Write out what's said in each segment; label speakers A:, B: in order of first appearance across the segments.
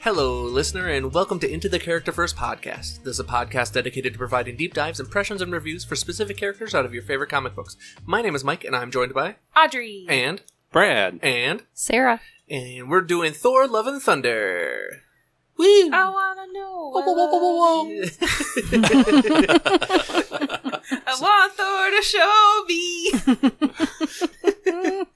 A: Hello, listener, and welcome to Into the Character First podcast. This is a podcast dedicated to providing deep dives, impressions, and reviews for specific characters out of your favorite comic books. My name is Mike, and I'm joined by
B: Audrey.
A: and
C: Brad.
A: and
D: Sarah.
A: and we're doing Thor: Love and Thunder. Woo!
B: I wanna know.
A: Whoa, whoa, whoa, whoa, whoa, whoa.
B: I want Thor to show me.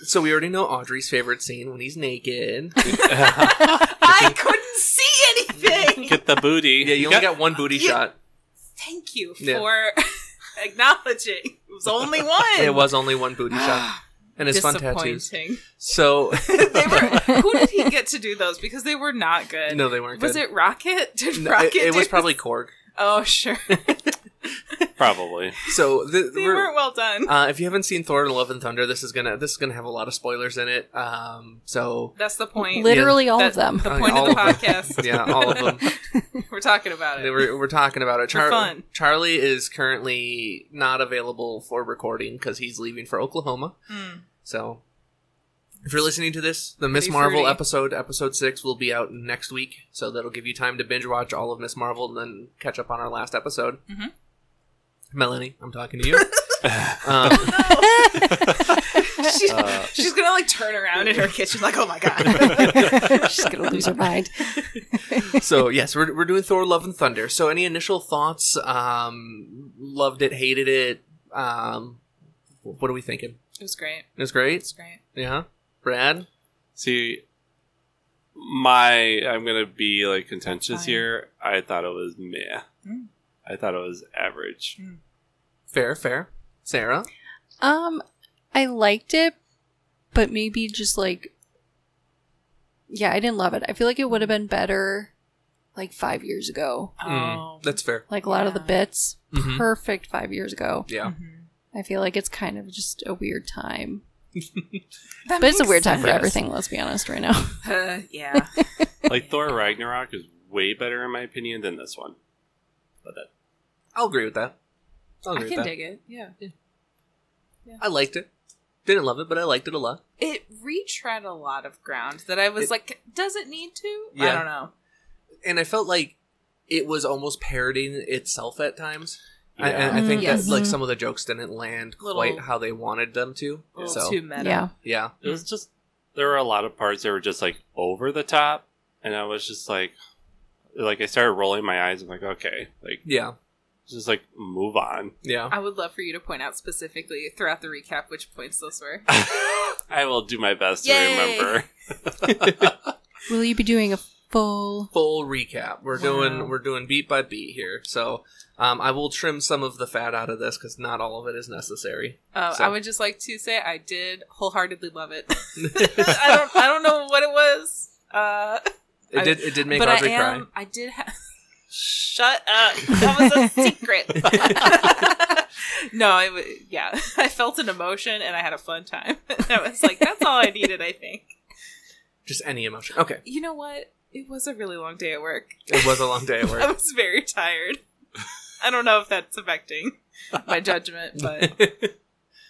A: So we already know Audrey's favorite scene when he's naked.
B: I couldn't see anything.
C: Get the booty.
A: Yeah, you only got one booty
B: Yeah.
A: shot.
B: Thank you
A: Yeah.
B: for acknowledging. It was only one.
A: It was only one booty shot, and his fun tattoos.
B: Disappointing.
A: So
B: they were. Who did he get to do those? Because they were not good.
A: no, they weren't.
B: was
A: good.
B: it Rocket? Did
A: No,
B: Rocket?
A: it, it
B: do-
A: was probably Korg.
B: Oh sure,
C: Probably.
A: So the,
B: they
A: we're-
B: weren't well done.
A: Uh, if you haven't seen Thor: Love and Thunder, this is gonna this is gonna have a lot of spoilers in it. Um, so
B: That's the point.
D: Literally all of
B: That-
D: them.
B: The
A: I mean,
B: point of
A: all
B: the
A: of
B: podcast.
A: yeah, all of them.
B: We're talking about
A: They
B: it.
A: were, we're talking about it.
B: For fun.
A: Charlie is currently not available for recording because he's leaving for Oklahoma.
B: Mm.
A: So, if you're listening to this, the Miss
B: Be
A: Marvel
B: fruity.
A: episode, episode six, will be out next week. So that'll give you time to binge watch all of Miss Marvel and then catch up on our last episode.
B: Mhm.
A: Melanie, I'm talking to you. um,
B: She-
C: Uh,
B: She's gonna like turn around in her kitchen, like, oh my god.
D: She's gonna lose her mind.
A: so yes, we're, we're doing Thor: Love and Thunder. So any initial thoughts? Um, loved it, hated it. Um, what are we thinking?
B: it was great.
A: It was great.
B: It's great.
A: Yeah, Brad.
C: see, my I'm gonna be like contentious
B: Fine.
C: here. I thought it was meh.
B: Mm.
C: I thought it was average.
A: Fair, fair. Sarah.
D: Um, I liked it, but maybe just like, yeah, I didn't love it. I feel like it would have been better, like five years ago.
B: Um,
A: Mm, that's fair.
D: Like a lot of the
B: Yeah. Mm-hmm.
D: bits,
A: Mhm.
D: perfect five years ago.
A: Yeah.
B: mhm.
D: I feel like it's kind of just a weird time,
B: That
D: but it's a
B: makes
D: weird time for
B: sense.
D: everything. Let's be honest, right now.
B: Uh, yeah.
C: Like Thor Ragnarok is way better in my opinion than this one. But that
A: I'll agree with that. I'll
B: I
A: agree
B: can
A: with that.
B: dig it. Yeah.
A: I liked it. Didn't love it, but I liked it a lot.
B: It retread a lot of ground that I was
A: It-
B: like, does it need to?
A: Yeah.
B: I don't know.
A: And I felt like it was almost parodying itself at times. I,
C: yeah.
A: and I think
D: Mm,
A: that
D: yes.
A: like some of the jokes didn't land
B: Mm-hmm. Little-
A: quite how they wanted them to.
B: A little
A: So
B: too meta.
D: yeah,
A: yeah,
C: it was just there were a lot of parts that were just like over the top, and I was just like, like I started rolling my eyes. I'm like, okay, like
A: yeah,
C: just like move on.
A: yeah.
B: I would love for you to point out specifically throughout the recap which points those were.
C: I will do my best
B: Yay.
C: to remember.
D: will you be doing a full?
A: full recap. We're
B: Wow.
A: doing we're doing beat by beat here. So um, I will trim some of the fat out of this because not all of it is necessary.
B: Uh,
A: So-
B: I would just like to say I did wholeheartedly love it. I don't. I don't know what it was. Uh,
A: It
B: I-
A: did it did make
B: but
A: Audrey
B: I
A: cry.
B: am. I did have. Shut up! That was a secret. no, it was, yeah, I felt an emotion and I had a fun time. I was like, that's all I needed. I think.
A: Just any emotion. Okay,
B: You know what? It was a really long day at work.
A: it was a long day at
B: I
A: work.
B: was very tired. I don't know if that's affecting my judgment, but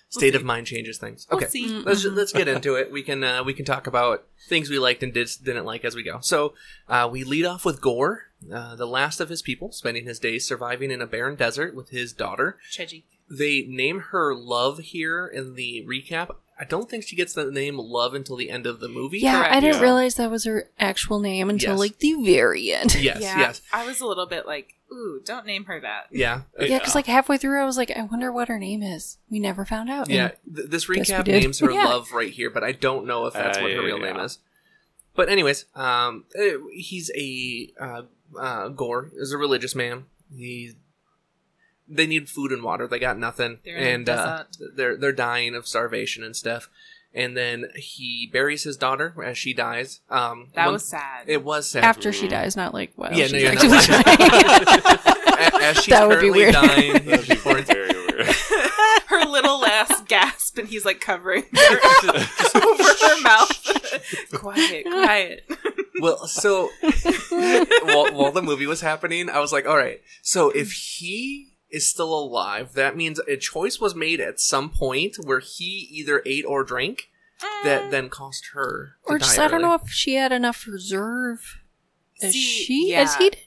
A: State of mind changes things.
B: we'll
A: Okay,
B: see.
D: Mm.
A: let's
D: Mhm.
A: let's get into it. We can uh, we can talk about things we liked and did, didn't like as we go. So uh, we lead off with Gore, uh, the last of his people, spending his days surviving in a barren desert with his daughter.
B: Cheji.
A: they name her Love here in the recap. I don't think she gets the name Love until the end of the movie.
D: Yeah,
B: Correct.
D: I didn't
C: Yeah.
D: realize that was her actual name until
A: Yes.
D: like the very end.
A: Yes, yes.
B: I was a little bit like, ooh, don't name her that.
A: Yeah. Uh, Yeah.
D: Yeah, because like halfway through, I was like, I wonder what her name is. We never found out. And
A: Th- this
D: Yes, we
A: recap
D: did.
A: names her
D: Yeah.
A: Love right here, but I don't know if that's what her
C: Uh,
A: real name
C: yeah.
A: is. But anyways, um eh, he's a uh, uh Gore is a religious man. He they need food and water. They got nothing.
B: They're in
A: and
B: the
A: uh, they're they're dying of starvation and stuff. And then he buries his daughter as she dies. Um
B: That
A: one-
B: was sad.
A: it was sad.
D: after she dies, not like while
A: Yeah,
D: she's
A: no, you're
D: actually
A: not
D: dying.
A: A- as she's
D: That would
A: currently
D: be weird.
A: dying, uh,
C: That'd be
A: he's pouring-
C: very weird.
B: her little last gasp, and he's like covering her over her mouth. quiet,
A: Uh,
B: quiet.
A: well, so while, while the movie was happening, I was like, all right, so if he is still alive, that means a choice was made at some point where he either ate or drank. that then cost her. to
D: Or
A: die
D: just I don't
A: early.
D: know if she had enough reserve as
B: Uh, See,
D: she as
B: yeah.
D: he did.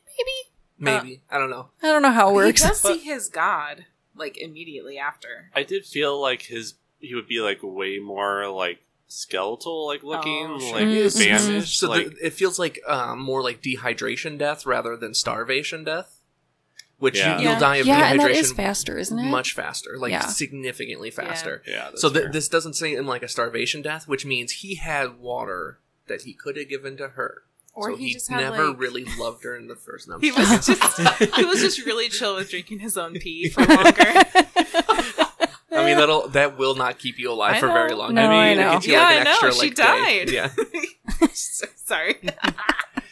D: Maybe
A: Maybe I don't know.
D: I don't know how it works.
B: He does
C: But-
B: see his god like immediately after.
C: I did feel like his he would be like way more like skeletal like looking,
B: Oh, sure.
C: like
A: Mm-hmm.
D: Yes, yes,
C: vanished.
A: So
C: like
A: the, it feels like um, more like dehydration death rather than starvation death, which
C: Yeah.
A: you, will
B: Yeah.
A: die of
D: yeah, and that is
A: dehydration
D: faster, isn't it?
A: much faster, like
D: Yeah.
A: significantly faster.
C: yeah. that's
A: so th-
C: fair.
A: this doesn't seem like a starvation death, which means he had water that he could have given to her.
B: Or
A: so
B: he,
A: he,
B: just had
A: never
B: like
A: really loved her in the first. No, I'm
B: he
A: just-
B: was just he was just really chill with drinking his own pee for longer.
A: I mean, that'll that will not keep you alive
B: I
A: for
B: know.
A: very long. I
D: No,
A: mean,
D: I
A: it
D: know.
A: gives you like an
B: Yeah, I know.
A: extra
B: She
A: like day.
B: died.
A: Yeah,
B: So- Sorry.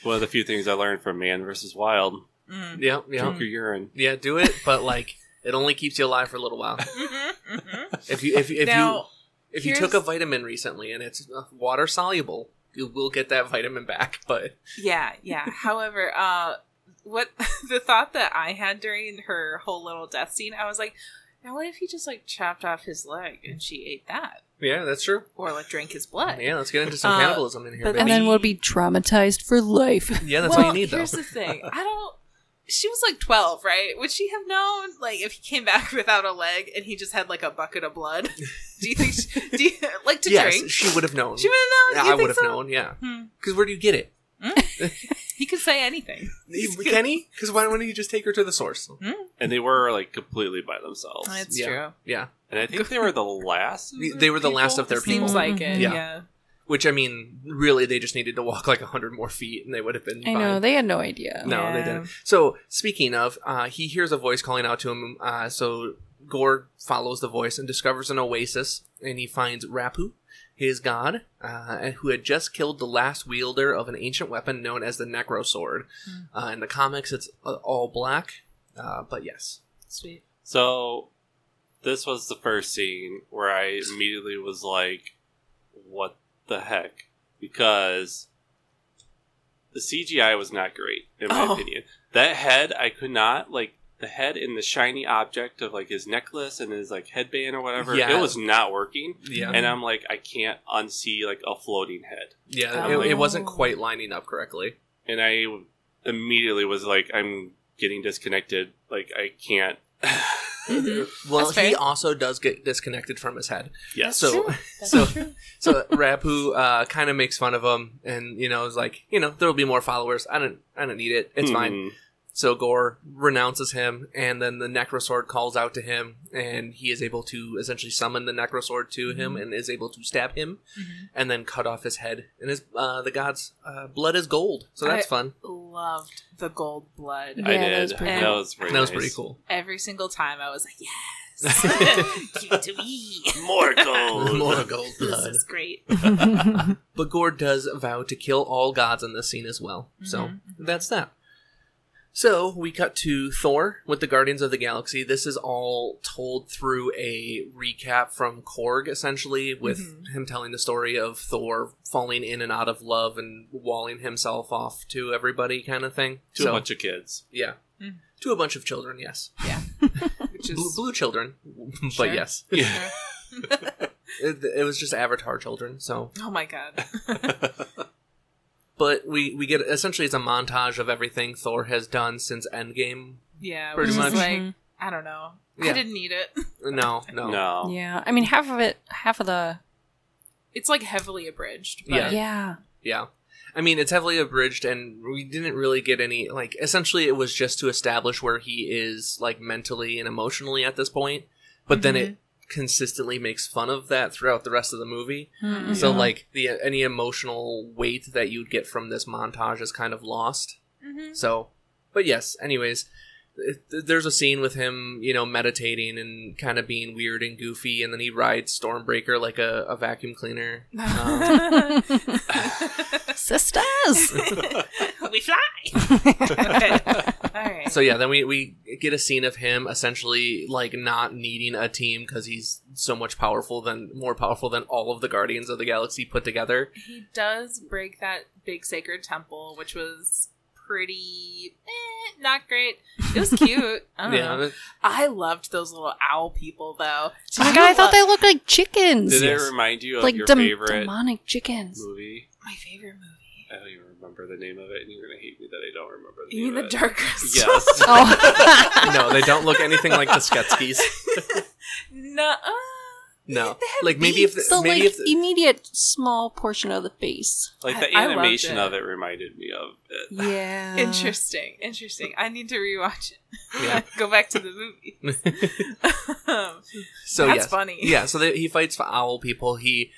C: one of the few things I learned from Man versus Wild:
B: Mm.
A: yeah, yeah,
C: drink your urine.
A: yeah. Do it, but like it only keeps you alive for a little while.
B: Mhm, mhm.
A: If you if you if you
B: now,
A: If you
B: Here's-
A: took a vitamin recently and it's uh, water soluble, you will get that vitamin back. But
B: yeah, yeah. However, uh, what the thought that I had during her whole little death scene, I was like, now what if he just like chopped off his leg and she ate that,
A: yeah, that's true.
B: or like drank his blood?
A: Yeah, let's get into some
B: Uh,
A: cannibalism in here.
B: but
A: bitch.
D: and then we'll be traumatized for life.
A: yeah, that's
B: well,
A: all you need though.
B: Here's the thing. I don't. She was like 12, right? Would she have known, like, if he came back without a leg and he just had like a bucket of blood? Do you think? She, do you, like to
A: yes,
B: drink?
A: she would have known.
B: She would have known.
A: Yeah,
B: You
A: I
B: think
A: would have
B: so?
A: known. Yeah,
B: Hmm.
A: because where do you get it?
B: He could say anything.
A: Can he? Because why don't you just take her to the source?
C: And they were like completely by themselves.
B: It's
A: Yeah.
B: true.
A: Yeah,
C: And I think they were the last. of
A: They-
C: the
A: they were the last
C: people?
A: of their
B: It seems
A: people.
B: like it.
A: Yeah.
B: Yeah.
A: Which I mean, really, they just needed to walk like hundred more feet, and they would have been.
D: I
A: fine.
D: know they had no idea.
A: No, they
B: Yeah.
A: didn't. So speaking of, uh, he hears a voice calling out to him. Uh, so Gore follows the voice and discovers an oasis, and he finds Rapu, his god, uh, who had just killed the last wielder of an ancient weapon known as the Necro Sword.
B: Hmm.
A: Uh, in the comics, it's uh, all black, uh, but yes,
B: Sweet.
C: So this was the first scene where I immediately was like, "What the heck?" Because the CGI was not great, in my
B: Oh.
C: opinion. That head, I could not like the head and the shiny object of like his necklace and his like headband or whatever.
A: Yeah.
C: It was not working,
A: yeah,
C: and I'm like, I can't unsee like a floating head,
A: yeah.
C: Oh.
A: It, it wasn't quite lining up correctly.
C: and I immediately was like, I'm getting disconnected. Like I can't.
A: Well,
B: That's fair.
A: he also does get disconnected from his head.
C: yes.
A: so so so Rapu uh, kind of makes fun of him, and you know is like, you know, there'll be more followers. I don't, I don't need it. It's fine.
C: Mhm.
A: So Gore renounces him, and then the Necrosword calls out to him, and he is able to essentially summon the Necrosword to him,
B: Mm-hmm.
A: and is able to stab him,
B: Mhm.
A: and then cut off his head. And his uh, the god's uh, blood is gold, so that's
B: I-
A: fun.
B: Loved the gold blood.
C: I
D: Yeah,
C: did.
D: that was pretty
C: That
B: cool.
C: was pretty,
A: that was pretty
C: nice.
A: cool.
B: Every single time, I was like, yes, give it to me.
C: More gold.
A: More gold
B: This
A: blood.
B: is great.
A: But Gore does vow to kill all gods in this scene as well. So
B: Mhm.
A: that's that. So we cut to Thor with the Guardians of the Galaxy. This is all told through a recap from Korg, essentially, with
B: Mhm.
A: him telling the story of Thor falling in and out of love and walling himself off to everybody, kind of thing.
C: to
A: so,
C: a bunch of kids.
A: yeah,
B: Mm.
A: to a bunch of children. Yes,
B: Which
A: blue,
B: is
A: blue children,
B: Sure.
A: but yes,
C: Yeah.
A: it, it was just Avatar children. So
B: oh my god.
A: but we we get essentially it's a montage of everything Thor has done since Endgame.
B: Yeah,
A: Pretty
B: which
A: much.
B: is
D: Mm-hmm.
B: like I don't know.
A: Yeah.
B: I didn't need it.
A: No, no,
C: no.
D: yeah, I mean half of it, half of the
B: It's like heavily abridged. But
A: Yeah.
B: yeah,
D: yeah.
A: yeah. I mean, it's heavily abridged, and we didn't really get any like. Essentially, it was just to establish where he is like mentally and emotionally at this point. But then it consistently makes fun of that throughout the rest of the movie.
D: Mm,
A: So
D: yeah.
A: like the any emotional weight that you'd get from this montage is kind of lost. So, but yes, anyways, th- th- there's a scene with him, you know, meditating and kind of being weird and goofy, and then he rides Stormbreaker like a, a vacuum cleaner. Um,
B: Mm-hmm.
D: sisters.
B: we fly. okay. All right.
A: so yeah, then we, we get a scene of him essentially like not needing a team because he's so much powerful than more powerful than all of the Guardians of the Galaxy put together.
B: he does break that big sacred temple, which was pretty, eh, not great. It was cute. I don't know.
A: yeah.
B: I loved those little owl people though.
D: Oh my god, I thought they looked like chickens.
C: Did it
A: Yes.
C: remind you of
D: Like
C: your
D: dem-
C: favorite
D: demonic chickens.
C: movie?
B: my favorite movie.
C: I don't even remember the name of it, and you're gonna hate me that I don't remember the
B: You mean
C: name
B: the
C: of
B: darker
C: it. Yes.
D: Oh.
A: No, they don't look anything like the Sketskis.
B: No. uh,
A: No,
B: They had
A: like maybe if
B: beaks.
A: the,
D: the
A: maybe
D: like
A: if the,
D: immediate small portion of the face.
C: like
B: I-
C: the
B: I loved
C: animation
B: it.
C: of it reminded me of it.
A: Uh,
D: Yeah.
B: Interesting, interesting. I need to rewatch it.
A: yeah.
B: Go back to the movie. Um,
A: So
B: That's
A: yes.
B: funny.
A: Yeah, so they, he fights for owl people. He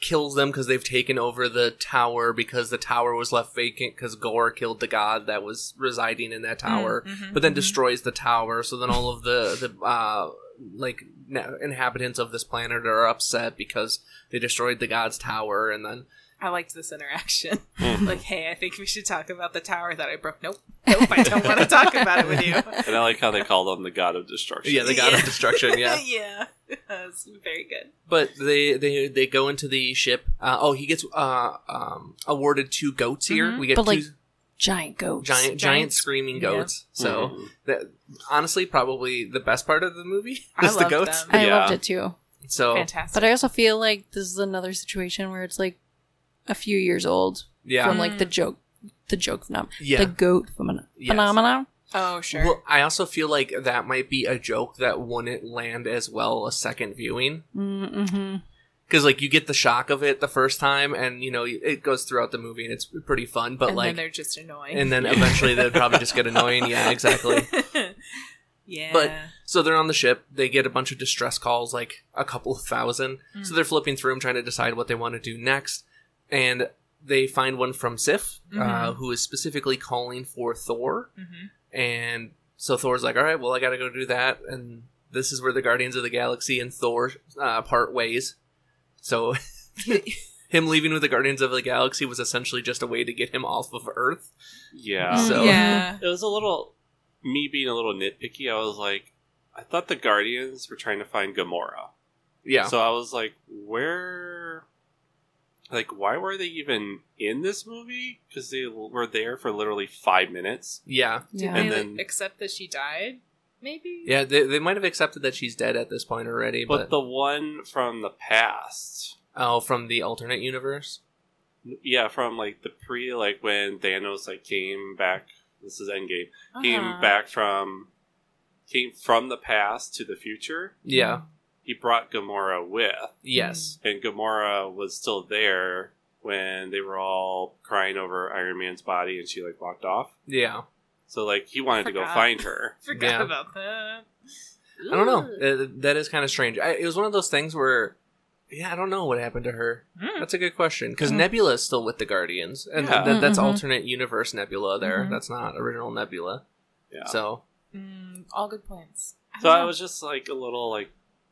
A: kills them because they've taken over the tower because the tower was left vacant because Gore killed the god that was residing in that tower,
B: Mhm,
A: but then
B: mhm.
A: destroys the tower. So then all of the the uh, like na- inhabitants of this planet are upset because they destroyed the god's tower, and then
B: I liked this interaction.
A: Mm-hmm.
C: Mhm.
B: like, hey, I think we should talk about the tower that I broke. Nope, nope. I don't want to talk about it with you.
C: And I like how they call them the god of destruction.
A: yeah, the god
B: Yeah.
A: of destruction. Yeah,
B: yeah. That's very good.
A: but they they they go into the ship. Uh, oh, he gets uh, um, awarded two goats here.
B: Mhm.
A: We get
D: But,
A: two
D: like, Giant goats.
A: giant giant
B: giant-
A: screaming
B: yeah.
A: goats. So.
C: Mhm.
A: that honestly probably the best part of the movie
B: I
A: is the
B: love
A: goats.
B: them.
D: I
C: Yeah.
D: loved it too.
A: So
D: But
B: Fantastic.
D: I also feel like this is another situation where it's like a few years old
A: yeah,
D: from
B: Mm.
D: like the joke the joke phenomenon.
A: yeah.
D: The goat phenom-
A: Yes.
D: phenomenon.
B: oh, sure.
A: Well, I also feel like that might be a joke that wouldn't land as well a second viewing
D: Mm-hmm.
A: because like you get the shock of it the first time, and you know it goes throughout the movie and it's pretty fun. But
B: and
A: like,
B: then they're just annoying.
A: and then eventually they'd probably just get annoying. Yeah, exactly.
B: yeah.
A: But- So they're on the ship. They get a bunch of distress calls, like a couple of thousand.
B: Mm.
A: So they're flipping through them, trying to decide what they want to do next. And they find one from Sif, uh,
B: Mhm.
C: Mm-hmm.
A: who is specifically calling for Thor.
B: Mhm.
A: And so Thor's like, all right, well, I got to go do that. And this is where the Guardians of the Galaxy and Thor uh, part ways. So him leaving with the Guardians of the Galaxy was essentially just a way to get him off of Earth.
C: Yeah.
A: Mm. So-
B: yeah.
C: It was a little me being a little nitpicky. I was like, I thought the Guardians were trying to find Gamora.
A: Yeah.
C: So I was like, where? Like, why were they even in this movie? Because they were there for literally five minutes.
A: yeah.
D: Yeah.
C: And
B: They, like,
C: then-
B: accept that she died, maybe.
A: Yeah, they, they might have accepted that she's dead at this point already,
C: But
A: but,
C: the one from the past,
A: oh, from the alternate universe.
C: yeah, from like the pre, like when Thanos like came back. This is Endgame. Came
B: Uh-huh.
C: back from, came from the past to the future.
A: Yeah,
B: Hmm.
C: He brought Gamora with.
A: yes,
C: and Gamora was still there when they were all crying over Iron Man's body and she like walked off.
A: yeah.
C: So like he wanted to go
B: Forgot.
C: find her.
B: Forgot
A: Yeah.
B: about that.
A: I don't know. Uh, That is kind of strange. I, it was one of those things where, yeah, I don't know what happened to her.
B: Mm.
A: That's a good question because
D: Mhm.
A: Nebula is still with the Guardians, and
C: Yeah.
A: th- that's
D: Mhm.
A: alternate universe Nebula. There,
B: Mhm.
A: that's not original Nebula.
C: Yeah. So,
A: So
B: Mm, all good points.
C: I was just like a little like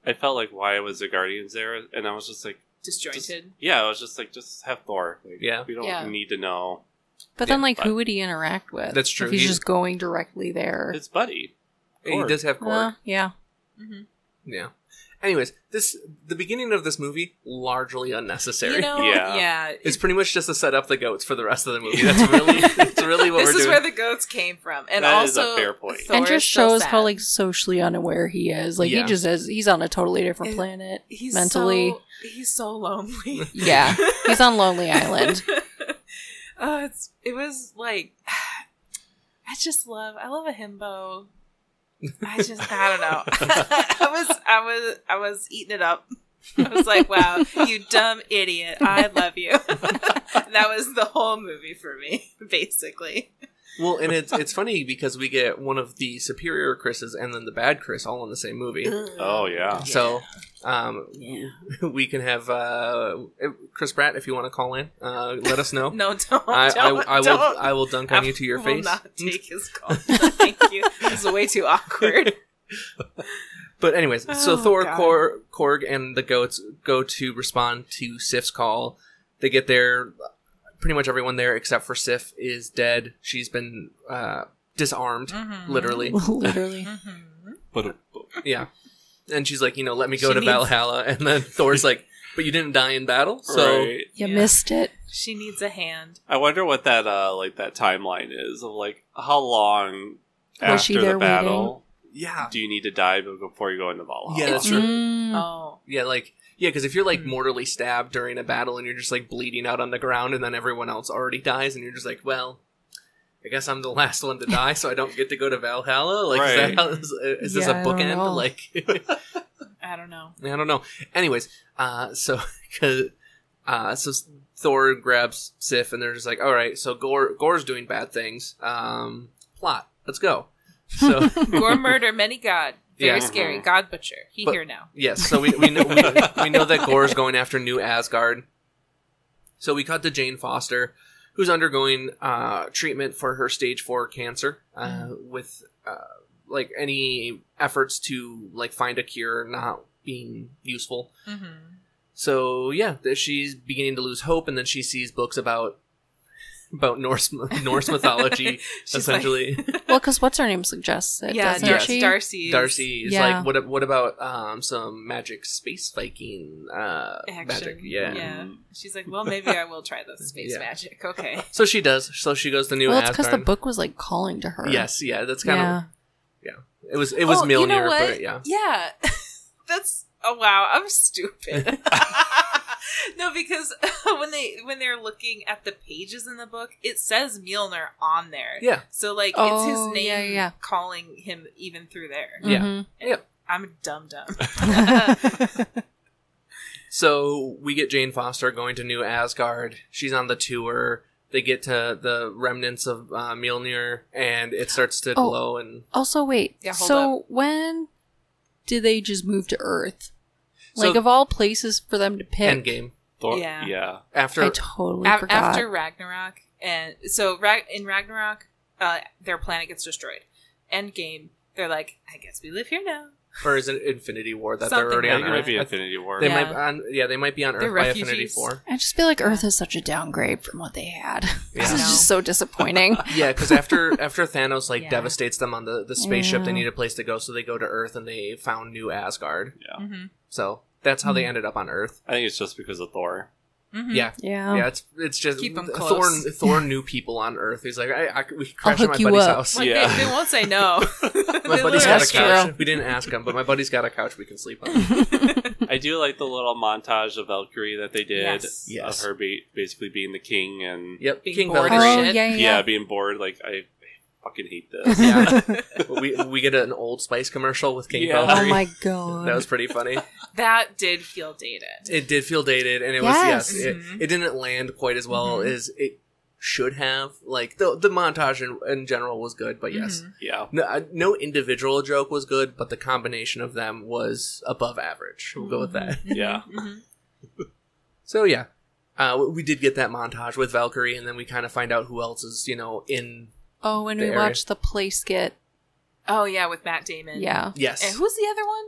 C: I felt like why was the Guardians there and I was just like just,
B: disjointed.
C: yeah, I was just like just have Thor. Like
A: Yeah.
C: we don't
D: Yeah.
C: need to know.
D: But then
A: Yeah,
D: like
C: but-
D: who would he interact with?
A: That's true.
D: If he's
A: He-
D: just going directly there.
C: It's Buddy.
A: he
C: Korg.
A: does have Korg.
D: Well, yeah.
B: hmm
A: Yeah. Anyways, this the beginning of this movie largely unnecessary.
B: You know,
C: Yeah.
B: yeah.
A: it's pretty much just to set up the goats for the rest of the movie. That's really that's really what
B: this
A: we're
B: is
A: doing.
B: where the goats came from, and
C: That is a
B: also
C: fair point.
B: Thor
D: and
B: is
D: just
B: so
D: shows how
B: sad.
D: like socially unaware he is. Like
A: Yeah.
D: he just is he's on a totally different
B: It-
D: planet.
B: he's
D: mentally-
B: so, he's so lonely.
D: Yeah. He's on Lonely Island.
B: oh, it's it was like I just love I love a himbo. I just I don't know. I was I was I was eating it up. I was like, wow, you dumb idiot. I love you. that was the whole movie for me, basically.
A: Well, and it's it's funny because we get one of the superior Chris's and then the bad Chris all in the same movie.
C: Oh yeah.
A: So um, we can have uh, Chris Pratt if you want to call in. Uh, let us know.
B: No, don't.
A: I, I,
B: don't,
A: I
B: don't.
A: will I will dunk on you to your
B: I
A: face.
B: Will not take his call. Thank you. This is way too awkward.
A: But anyways, so
B: Oh,
A: Thor,
B: God.
A: Kor- Korg, and the goats go to respond to Sif's call. They get there. Pretty much everyone there except for Sif is dead. She's been uh, disarmed,
B: Mm.
A: literally.
D: Literally.
B: Mhm.
C: But
A: Yeah. And she's like, you know, let me go
B: She
A: to
B: needs-
A: Valhalla. And then Thor's like, but you didn't die in battle, so
C: Right.
B: Yeah.
D: You missed it.
B: She needs a hand.
C: I wonder what that uh like that timeline is of like how long
D: Was
C: after
D: she
C: the
D: there waiting?
C: battle
A: yeah,
C: do you need to die before you go into Valhalla?
A: Ah. Yeah, that's true.
D: Mm.
B: Oh,
A: yeah, like yeah, because if you're like
B: Hmm.
A: mortally stabbed during a battle and you're just like bleeding out on the ground, and then everyone else already dies, and you're just like, well, I guess I'm the last one to die, so I don't get to go to Valhalla. Like, is,
C: Right.
A: that how, is, is this
D: Yeah, I
A: a
D: don't know.
A: bookend? Like,
B: I don't know.
A: I don't know. Anyways, uh, so 'cause, uh, so Thor grabs Sif, and they're just like, "All right, so Gore Gore's doing bad things. Um, plot, let's go." So
B: Gore murder, many god.
A: Yeah.
B: Very scary.
D: Mm-hmm.
C: Mhm.
B: God butcher. He
A: But-
B: here now.
A: yes, so we we know we, we know that Gore's going after New Asgard. So we cut to Jane Foster, who's undergoing uh, treatment for her stage four cancer, uh, with uh, like any efforts to like find a cure not being useful.
B: Mm-hmm.
A: So yeah, th- she's beginning to lose hope, and then she sees books about about Norse Norse mythology. essentially,
D: Well, because what's her name suggests it,
B: yeah,
D: doesn't
A: Dar-
B: Darcy.
D: she?
B: Darcy.
A: Darcy is
D: Yeah.
A: like, "What? a- What about um, some magic space Viking uh,
B: Action.
A: magic?" Yeah. Mm-hmm.
B: yeah. She's like, well, maybe I will try the space
A: Yeah.
B: magic. Okay.
A: So she does. So she goes to New
D: well, it's
A: Asgard.
D: because the book was like calling to her.
A: Yes, yeah, that's kind
D: Yeah.
A: of it was. It was
B: Oh, you know
A: Mjolnir,
B: what?
A: but yeah,
B: Yeah. That's oh wow, I'm stupid. no, because when they when they're looking at the pages in the book, it says Mjolnir on there.
A: yeah,
B: So like it's
D: Oh,
B: his name
D: yeah, yeah.
B: calling him even through there.
A: Yeah.
D: Mhm.
B: I'm a dumb dumb.
A: So we get Jane Foster going to New Asgard. She's on the tour. They get to the remnants of uh, Mjolnir, and it starts to
D: Oh.
A: glow. And
D: Also, wait.
B: Yeah, hold
D: so when did they just move to Earth?
A: So-
D: Like of all places for them to pick,
A: Endgame
C: Thor-
B: Yeah.
C: yeah.
A: after
D: I totally
B: Af-
D: forgot.
B: after Ragnarok, and so Rag- in Ragnarok, uh, their planet gets destroyed. Endgame, they're like, I guess we live here now.
A: or is it Infinity War that
B: Something
A: they're already
C: I
A: on
B: like
C: think it
A: Earth?
C: might be
A: I-
C: Infinity War.
A: They
B: Yeah.
A: might on yeah they might be on Earth
B: They're
A: by Infinity
B: refugees.
A: Four.
D: I just feel like Earth is such a downgrade from what they had.
A: Yeah.
D: this is
B: I know.
D: just so disappointing.
A: Yeah, because after after Thanos like
B: Yeah.
A: devastates them on the the spaceship, they
D: Yeah.
A: need a place to go, so they go to Earth and they found New Asgard.
B: Mm-hmm.
A: So that's how they
D: Mm.
A: ended up on Earth.
C: I think it's just because of Thor.
B: Mm-hmm.
A: Yeah,
D: yeah.
A: yeah. It's it's just
B: Keep 'em
A: Thor
B: close.
A: Thor knew people on Earth. He's like, I, I could- we could crash
D: hook
A: at my
D: you
A: buddy's
D: up.
A: house.
B: Like,
C: Yeah.
B: they, they won't say no.
A: My
B: They
A: buddy's got a
D: That's
A: couch.
D: true.
A: We didn't ask him, but my buddy's got a couch we can sleep on.
C: I do like the little montage of Valkyrie that they did
B: Yes.
A: Yes.
C: of her be- basically being the king and
A: Yep,
B: Being
A: King
B: bored
D: Oh,
B: as
A: Valkyrie.
B: shit.
D: yeah, yeah.
C: yeah. being bored. Like I fucking hate this.
A: Yeah, we we get an Old Spice commercial with King
C: Yeah.
D: Oh
A: Valkyrie.
D: my god.
A: that was pretty funny.
B: that did feel dated.
A: it did feel dated and it
D: Yes. Mm-hmm.
A: was yes it-
B: Mhm.
A: it, didn't land quite as well
B: Mhm.
A: as it should have like the the montage in, in general was good but
D: Mm-hmm.
A: yes
B: Mhm.
C: Yeah.
A: no, uh, no individual joke was good but the combination of them was above average we'll go with that
B: Mhm,
C: Yeah.
B: mhm.
A: so yeah uh, we- we did get that montage with valkyrie and then we kind of find out who else is you know in
D: oh, when
A: The
D: we
A: area.
D: watched the place get
B: Oh yeah, with Matt Damon.
D: yeah.
A: yes
B: And who's the other one?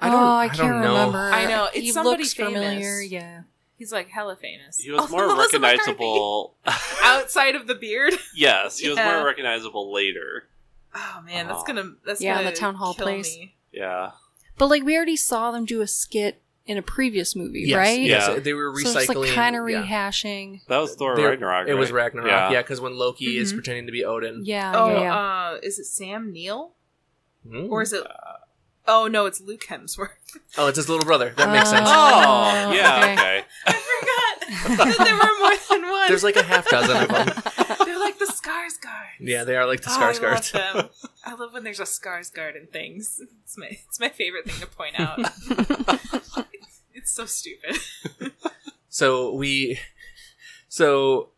A: i don't
D: oh, I,
A: don't
D: can't
A: know
D: remember.
B: I know, it's
D: he
B: somebody
D: looks
B: famous.
D: familiar. Yeah.
B: He's like hella famous.
C: He was
B: Oh,
C: more
B: Melissa
C: recognizable.
B: McCarthy. outside of the beard.
C: yes, he was
B: Yeah.
C: more recognizable later.
B: Oh man, that's
C: Oh.
B: gonna that's
D: Yeah,
B: gonna
D: the town hall
B: kill
D: place.
B: me.
C: Yeah.
D: But like we already saw them do a skit in a previous movie,
A: yes,
D: right?
A: yes
C: Yeah.
A: they were recycling
D: So it's like kind of
A: yeah.
D: rehashing.
C: That was Thor
A: They-
C: Ragnarok.
A: it was
C: right?
A: ragnarok
C: Yeah.
A: yeah because when loki is
B: Mhm.
A: pretending to be odin
D: Yeah.
B: oh,
D: yeah. yeah.
B: uh, is it Sam Neill
A: Mm.
B: or is it? Oh no, it's Luke Hemsworth.
A: oh it's his little brother that makes sense
C: Oh,
D: Oh,
C: yeah,
D: okay.
C: okay.
B: I forgot that there were more than one.
A: There's like a half dozen of them.
B: They're like the Scars Guard.
A: Yeah, they are like the
B: Oh,
A: Skarsgård.
B: I love them. I love when there's a Scars Guard in things. It's my it's my favorite thing to point out. it's so stupid.
A: So we, so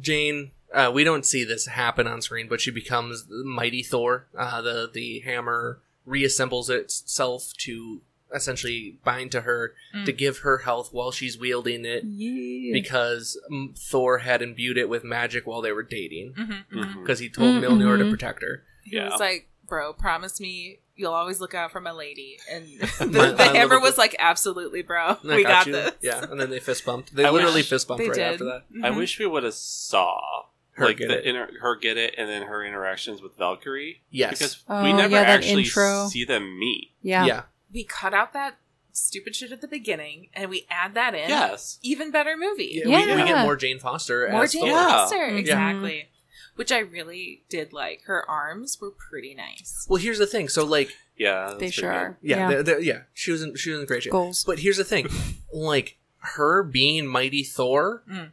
A: Jane, uh, we don't see this happen on screen, but she becomes Mighty Thor. Uh, the the hammer reassembles itself to essentially bind to her
B: Mm.
A: to give her health while she's wielding it because mm, Thor had imbued it with magic while they were dating
B: Mm-hmm,
C: Mhm.
A: because he told
D: Mm,
A: Milner to
D: mhm.
A: protect her.
B: He
C: Yeah.
B: was like, "Bro, promise me you'll always look out for my lady." And the,
A: My-
B: the
A: my
B: hammer
A: little-
B: was like, "Absolutely, bro.
A: I
B: We got,
A: you.
B: this."
A: Yeah, and then they fist bumped. They
C: I wish-
A: literally fist bumped
B: they
A: right
B: did.
A: after that.
C: Mm-hmm.
A: Mm-hmm.
C: I
D: Mm-hmm.
B: Mhm.
C: wish we would have saw
A: Her
C: like
A: get
C: the
A: it.
C: inter- her get it and then her interactions with Valkyrie
A: Yes.
C: because
D: Oh,
C: we never
D: yeah, that
C: actually
D: intro.
C: see them meet.
D: Yeah.
A: yeah.
B: we cut out that stupid shit at the beginning and we add that in,
C: Yes.
B: even better movie.
A: Yeah, We, we get
D: Yeah.
A: more Jane Foster.
B: More
A: as
B: Jane
A: Thor.
C: Yeah.
B: Foster,
D: Mhm.
B: exactly. Which I really did like. Her arms were pretty nice.
A: Well, here's the thing. So like,
C: Yeah. that's
D: they
C: pretty
D: sure
C: good.
D: are.
A: yeah, yeah, yeah she was in, she was in great shape.
D: Goals.
A: But here's the thing, like her being Mighty Thor
B: Mm.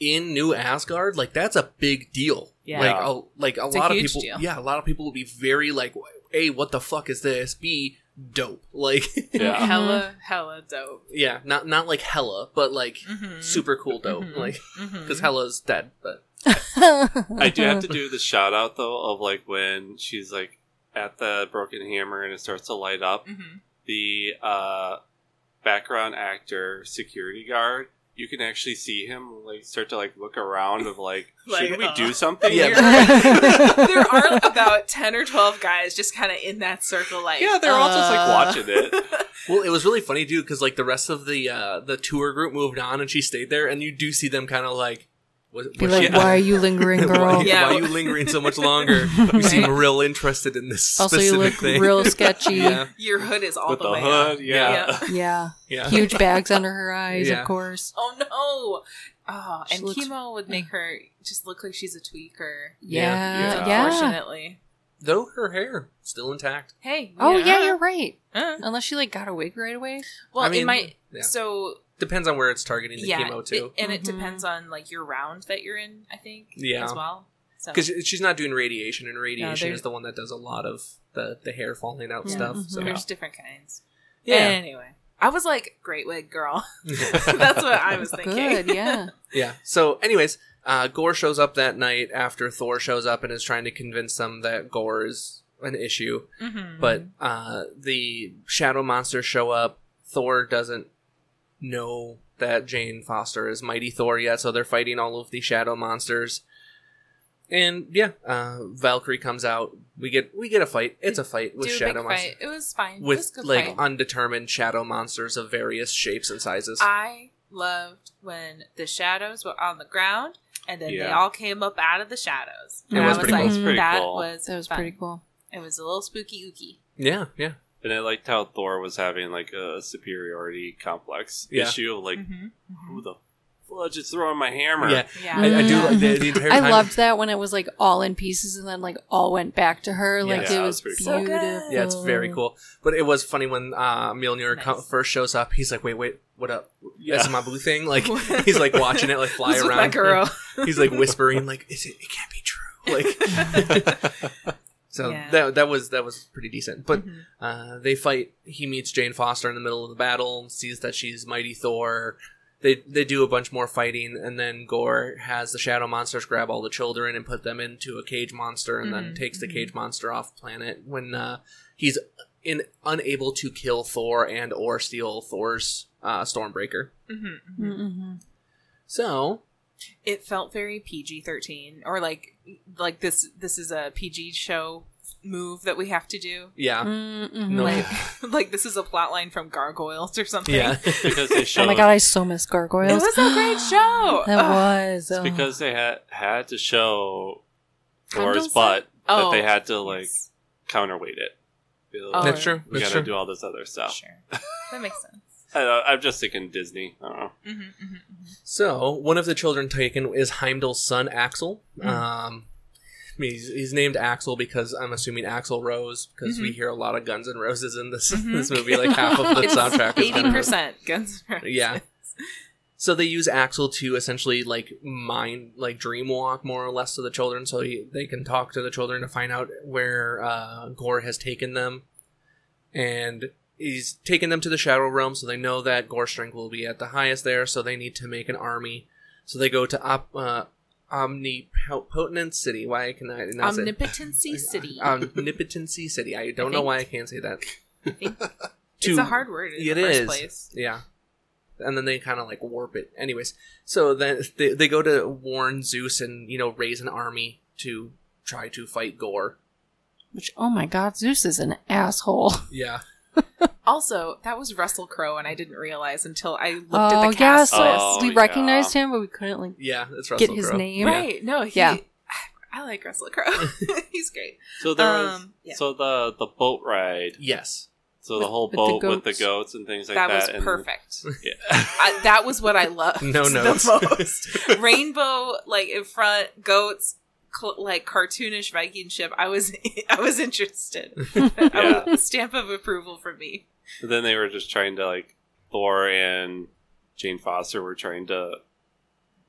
A: in New Asgard, like that's a big deal.
B: Yeah.
A: Like a like a
B: It's a
A: lot of
B: huge
A: people,
B: deal.
A: yeah, a lot of people will be very like, a what the fuck is this? B dope. Like,
C: Yeah.
B: Hella, hella dope.
A: yeah, not not like Hella, but like
B: Mhm.
A: super cool dope.
B: Mhm.
A: Like,
B: Mhm.
A: because Hella's dead, but
C: I do have to do the shout out though of like when she's like at the broken hammer and it starts to light up.
B: Mhm.
C: The uh, background actor security guard, you can actually see him like start to like look around of like,
B: Like,
C: should we
B: uh,
C: do something?
A: Yeah.
C: here?
B: there are about 10 or 12 guys just kind of in that circle, like.
C: yeah, they're all just like
B: uh,
C: watching it.
A: well, it was really funny too because like the rest of the uh the tour group moved on and she stayed there, and you do see them kind of like. Was,
D: Be
A: was
D: like,
A: she-
D: why are you lingering,
A: why,
D: girl?
B: Oh, Yeah.
A: why are you lingering so much longer? You seem real interested in this
D: Also, you
A: specific
D: look
A: thing.
D: real sketchy.
A: yeah,
B: Your hood is all
C: With
B: the,
C: the
B: way
C: hood,
B: up.
C: yeah.
D: Yeah.
A: yeah.
D: Huge bags under her eyes,
A: Yeah.
D: of course.
B: Oh no! Oh,
D: She
B: and
D: looks-
B: chemo would make her just look like she's a tweaker.
A: Uh, Yeah.
D: Yeah. Yeah.
B: Unfortunately.
A: Though her hair still intact.
B: Hey.
D: Oh, yeah, you're right.
B: Uh,
D: Unless she, like, got a wig right away.
B: well,
A: I mean,
B: it might.
A: yeah.
B: So
A: Depends on where it's targeting the
B: yeah,
A: chemo too,
B: it- and it
D: Mhm.
B: depends on like your round that you're in. I think.
A: Yeah.
B: As well. So.
A: because she's not doing radiation, and radiation
B: they're-
A: is the one that does a lot of the the hair falling out
D: Yeah.
A: stuff.
D: Mhm.
A: So
B: there's different kinds.
A: yeah,
B: Anyway, I was like, great wig, girl. That's what I was thinking.
D: Good, yeah.
A: Yeah. So, anyways, uh, Gore shows up that night after Thor shows up and is trying to convince them that Gore is an issue.
B: Mhm.
A: But uh, the shadow monsters show up. Thor doesn't know that Jane Foster is Mighty Thor yet, so they're fighting all of the shadow monsters. And yeah, uh, Valkyrie comes out. We get we get a fight. It's a fight with
B: Dude,
A: shadow
B: big
A: monsters
B: fight. It was fine. it was
A: with
B: a good
A: like
B: fight.
A: undetermined shadow monsters of various shapes and sizes.
B: I loved when the shadows were on the ground and then they
C: Yeah.
B: all came up out of the shadows.
A: It
B: And
A: was
B: I
A: pretty cool.
B: like,
D: It was pretty
B: that
C: cool.
B: was
D: That was
B: fun.
D: pretty cool.
B: It was a little spooky ooky.
A: yeah, yeah.
C: And I liked how Thor was having like a superiority complex
A: Yeah.
C: issue of like,
B: Mhm.
C: who the fudge is throwing my hammer?
A: Yeah.
B: Yeah.
A: I, I do
D: Yeah.
A: like the, the entire
D: I
A: time-
D: loved that when it was like all in pieces and then like all went back to her.
A: Yeah.
D: Like
C: Yeah,
D: it
C: that
D: was,
C: was
B: cool.
C: pretty
B: So good.
D: beautiful.
A: Yeah, it's very cool. But it was funny when uh, Mjolnir
B: Oh. Nice.
A: co- first shows up. He's like, "Wait, wait, what up?
C: Yeah.
A: That's my blue thing." Like he's like watching it like fly
B: Who's with
A: around.
B: my girl.
A: He's like whispering, like, "Is it? It can't be true." Like
B: Mm-hmm.
A: so
B: Yeah.
A: that that was that was pretty decent. But
B: Mhm.
A: uh, they fight. He meets Jane Foster in the middle of the battle. Sees that she's Mighty Thor. They they do a bunch more fighting, and then Gore has the shadow monsters grab all the children and put them into a cage monster, and then
B: Mhm,
A: takes the
B: mhm.
A: cage monster off planet when uh, he's in unable to kill Thor and or steal Thor's uh, Stormbreaker.
B: Mhm, mhm.
D: Mm-hmm.
A: So
B: It felt very PG thirteen or like like this this is a PG show move that we have to do.
A: yeah,
D: Mm-hmm.
A: Uh, No.
B: Like like this is a plot line from Gargoyles or something.
A: yeah,
C: because they showed
D: oh my god, I so miss
B: It
D: gargoyles.
B: was a great show.
D: That
B: Ugh.
D: was
C: It's
D: oh.
C: because they had had to show Thor's
D: Condol's-
C: butt
B: Oh,
C: that they had to like
B: yes.
C: counterweight it. Be like,
B: Oh,
A: that's true.
C: We
A: That's
C: gotta
A: true.
C: do all this other stuff.
B: Sure. That makes sense.
C: I don't, I'm just thinking Disney. I don't know.
B: Mm-hmm, mm-hmm.
A: So one of the children taken is Heimdall's son Axel.
B: Hmm.
A: Um, I mean, he's, he's named Axel because I'm assuming Axel Rose because
B: Mm-hmm.
A: we hear a lot of Guns and Roses in this
B: Mhm.
A: this movie. Like half of the
B: mm-hmm.
D: It's
A: soundtrack is
B: Eighty
A: Guns N' Roses.
B: percent Guns N' Roses.
A: Yeah. So they use Axel to essentially like mind like dream walk more or less to the children, so he, they can talk to the children to find out where uh, Gore has taken them, and he's taken them to the Shadow Realm. So they know that Gore's strength will be at the highest there, so they need to make an army. So they go to Op- uh, Omnipotent City. Why can I not say
B: Omnipotency City.
A: Um, Omnipotency City? I don't
B: I
A: know
B: think-
A: why I can't say that.
B: think
A: To-
B: it's a hard word in
A: it
B: the first
A: is.
B: place.
A: yeah. And then they kind of like warp it. Anyways, so then they, they go to warn Zeus and, you know, raise an army to try to fight Gore.
D: Which oh my god, Zeus is an asshole.
A: Yeah.
B: Also, that was Russell Crowe, and I didn't realize until I looked at
D: Oh
B: the
D: yes,
B: cast
C: Oh,
D: we
C: yeah.
D: recognized him, but we couldn't like
A: Yeah. That's Russell
D: get his
A: Crowe.
D: name.
B: list. Right? No, he,
D: Yeah.
B: I like Russell Crowe. He's great.
C: So there was
B: Um, yeah.
C: so the the boat ride.
A: Yes.
C: So the
D: With-
C: whole
D: with the
C: boat with the
D: goats.
C: goats and things like
B: that
C: that.
B: was
C: and-
B: perfect.
C: Yeah.
B: I, that was what I loved.
A: No notes.
B: The most. Rainbow, like in front, goats, cl- like cartoonish Viking ship. I was, I was interested. I was- stamp of approval from me.
C: But then they were just trying to like Thor and Jane Foster were trying to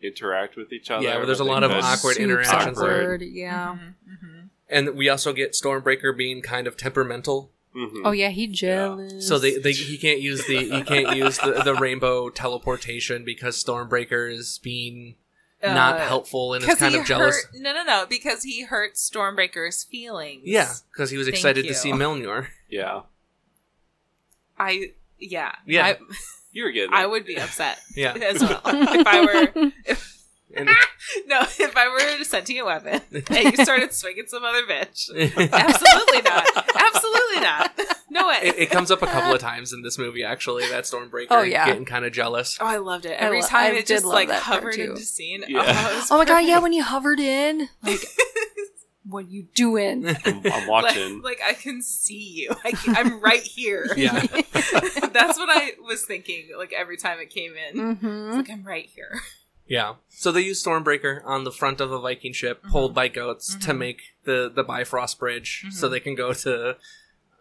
C: interact with each other.
A: Yeah, where there's a
C: I think
A: lot of
C: that's-
A: awkward
D: Super
A: interactions.
D: Awkward. Yeah.
B: Mhm,
A: and we also get Stormbreaker being kind of temperamental.
C: Mhm.
D: Oh yeah, he jealous.
A: So they, they he can't use the he can't use the, the rainbow teleportation because Stormbreaker is being
B: mhm.
A: not
B: Uh,
A: helpful and is
B: 'cause
A: kind
B: he
A: of jealous.
B: hurt- no, no, no. Because he hurt Stormbreaker's feelings.
A: Yeah, because he was
B: Thank
A: excited
B: you.
A: to see Melnor.
C: yeah.
B: I. Yeah.
A: Yeah.
B: I,
C: You were getting.
B: I
C: it.
B: would be upset
A: Yeah,
B: as well if I were.
A: and,
B: No, if I were sending a weapon and you started swinging some other bitch, absolutely not. Absolutely not. No way.
A: it, it comes up a couple of times in this movie. Actually, that Stormbreaker
D: Oh, yeah.
A: getting kind of jealous.
B: oh, I loved it.
D: I
B: Every
D: lo-
B: time
D: I
B: it
D: did
B: just
D: love
B: like
D: that part,
B: hovered
D: too.
B: into scene.
C: Yeah.
B: Oh, it was
D: oh my god,
B: perfect.
D: yeah, when you hovered in, like, what you doing?
C: I'm, I'm
B: Like,
C: watching.
B: like I can see you. I can, I'm right here.
A: Yeah,
B: That's what I was thinking. Like every time it came in, It's
D: Mm-hmm.
B: like I'm right here.
A: yeah. So they use Stormbreaker on the front of a Viking ship
B: Mm-hmm.
A: pulled by goats to
B: Mhm.
A: make the the Bifrost bridge, so
B: Mhm.
A: they can go to.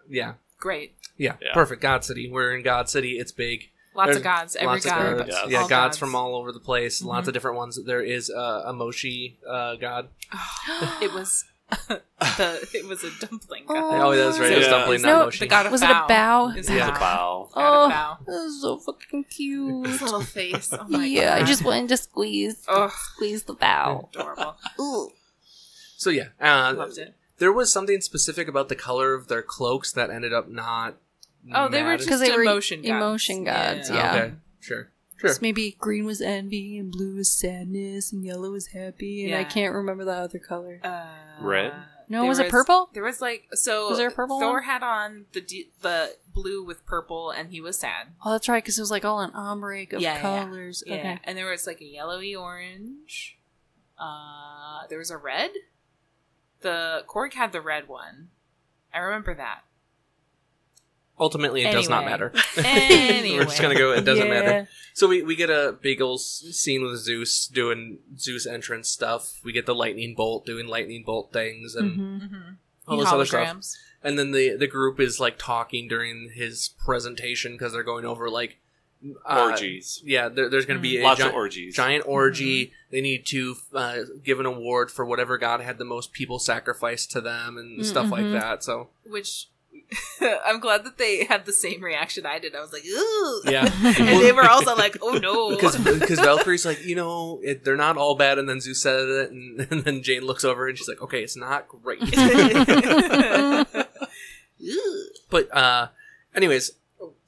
A: Yeah,
B: Great.
A: yeah,
C: Yeah.
A: perfect. God City. We're in God City. It's big.
B: Lots
A: There's
B: of gods. Every
A: lots
B: god.
A: of gods.
C: but
A: Yeah,
B: all Mm-hmm.
A: gods, from all over the place. Lots of different ones. There is uh, a Moshi uh, god.
B: Oh. It was the. It was a dumpling. God.
D: Oh,
A: Oh, that's right. It was
C: Yeah.
A: Dumpling, not
D: No,
A: Moshi.
B: The god of
D: Was it a bow?
B: It was
A: Yeah.
B: a
A: The
B: bow.
C: Wow.
B: Gotta
D: Oh.
B: bow.
D: That was so fucking
B: His
D: cute.
B: little face. Oh my
D: yeah,
B: god. Oh.
D: I just wanted to squeeze,
B: Ugh.
D: squeeze the bow.
B: adorable.
D: Ooh.
A: So yeah,
B: I
A: uh,
B: loved it.
A: there was something specific about the color of their cloaks that ended up not.
B: Oh, they were
A: matted.
B: just
D: 'Cause they were
B: emotion gods.
D: emotion gods,
A: Oh,
D: yeah.
A: Okay, sure, sure.
D: So maybe green was envy, and blue is sadness, and yellow is happy, and I
B: Yeah.
D: can't remember the other color.
B: Uh,
C: Red?
D: No,
B: there
D: was it purple?
B: There was like so.
D: Was there a purple
B: Thor
D: one?
B: had on the d- the blue with purple, and he was sad.
D: Oh, that's right, because it was like all an ombre of
B: Yeah, yeah, yeah.
D: colors.
B: Yeah,
D: Okay.
B: and there was like a yellowy orange. Uh, there was a red. The Korg had the red one. I remember that.
A: Ultimately, it does not
B: Anyway.
A: matter.
B: Anyway,
A: We're just gonna go. It doesn't
D: Yeah.
A: matter. So we, we get a big ol' s- scene with Zeus doing Zeus entrance stuff. We get the lightning bolt doing lightning bolt things and
D: Mhm.
B: Mhm.
A: all
B: In
A: this other stuff.
B: holograms.
A: And then the the group is like talking during his presentation because they're going over like uh,
C: orgies.
A: Yeah, there, there's going to be a
C: Lots
A: giant,
C: of orgies.
A: giant orgy.
B: Mm-hmm.
A: They need to uh, give an award for whatever god had the most people sacrificed to them and stuff like
B: Mm-hmm.
D: Mhm.
A: that. So
B: Which I'm glad that they had the same reaction I did. I was like, ooh.
A: yeah,
B: and they were also like, "Oh no!"
A: because Valkyrie's like, you know, it, they're not all bad. And then Zeus said it, and, and then Jane looks over and she's like, okay, it's not great. but uh, anyways,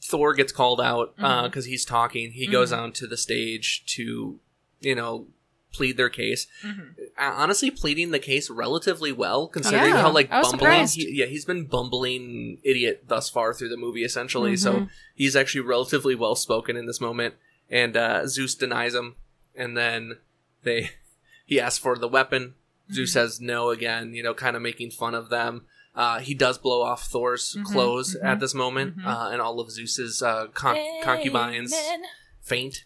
A: Thor gets called out because he's talking. He goes
B: Mhm.
A: onto the stage to, you know. Plead their case. Uh, honestly, pleading the case relatively well, considering
D: Oh, Yeah,
A: how like
D: I was
A: bumbling.
D: surprised.
A: He, yeah, he's been bumbling idiot thus far through the movie, essentially. So
D: Mhm.
A: he's actually relatively well spoken in this moment. And uh, Zeus denies him, and then they he asks for the weapon.
D: Mm-hmm.
A: Zeus says no again, you know, kind of making fun of them. Uh, he does blow off Thor's
D: Mm-hmm.
B: Mhm,
A: clothes
B: mhm,
A: at this moment,
B: mhm.
A: uh, and all of Zeus's uh, con- concubines
B: Amen.
A: faint.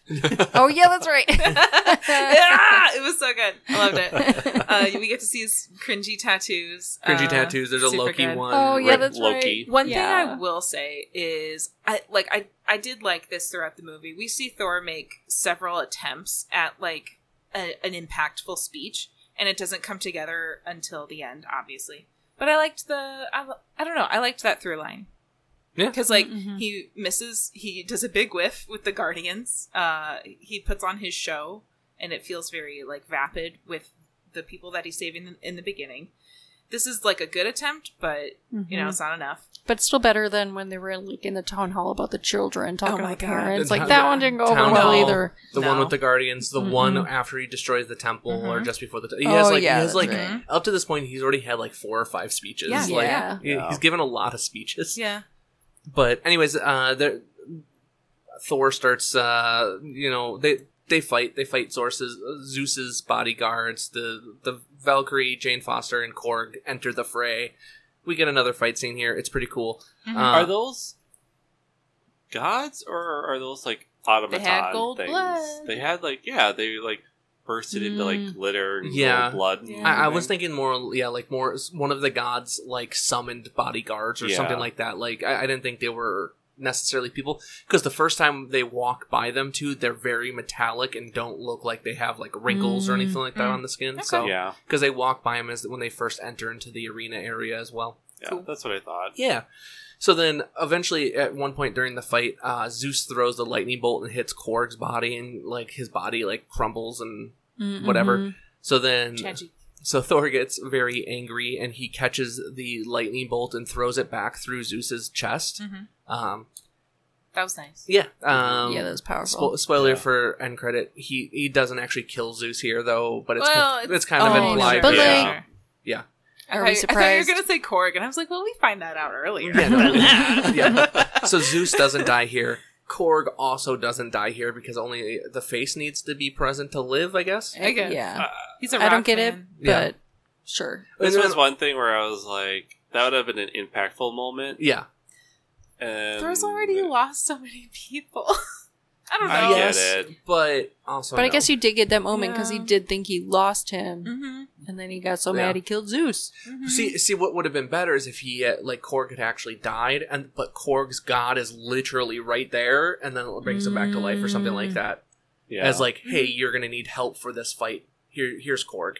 D: Oh, yeah, that's right.
B: Ah, it was so good. I loved it. Uh, we get to see his cringy tattoos.
A: Cringy
B: Uh,
A: tattoos. There's a
B: super
A: Loki
B: good.
A: one.
D: oh, yeah,
A: right-
D: that's
C: Loki.
D: right.
B: One thing I
D: Yeah.
B: will say is, I like I I did like this throughout the movie. We see Thor make several attempts at like a, an impactful speech, and it doesn't come together until the end, obviously. But I liked the I, I don't know I liked that through line.
A: Yeah.
B: because like
D: Mhm.
B: he misses, he does a big whiff with the Guardians. Uh, he puts on his show, and it feels very like vapid with the people that he's saving in the beginning. This is like a good attempt, but you know
D: Mhm.
B: it's not enough.
D: But still better than when they were like in the town hall about the children talking
B: my
D: to the
B: God.
D: parents.
A: The
D: Like
A: town-
D: that one didn't go over
A: town
D: well
A: hall.
D: either.
A: The
B: No.
A: one with the guardians, the
D: Mhm.
A: one after he destroys the temple, or
B: Mhm.
A: just before the. Te- he has
D: Oh,
A: like
D: yeah,
A: he has
D: that's
A: like
D: right.
A: up to this point, he's already had like four or five speeches.
B: Yeah.
A: like,
D: Yeah.
A: he-
C: Yeah.
A: he's given a lot of speeches.
B: Yeah.
A: But anyways, uh, there, Thor starts. Uh, you know they they fight. They fight Zeus's Zeus's bodyguards. The the Valkyrie, Jane Foster,
D: Mm-hmm.
A: and Korg enter the fray. We get another fight scene here. It's pretty cool.
B: Mhm.
A: Uh,
C: Are those gods or are those like automaton
B: They had gold
C: things?
B: blood.
C: They had like yeah, they like bursted into like
D: Mm.
C: glitter and
A: Yeah.
C: gold blood. and
B: Yeah.
A: I, I was
C: everything.
A: thinking more, yeah, like more one of the gods like summoned bodyguards or
C: Yeah.
A: something like that. Like I, I didn't think they were necessarily people because the first time they walk by them too, they're very metallic and don't look like they have like wrinkles or
D: Mm,
A: anything like that
B: mm.
A: on the skin.
B: Okay.
A: So
C: Yeah,
A: because they walk by him as when they first enter into the arena area as well.
C: yeah,
B: Cool.
C: that's what I thought.
A: Yeah. So then, eventually, at one point during the fight, uh, Zeus throws the lightning bolt and hits Korg's body, and like his body like crumbles, and
D: Mm-hmm.
A: Whatever. so then
B: Chachi.
A: so Thor gets very angry and he catches the lightning bolt and throws it back through Zeus's chest.
B: Mhm.
A: Um,
B: That was nice.
A: yeah. Um,
D: yeah, that was
A: spo-
D: powerful.
A: spoiler
C: Yeah.
A: for end credit. He he doesn't actually kill Zeus here though, but it's
B: Well,
A: kind of,
B: it's-
A: it's, kind of
D: oh, no,
A: implied.
D: but,
A: yeah.
D: like-
A: Yeah.
D: Are
B: I
D: we
B: thought you- I thought you were
D: surprised?
B: gonna say Korg, and I was like, well, we find that out earlier.
A: Yeah, no. Yeah. So Zeus doesn't die here. Korg also doesn't die here because only the face needs to be present to live, I guess.
B: I guess.
D: Yeah,
B: He's a
D: I don't
B: rock
D: get
B: fan.
D: it,
A: Uh, Yeah.
D: but sure.
C: This
A: And
C: was
A: then-
C: one thing where I was like, that would have been an impactful moment.
A: Yeah.
C: And
B: Thor's already
A: Um,
B: lost so many people. I don't know.
C: I
A: Yes.
C: get it.
A: But also
D: But I
A: no.
D: guess you did get that moment because
B: Yeah.
D: he did think he lost him,
B: hmm
D: and then he got so
A: Yeah.
D: mad he killed Zeus.
B: Mm-hmm.
A: See, see, what would have been better is if he, uh, like, Korg had actually died, and but Korg's god is literally right there, and then it brings him back to life or something like that.
C: Mm. Yeah.
A: As like, hey, you're gonna need help for this fight. Here, here's Korg.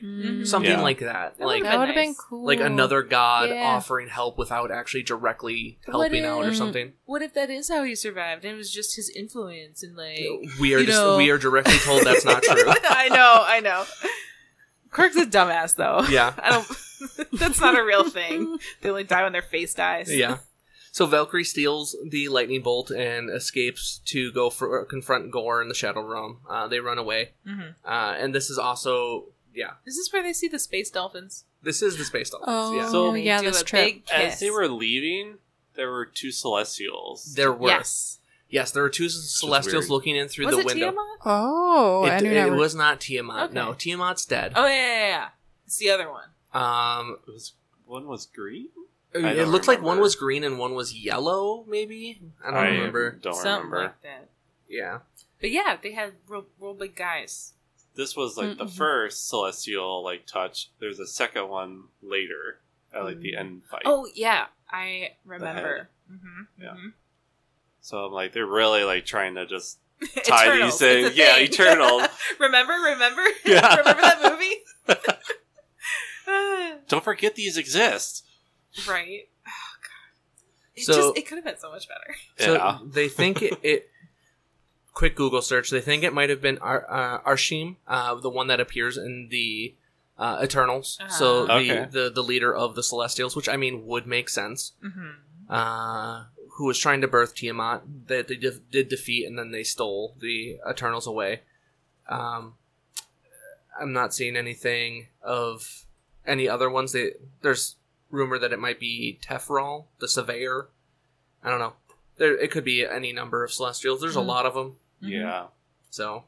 A: Something
C: Yeah.
A: like that,
B: That
A: like,
B: would've
D: Mm. that would have been
B: Mm-hmm. nice.
D: cool.
A: like another god
D: Yeah.
A: offering help without actually directly
D: What
A: helping out or
D: if-
A: something.
B: What if that is how he survived? And it was just his influence and like.
A: We are
B: you
A: just,
B: know-
A: we are directly told that's not true.
B: I know, I know. Quirk's a dumbass though.
A: yeah,
B: I don't. that's not a real thing. They only die when their face dies.
A: yeah. So Valkyrie steals the lightning bolt and escapes to go for confront Gore in the Shadow Realm. Uh, they run away.
B: Mhm.
A: Uh, and this is also, yeah,
B: Is this where they see the space dolphins?
A: this is the space dolphins.
D: Oh,
A: yeah.
C: So-
B: They
D: yeah,
B: do
D: that's
B: a
D: true.
B: big
C: As
B: kiss.
C: they were leaving, there were two celestials.
A: there were yes.
B: Yes.
A: there were two celestials
C: weird.
A: looking in through
B: was
A: the
B: it
A: window.
B: Tiamat?
D: Oh, I
A: It,
D: knew
A: it
D: that.
A: was not Tiamat. No,
B: Okay.
A: Tiamat's dead.
B: Oh yeah, yeah, yeah. It's the other one.
A: Um,
C: It was one was green.
A: it
C: I don't
A: looked like one
C: remember.
A: was green and one was yellow. Maybe I don't remember.
C: Don't
B: Something
C: remember.
B: like that.
A: Yeah,
B: But yeah, they had real, real big guys.
C: This was like the
D: Mm-mm.
C: first celestial like touch. There's a second one later at like the end fight.
B: Oh yeah, I remember. Mm-hmm.
C: Yeah.
B: Mhm.
C: So I'm like, they're really like trying to just tie
B: Eternals,
C: these
B: it's
C: things.
B: a
C: Yeah,
B: thing.
C: eternal.
B: remember, remember,
C: Yeah.
B: remember that movie. Ah,
C: Don't forget these exist.
B: right. Oh god. It
A: So-
B: just it could have been so much better.
A: so
C: Yeah.
A: they think it. it quick Google search. They think it might have been Ar- uh, Arshim, uh, the one that appears in the uh, Eternals. So the,
B: Ah.
C: Okay.
A: the the leader of the Celestials, which I mean would make sense.
B: Mm-hmm.
A: uh, who was trying to birth Tiamat that they de- did defeat, and then they stole the Eternals away. Um, I'm not seeing anything of any other ones. They, there's rumor that it might be Tefral, the Surveyor. I don't know. There, it could be any number of Celestials. There's a
B: Mhm.
A: lot of them,
B: Mm-hmm.
C: Yeah.
A: so.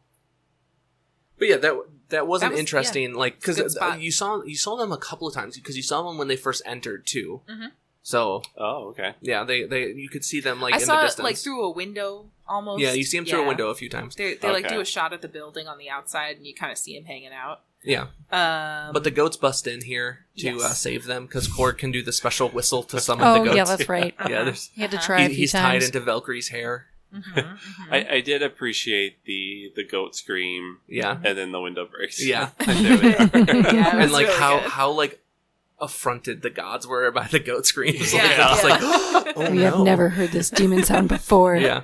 A: But yeah, that that was
B: That
A: an
B: was- yeah.
A: interesting like 'cause
B: Good
A: like because
B: spot.
A: you saw you saw them a couple of times because you saw them when they first entered too.
B: Mhm.
A: So
C: Oh, okay.
A: yeah, they they you could see them like
B: I
A: in
B: saw
A: the
B: it
A: distance.
B: like through a window almost.
A: yeah, you see them through
B: Yeah.
A: a window a few times.
B: They, they like
C: Okay.
B: do a shot of the building on the outside, and you kind of see him hanging out.
A: Yeah,
B: Um,
A: but the goats bust in here to
B: Yes.
A: uh, save them because Korg can do the special whistle to summon
D: oh,
A: the
D: yeah,
A: goats.
D: that's right.
B: uh-huh,
A: yeah, there's-
D: He had to
B: uh-huh.
D: try a
A: He-
D: few
A: he's tied
D: times.
A: into Valkyrie's hair.
B: Mhm, mhm.
C: I, I did appreciate the the goat scream
A: Yeah,
C: and then the window breaks.
A: Yeah.
C: there we are.
B: Yeah, it was
A: and like
B: really
A: how
B: good.
A: how like affronted the gods were by the goat screams.
B: Yeah,
A: like, I was
B: yeah.
A: like, oh
D: we
A: no.
D: have never heard this demon sound before.
A: Yeah,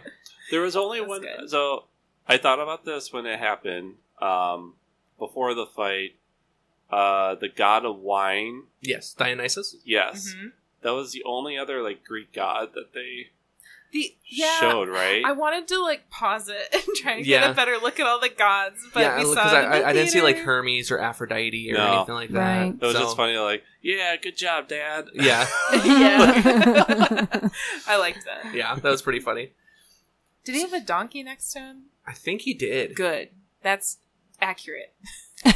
C: There was only
B: That's
C: one.
B: good.
C: So I thought about this when it happened. Um, before the fight, uh, the god of wine.
A: yes, Dionysus.
C: Yes,
B: Mhm.
C: that was the only other like Greek god that they
B: The yeah,
C: showed. Right?
B: I wanted to like pause it and try and get
A: Yeah.
B: a better look at all the gods, but
A: yeah,
B: we
A: because
B: saw
A: I,
B: it in the
A: I, I didn't see like
B: theater.
A: Hermes or Aphrodite or
C: No.
A: anything like that.
D: Right.
C: it was
A: so-
C: just funny. Like, yeah, good job, Dad.
A: Yeah,
D: Mm-hmm.
B: Yeah. I liked that.
A: yeah, that was pretty funny.
B: Did he have a donkey next to him?
A: I think he did.
B: Good. That's accurate.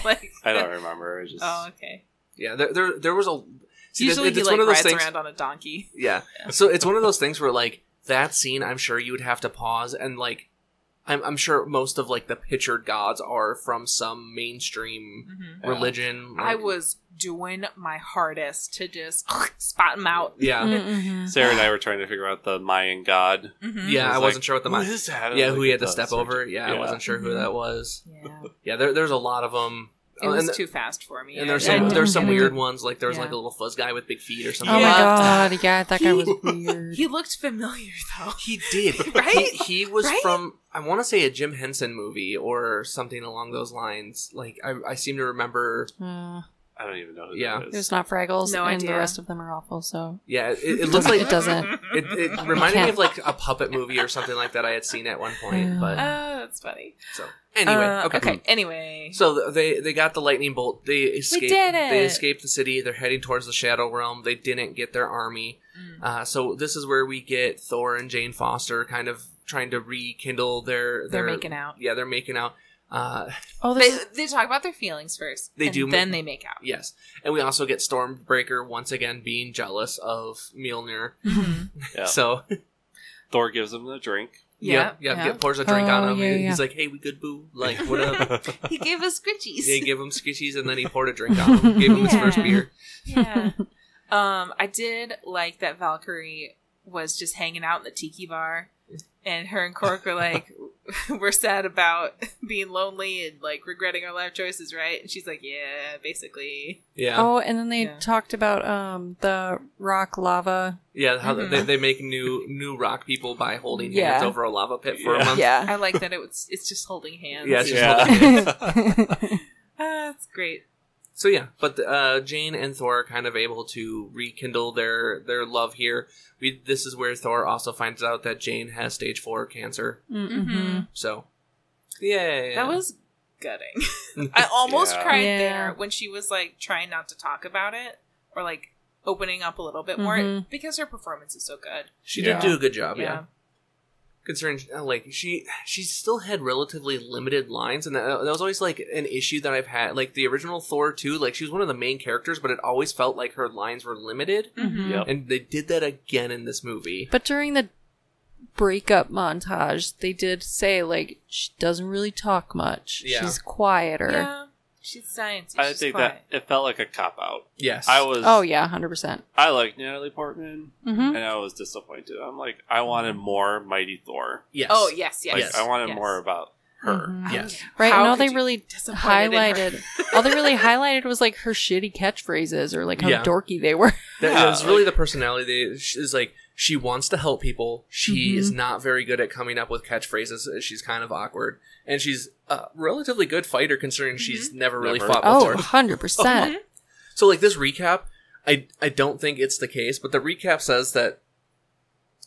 B: like
C: I don't remember. I just
B: Oh, okay.
A: Yeah, there, there, there was a. See, that-
B: Usually
A: it's
B: he
A: one
B: like
A: of those
B: rides
A: things.
B: around on a donkey.
A: Yeah. So it's one of those things where like that scene, I'm sure you would have to pause and like, I'm, I'm sure most of like the pictured gods are from some mainstream
B: Mhm.
C: Yeah.
A: religion.
B: I
A: like-
B: was doing my hardest to just spot them out.
A: Yeah,
D: Mm-mm.
C: Sarah and I were trying to figure out the Mayan god.
B: Mhm.
A: yeah.
C: was
A: I
C: like,
A: wasn't sure what the
C: Who
A: mind.
C: is that?
A: Yeah,
C: Like,
A: who he had to
C: the
A: step
C: surgeon-
A: over. Yeah, I wasn't sure who
B: Mhm.
A: that was.
B: Yeah.
A: Yeah, there, there's a lot of them.
B: It was
A: Oh, and,
B: too fast for me.
A: and there's
B: I- I
A: some
B: didn't
A: there's some
B: get it.
A: weird ones. Like there's like
B: Yeah.
A: a little fuzz guy with big feet or something.
D: Oh my
B: Yeah.
D: god, yeah, that guy was
B: He-
D: weird.
B: He looked familiar though.
A: He did.
B: Right?
A: He, he was
B: Right?
A: from I want to say a Jim Henson movie or something along those lines. Like I, I seem to remember.
D: Uh,
C: I don't even know who
A: Yeah.
C: that
D: it
C: is.
D: was not Fraggles,
B: No
D: and the
B: idea.
D: rest of them are awful. So
A: Yeah, it, it
D: It
A: looks like
D: doesn't- it doesn't.
A: it, it
B: Oh,
A: reminded me of like a puppet movie or something like that I had seen at one point.
B: Oh,
A: But
B: that's funny.
A: so anyway,
B: Uh,
A: okay.
B: Anyway.
A: So th- they they got the lightning bolt. They escaped.
B: did it!
A: They escaped the city. They're heading towards the Shadow Realm. They didn't get their army.
B: Mm.
A: Uh, so this is where we get Thor and Jane Foster kind of trying to rekindle their
B: they're
A: their
B: making out.
A: yeah they're making out. Uh,
D: oh,
B: They,
D: this
B: they talk about their feelings first.
A: They
B: and
A: do ma-
B: Then they make out.
A: Yes. And we also get Stormbreaker once again being jealous of Mjolnir.
D: Mm-hmm.
B: Mhm.
C: Yeah.
A: So,
C: Thor gives him the drink.
A: yeah, yeah,
B: yeah.
A: Get, pours a drink
D: Oh,
A: on him.
D: yeah,
A: and
D: yeah.
A: He's like, hey, we good, boo? Like, what up?
B: He gave us scritchies.
A: they give him skitties and then he poured a drink on him. Gave him his
B: Yeah.
A: first beer.
B: Yeah. um, I did like that Valkyrie was just hanging out in the tiki bar, and her and Cork were like, "We're sad about being lonely and like regretting our life choices, right?" And she's like, "Yeah, basically."
A: Yeah.
D: oh, and then they
B: Yeah.
D: talked about um the rock lava.
A: Yeah, how
B: Mhm.
A: they, they make new new rock people by holding
D: Yeah.
A: hands over a lava pit for a
C: Yeah.
A: month.
D: Yeah,
B: I like that it was. It's just holding hands.
A: Yeah, it's just
C: Yeah.
B: Ah, that's great.
A: So yeah, but uh, Jane and Thor are kind of able to rekindle their their love here. We this is where Thor also finds out that Jane has stage four cancer.
D: Mm-hmm.
A: So, yeah,
B: That was gutting. I almost
C: Yeah.
B: cried
D: Yeah.
B: there when she was like trying not to talk about it or like opening up a little bit more
D: Mhm.
B: because her performance is so good.
A: She
C: Yeah.
A: did do a good job, yeah. Concerning, uh, like she she still had relatively limited lines, and that, uh, that was always like an issue that I've had. Like the original Thor too, like she was one of the main characters, but it always felt like her lines were limited,
B: Mhm.
C: Yep.
A: and they did that again in this movie.
D: But during the breakup montage, they did say like she doesn't really talk much.
A: Yeah.
D: She's quieter.
B: Yeah. She's science.
C: I think that it felt like a cop out.
A: Yes,
C: I was.
D: Oh yeah, hundred percent.
C: I like Natalie Portman,
D: Mm-hmm.
C: and I was disappointed. I'm like, I wanted more Mighty Thor.
A: Yes.
B: Oh yes, yes.
C: Like,
A: Yes.
C: I wanted
B: Mm-hmm. yes.
C: more about her.
B: Mm-hmm.
D: Mhm.
A: Yes.
D: Right,
B: How
D: and all
B: could
D: they
B: you
D: really
B: disappointed in her?
D: highlighted, all they really highlighted was like her shitty catchphrases or like how
A: Yeah.
D: dorky they were.
A: That,
C: Yeah,
A: that was really the personality. Is like she wants to help people. She
D: Mhm.
A: is not very good at coming up with catchphrases. She's kind of awkward, and she's a relatively good fighter considering she's never really
C: Never.
A: fought
D: Oh,
A: before.
D: 100%.
B: Mm-hmm.
A: So like this recap, I I don't think it's the case, but the recap says that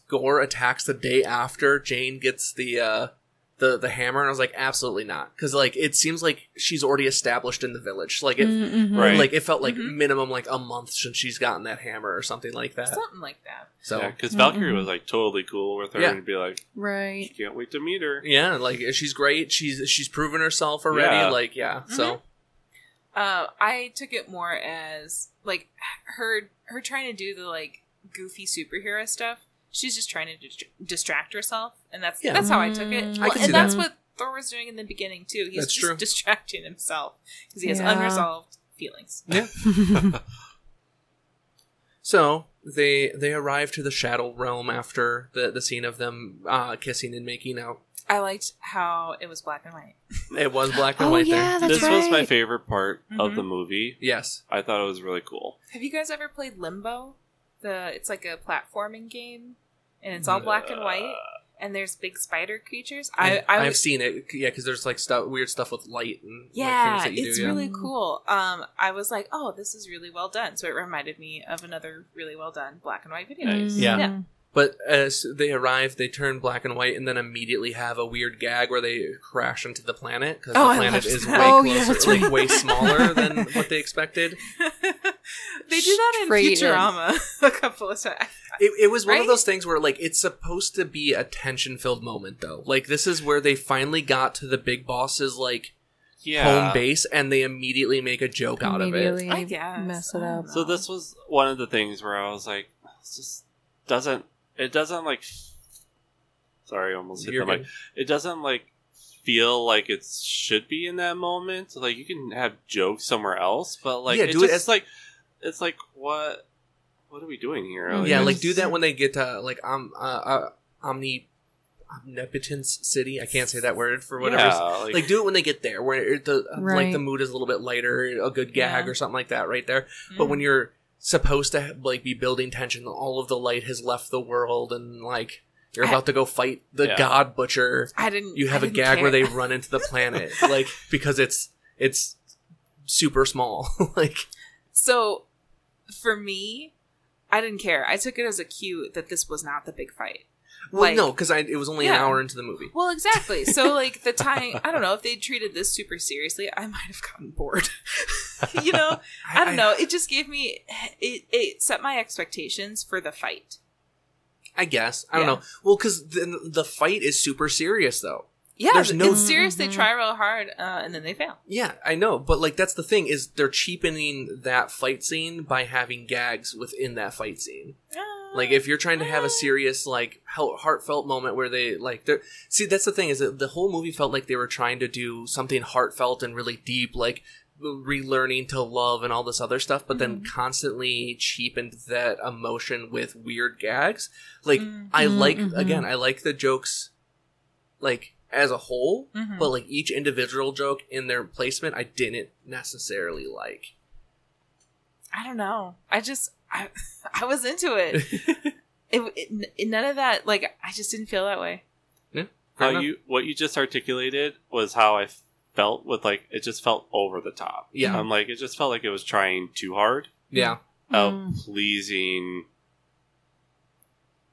A: Gore attacks the day after Jane gets the uh the the hammer and I was like absolutely not cuz like it seems like she's already established in the village. Like it
D: Mhm.
C: Right.
A: like it felt like
B: Mhm.
A: minimum like a month since she's gotten that hammer or something like that.
B: Something like that.
A: So yeah,
C: because
B: Mm-hmm.
D: Mhm.
C: Valkyrie was like totally cool with her
A: Yeah.
C: and be like,
D: Right.
C: can't wait to meet her.
A: like she's great. She's she's proven herself already
C: Yeah.
A: like yeah. So
B: Uh, I took it more as like her her trying to do the like goofy superhero stuff. She's just trying to dist- distract herself, and that's
A: Yeah.
B: that's how I took it.
D: Mm,
A: I can see
B: and that's
D: that.
B: what Thor was doing in the beginning too. He's
A: That's
B: just
A: true.
B: distracting himself because he has
D: Yeah.
B: unresolved feelings.
A: So they they arrive to the Shadow Realm after the the scene of them uh, kissing and making out.
B: I liked how it was black and white.
A: It was black and
D: oh,
A: white
D: yeah,
A: there.
D: that's
C: this
D: right.
C: was my favorite part of
B: Mhm.
C: the movie.
A: Yes.
C: I thought it was really cool.
B: Have you guys ever played Limbo? The it's like a platforming game, and it's all black and
C: Uh,
B: white,
A: Uh.
B: and there's big spider creatures. I I
A: have
B: was
A: seen it. Yeah, because there's like stuff weird stuff with light and like,
B: yeah,
A: things that you
B: it's
A: do.
B: really
D: Mm.
B: cool. Um, I was like, oh, this is really well done. So it reminded me of another really well done black and white video. game.
C: Nice.
A: Yeah.
D: Mhm.
A: yeah. But as they arrive, they turn black and white, and then immediately have a weird gag where they crash into the planet because
B: Oh, I
A: the planet
B: loved
A: is
B: that.
A: way
D: Oh, yeah,
A: closer,
D: that's
A: like
D: right.
A: way smaller than what they expected.
B: they do that in
D: Straight in.
B: Futurama a couple of times.
A: It, it was one
B: Right?
A: of those things where like it's supposed to be a tension filled moment though. Like this is where they finally got to the big boss's like
C: Yeah.
A: home base, and they immediately make a joke out of it.
D: Immediately
B: I guess.
D: Mess it
B: I
D: up.
B: don't
C: So this was one of the things where I was like, this just doesn't it doesn't like Sorry, I almost hit
A: You're
C: the mic.
A: good.
C: It doesn't like feel like it should be in that moment. Like you can have jokes somewhere else, but like
A: Yeah,
C: it
A: do it
C: just,
A: as-
C: like it's like what what are we doing here?
B: Mm-hmm. Oh,
A: yeah,
C: it's-
A: like do that when they get to like um uh, uh omni omnipotence city. I can't say that word for whatever.
C: Yeah,
A: Like, do it when they get there, where it, the like
D: Right.
A: the mood is a little bit lighter, a good gag
B: Yeah. Mm.
A: or something like that, right there. But when you're supposed to like be building tension, all of the light has left the world, and like you're
B: I-
A: about to go fight the
C: Yeah.
A: god butcher.
B: I didn't.
A: You have
B: a
A: a gag where they run into the planet, like because it's it's super small. like
B: So, for me, I didn't care. I took it as a cue that this was not the big fight.
A: well,
B: Like-
A: no, because I it was only an
B: Yeah.
A: hour into the movie.
B: Well, exactly. So, like the time, I don't know if they treated this super seriously, I might have gotten bored. you know, I don't know. It just gave me it. It set my expectations for the fight.
A: I guess I don't
B: Yeah.
A: know. Well, because the, the fight is super serious though.
B: Yeah,
A: There's no-
B: it's serious. They
A: Mm-hmm.
D: Mhm.
B: try real hard, uh, and then they fail.
A: Yeah, I know, but like that's the thing is they're cheapening that fight scene by having gags within that fight scene. Like if you're trying to have a serious like hel- heartfelt moment where they like they are see that's the thing is that the whole movie felt like they were trying to do something heartfelt and really deep like relearning to love and all this other stuff but then constantly cheapened that emotion with weird gags. Like
B: Mm-hmm.
A: I
D: Mhm,
A: like
D: mhm.
A: again, I like the jokes like as a whole,
B: Mhm.
A: but like each individual joke in their placement I didn't necessarily like.
B: I don't know. I just I I was into it. it, it, it- None of that. Like I just didn't feel that way.
A: Fair
C: how
A: enough.
C: you what you just articulated was how I felt with like it just felt over the top.
A: Yeah.
C: I'm like it just felt like it was trying too hard
A: Yeah.
B: Oh.
C: of
D: Mm.
C: pleasing.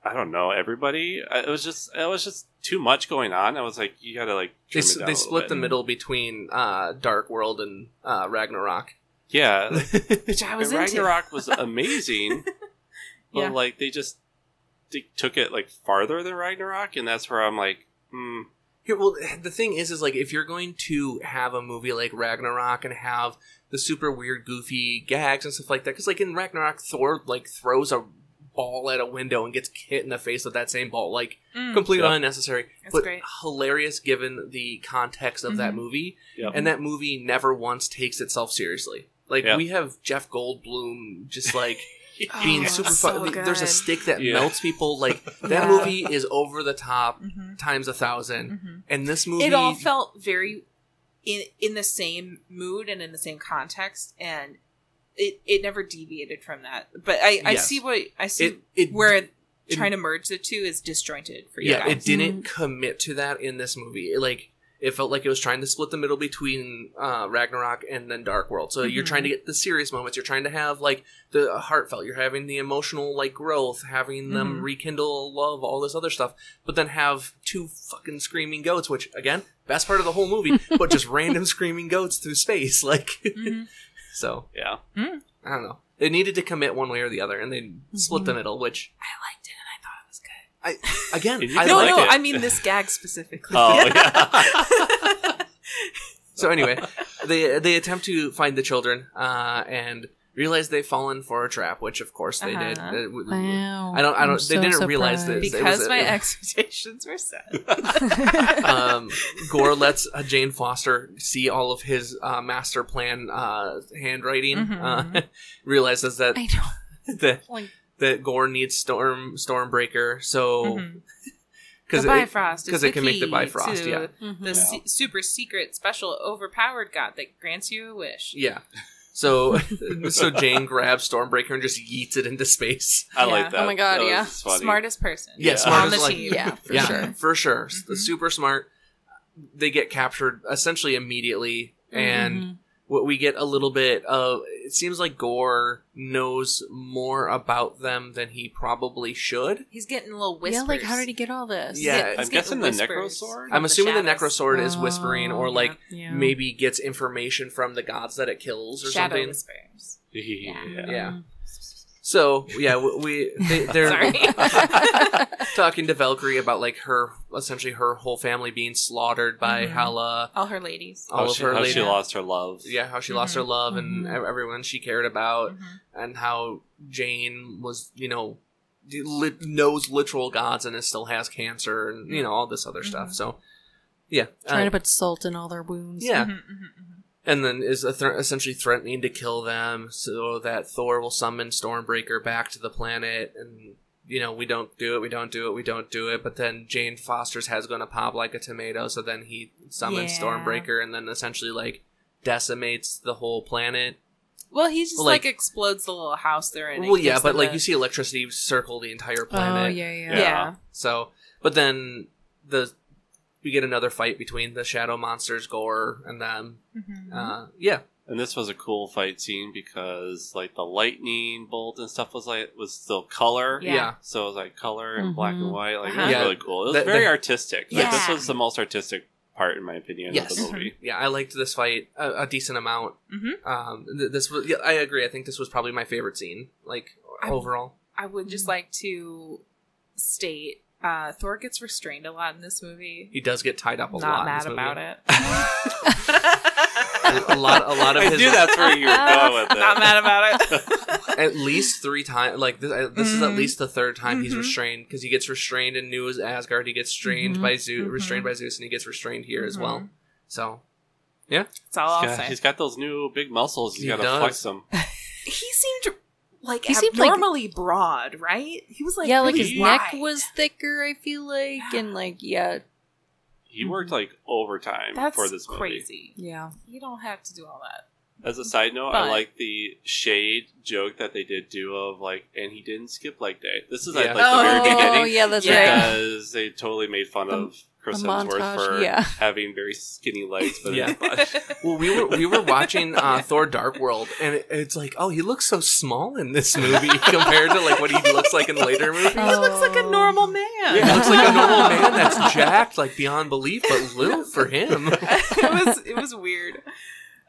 C: I don't know everybody. I- It was just it was just too much going on. I was like, you gotta like
A: They,
C: trim
A: s-
C: it down
A: they
C: a little
A: split the
C: bit.
A: middle between uh, Dark World and uh, Ragnarok.
C: Yeah, like,
B: Which I was
C: and
B: into.
C: Ragnarok was amazing, but
B: Yeah.
C: like they just they took it like farther than Ragnarok, and that's where I'm like, mm,
A: Here, well, the thing is, is like if you're going to have a movie like Ragnarok and have the super weird, goofy gags and stuff like that, because like in Ragnarok, Thor like throws a ball at a window and gets hit in the face with that same ball, like
B: Mm.
A: completely
C: Yeah.
A: unnecessary,
B: That's
A: but
B: great.
A: hilarious given the context of that
B: Mhm.
A: movie.
C: Yep.
A: And that movie never once takes itself seriously. Like
C: Yeah.
A: we have Jeff Goldblum just like
B: Oh,
A: being
B: it's
A: super
B: so
A: fun. There's a
B: good.
A: stick that
C: Yeah.
A: melts people. Like that
B: Yeah.
A: movie is over the top
B: Mhm,
A: times a 1000
B: mhm.
A: and this movie
B: It all felt very in in the same mood and in the same context, and it it never deviated from that. But I I
A: Yes.
B: see what I see
A: it, it
B: where
A: it-
B: trying to merge the two is disjointed for you
A: yeah
B: guys.
A: it didn't commit to that in this movie It, like it felt like it was trying to split the middle between uh, Ragnarok and then Dark World. So you're
B: Mhm.
A: trying to get the serious moments. You're trying to have like the heartfelt. You're having the emotional like growth, having them
B: Mhm.
A: rekindle love, all this other stuff. But then have two fucking screaming goats, which again, best part of the whole movie, but just random screaming goats through space. Like
B: Mhm.
A: so,
C: yeah,
A: I don't know. They needed to commit one way or the other, and they split the middle. Which
B: I liked it, and I thought it was good.
A: again,
C: And you
A: I
B: no,
A: like
C: liked
B: no,
C: it.
B: I mean this gag specifically.
C: oh yeah,
A: So anyway, they they attempt to find the children uh, and realize they've fallen for a trap, which of course they did.
B: Uh-huh.
A: Uh, w- w-
D: Wow.
A: I don't- I
D: I'm
A: don't- they didn't realize
D: surprised.
A: this.
B: because
A: a-
B: my
A: it-
B: expectations were set.
A: um, Gore lets uh, Jane Foster see all of his uh, master plan uh, handwriting.
B: Mhm.
A: Uh, realizes that
D: I know.
A: that,
D: Like,
A: that Gore needs Storm Stormbreaker, so
B: Mhm.
A: because
B: the Bifrost
A: because
B: because
A: it can make the Bifrost, yeah.
D: mhm.
B: the se- super secret special overpowered god that grants you a wish.
A: yeah. So, so Jane grabs Stormbreaker and just yeets it into space.
C: I
B: Yeah.
C: like that.
D: Oh my God,
C: That was
D: yeah.
C: funny.
B: Smartest person,
A: Yeah,
C: Yeah.
A: smart
B: on the
A: as like-
B: team.
D: Yeah, for
A: yeah,
D: sure.
A: for sure. S-
B: Mhm.
A: Super smart. They get captured essentially immediately, and
D: Mhm.
A: what we get a little bit of it seems like Gore knows more about them than he probably should.
B: He's getting little whispers.
D: yeah, like how did he get all this?
A: Yeah,
B: he's
A: I'm
B: getting
C: guessing the
B: whispers
C: Necrosword?
B: of
A: I'm assuming the,
B: shadows.
A: Necrosword is whispering, or
D: Oh,
A: like
D: yeah.
A: maybe gets information from the gods that it kills or
B: shadow
A: something.
B: whispers.
C: yeah.
A: Yeah. So yeah, w- we they, they're
B: Sorry.
A: talking to Valkyrie about like her essentially her whole family being slaughtered by
B: Mhm.
A: Hala,
B: All her ladies.
A: all
C: how
A: of
C: Oh, she,
A: her
C: how
A: lady-
C: she lost her love.
A: yeah how she lost her love and
D: Mhm.
C: Oh.
B: Mm-hmm.
A: ev- everyone she cared about
B: Mhm.
A: and how jane was you know li- knows literal gods and is still has cancer and you know all this other stuff.
B: Mhm.
A: So yeah,
D: Trying
A: I-
D: to put salt in all their wounds.
A: yeah,
B: Mhm, mhm, mhm.
A: and then is a thr essentially threatening to kill them so that Thor will summon Stormbreaker back to the planet and. You know, we don't do it, we don't do it, we don't do it. But then Jane Foster's head's going to pop like a tomato. So then he summons
B: Yeah.
A: Stormbreaker and then essentially like decimates the whole planet.
B: Well, he just
A: Well,
B: like,
A: like-
B: explodes the little house they're in. and
A: Well, yeah,
B: gives
A: but
B: them
A: like
B: a-
A: you see electricity circle the entire planet.
D: Oh yeah, yeah.
B: yeah.
C: Yeah.
A: So, but then the we get another fight between the shadow monsters, Gore, and them.
D: Mm-hmm.
B: Mhm.
A: Uh, yeah,
C: And this was a cool fight scene because like the lightning bolt and stuff was like was still color.
B: Yeah.
A: yeah,
C: So it was like color and black and
D: Mhm.
C: white. Like it
B: Uh-huh.
C: was
A: Yeah.
C: really cool. It was
A: That-
C: very
A: that-
C: artistic. Like this
B: Yeah. Mm-hmm.
C: was the most artistic part in my opinion
A: Yes.
C: of the movie.
A: yeah. I liked this fight a, a decent amount.
B: Mhm.
A: Um, th- this was, yeah, I agree. I think this was probably my favorite scene, like
B: I-
A: overall.
B: I would
A: mm-hmm.
B: just like to state uh, Thor gets restrained a lot in this movie.
A: He does get tied up a
B: Not
A: lot.
B: mad
A: in this
B: about
A: movie.
B: it.
A: A lot, a lot of
C: I
A: his,
C: knew that's where you were going with it.
B: Not mad about it.
A: at least three times. Like this, I- this is at
B: Mhm.
A: least the third time he's
B: Mhm.
A: restrained because he gets restrained in New Asgard. He gets restrained
D: Mhm.
A: by Zeus,
B: Mhm.
A: restrained by Zeus, and he gets restrained here as well.
B: Mhm.
A: So
B: That's all
C: He's
B: I'll
C: got-
B: say.
C: he's got those new big muscles. He's
A: He
C: got to
A: does.
C: flex them.
B: He seemed like
D: He seemed like-
B: abnormally broad, right? He was like
D: yeah, like
B: really
D: his
B: wide.
D: neck was thicker. I feel like, and like, yeah,
C: He worked like overtime
B: Mm-hmm. That's
C: for this movie.
B: crazy.
D: yeah.
B: You don't have to do all that.
C: As a side note,
B: But-
C: I like the shade joke that they did do of like, and he didn't skip like day. This is
A: Yeah.
C: at like the very
B: Oh,
C: beginning.
D: oh yeah, that's
B: Yeah.
D: right.
C: because they totally made fun
D: The-
C: of Chris
D: the
C: Hemsworth
D: montage,
C: for
D: yeah.
C: having very skinny legs, but
A: Yeah.
C: yeah.
A: Well, we were we were watching uh, Thor: Dark World, and it, it's like, oh, he looks so small in this movie compared to like what he looks like in later movies.
B: He looks like a
D: Oh.
B: normal man.
A: Yeah, he looks like a normal man that's jacked like beyond belief, but little for him.
B: it was it was weird.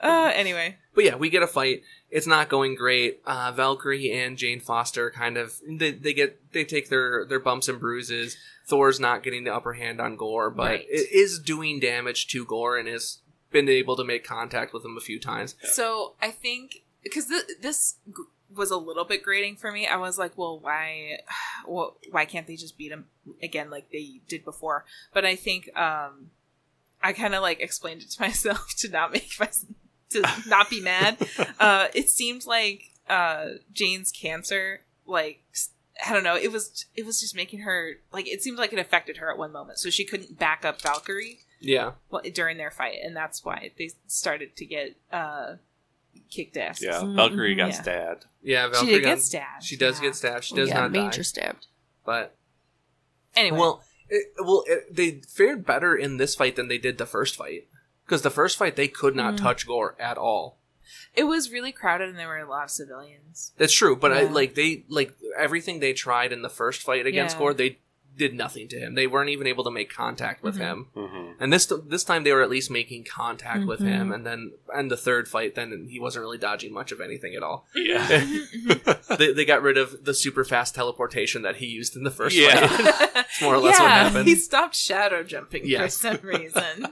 B: Uh, anyway,
A: But yeah, we get a fight. It's not going great. Uh, Valkyrie and Jane Foster kind of they, they get they take their their bumps and bruises. Thor's not getting the upper hand on Gore, but
B: Right.
A: it is doing damage to Gore and has been able to make contact with him a few times.
B: so I think because th- this g- was a little bit grating for me, I was like, well, why, well, why can't they just beat him again like they did before? But I think um, I kind of like explained it to myself to not make my to not be mad. Uh, it seemed like uh, Jane's cancer, like s- I don't know, it was it was just making her like it seemed like it affected her at one moment, so she couldn't back up Valkyrie.
A: Yeah,
B: well, during their fight, and that's why they started to get uh, kicked ass.
C: yeah,
A: Mm-hmm.
D: Mhm,
C: Valkyrie got
B: yeah.
C: stabbed.
A: yeah.
B: she
A: Valkyrie
B: did get
A: got-
B: stabbed.
A: She does
B: yeah.
A: get stabbed. She does
D: yeah,
A: not
D: major
A: die.
D: stabbed.
A: But
B: Anyway,
A: well, it, well, it, they fared better in this fight than they did the first fight because the first fight they could not
D: Mm.
A: touch Gore at all.
B: it was really crowded, and there were a lot of civilians.
A: That's true, but I
D: Yeah.
A: like they like everything they tried in the first fight against
B: Yeah.
A: Gore, they did nothing to him. They weren't even able to make contact with
B: Mhm.
A: him.
C: hmm
A: And this this time they were at least making contact with
D: Mhm.
B: Mm-hmm.
A: him, and then and the third fight, then he wasn't really dodging much of anything at all.
C: Yeah.
D: Mm-hmm.
B: Mhm,
A: they, they got rid of the super fast teleportation that he used in the first
C: Yeah.
A: fight.
B: mhm.
A: It's more or less what
B: Yeah,
A: happened.
B: He stopped shadow jumping
A: Yeah.
B: for some reason.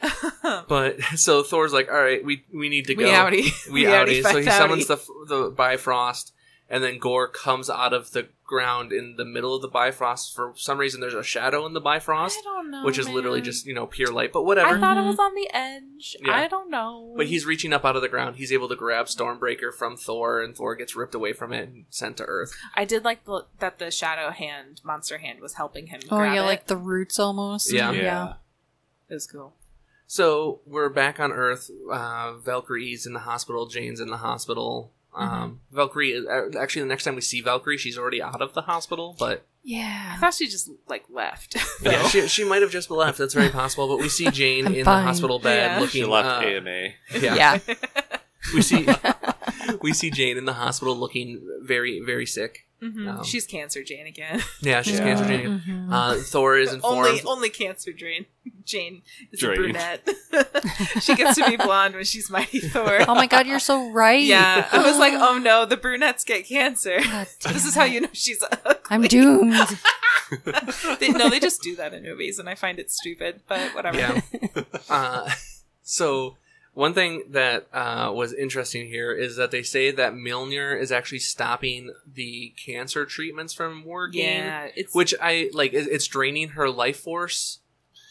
A: But so Thor's like, all right, we we need to go.
B: we outie.
A: we
B: outie.
A: outie. So he
B: fucked
A: summons
B: outie.
A: the the Bifrost, and then Gore comes out of the ground in the middle of the Bifrost. For some reason, there's a shadow in the Bifrost,
B: I don't know,
A: which is literally
B: man.
A: just you know pure light, but
B: I
A: whatever.
B: thought it was on the edge.
A: Mm-hmm. Yeah.
B: I don't know.
A: but he's reaching up out of the ground. He's able to grab Stormbreaker from Thor, and Thor gets ripped away from it and sent to Earth.
B: I did like the, that the shadow hand, monster hand, was helping him.
D: Oh
B: grab
D: yeah,
B: it.
D: like the roots almost.
A: Yeah.
D: yeah.
B: it was cool.
A: So we're back on Earth. Uh, Valkyrie's in the hospital. Jane's in the hospital. Um, Valkyrie. uh, Actually, the next time we see Valkyrie, she's already out of the hospital, but
B: I
D: Yeah.
B: thought she just like left.
A: Yeah, she, she might have just left. That's very possible. But we see Jane
D: I'm
A: in
D: fine.
A: the hospital bed
B: Yeah.
A: looking.
C: She left
A: uh,
C: AMA.
A: Yeah.
D: Yeah.
A: we see we see Jane in the hospital looking very very sick.
B: Mhm.
D: Mm-hmm.
A: Um,
B: She's cancer Jane again.
A: Yeah, she's
C: Yeah.
A: cancer Jane.
D: Mhm.
A: Uh, Thor is informed.
B: only only cancer Jane. Jane is
C: Jane.
B: a brunette. she gets to be blonde when she's Mighty Thor.
D: oh my god, you're so right.
B: Yeah, I was like, oh no, the brunettes get cancer.
D: God damn
B: This is how
D: it.
B: you know she's ugly.
D: I'm doomed.
B: They, no, they just do that in movies, and I find it stupid. But whatever.
A: yeah. Uh, so One thing that uh, was interesting here is that they say that Milner is actually stopping the cancer treatments from working,
B: Yeah, it's
A: which I like. it- It's draining her life force,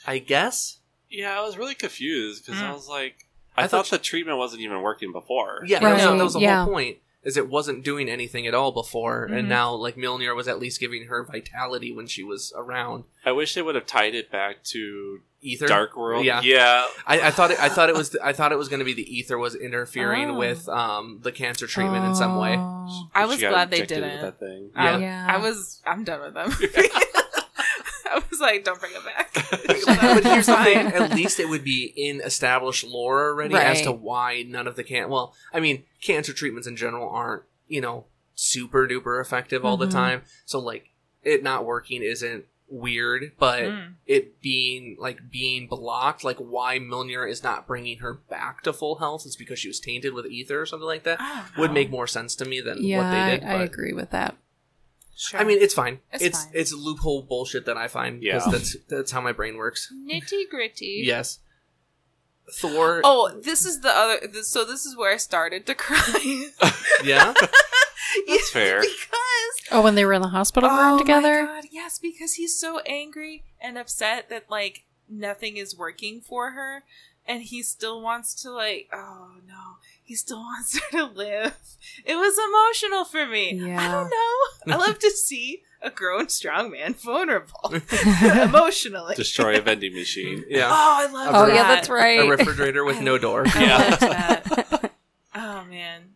A: I guess.
C: Yeah, I was really confused because
D: Mm.
C: I was like,
A: I
C: I,
A: thought
C: thought, the treatment wasn't even working before.
A: Yeah, that was,
D: Right.
A: that was the
D: Yeah. Mm-hmm.
A: whole point. Is it wasn't doing anything at all before,
B: Mhm.
A: and now like Milner was at least giving her vitality when she was around.
C: I wish they would have tied it back to
A: Ether,
C: Dark World.
A: Yeah.
C: yeah.
A: I, I thought it, I thought it was I thought it was going to be the ether was interfering
B: Oh.
A: with um, the cancer treatment in some way.
D: Oh.
B: I
C: She
B: was
C: got
B: glad they
C: injected with
B: didn't.
C: That thing.
A: Yeah.
B: I,
D: Yeah.
B: I was I'm done with them. I was like, don't bring it back. Shut up.
A: but here's the thing:
B: Fine.
A: at least it would be in established lore already as
D: Right.
A: to why none of the can. Well, I mean, cancer treatments in general aren't you know super duper effective all
D: Mm-hmm.
B: Mhm.
A: the time. So like, it not working isn't weird, but
D: Mm-hmm.
B: Mm.
A: it being like being blocked, like why Milner is not bringing her back to full health is because she was tainted with ether or something like that.
B: I don't
A: Would
B: know.
A: make more sense to me than
D: yeah,
A: what they did.
D: I, I
A: but-
D: agree with that.
B: Sure.
A: I mean, it's fine. It's
B: It's
A: it's,
B: fine.
A: loophole bullshit that I find.
C: Yeah.
A: Yeah, that's that's how my brain works.
B: nitty gritty.
A: Yes, Thor.
B: Oh, this is the other. This, so this is where I started to cry.
A: yeah.
C: That's fair.
B: because oh
D: Oh, when they were in the hospital
A: Oh
D: room together?
B: My God, yes, because he's so angry and upset that like nothing is working for her, and he still wants to like. Oh no, he still wants her to live. It was emotional for me. I
D: Yeah.
B: don't know. I love to see a grown, strong man vulnerable emotionally.
C: Destroy a vending machine.
A: Yeah.
B: Oh, I love.
D: Oh,
A: A
B: that.
D: yeah, that's
A: A
D: right.
A: refrigerator with no door.
B: I
C: Yeah.
B: loved that. Oh man.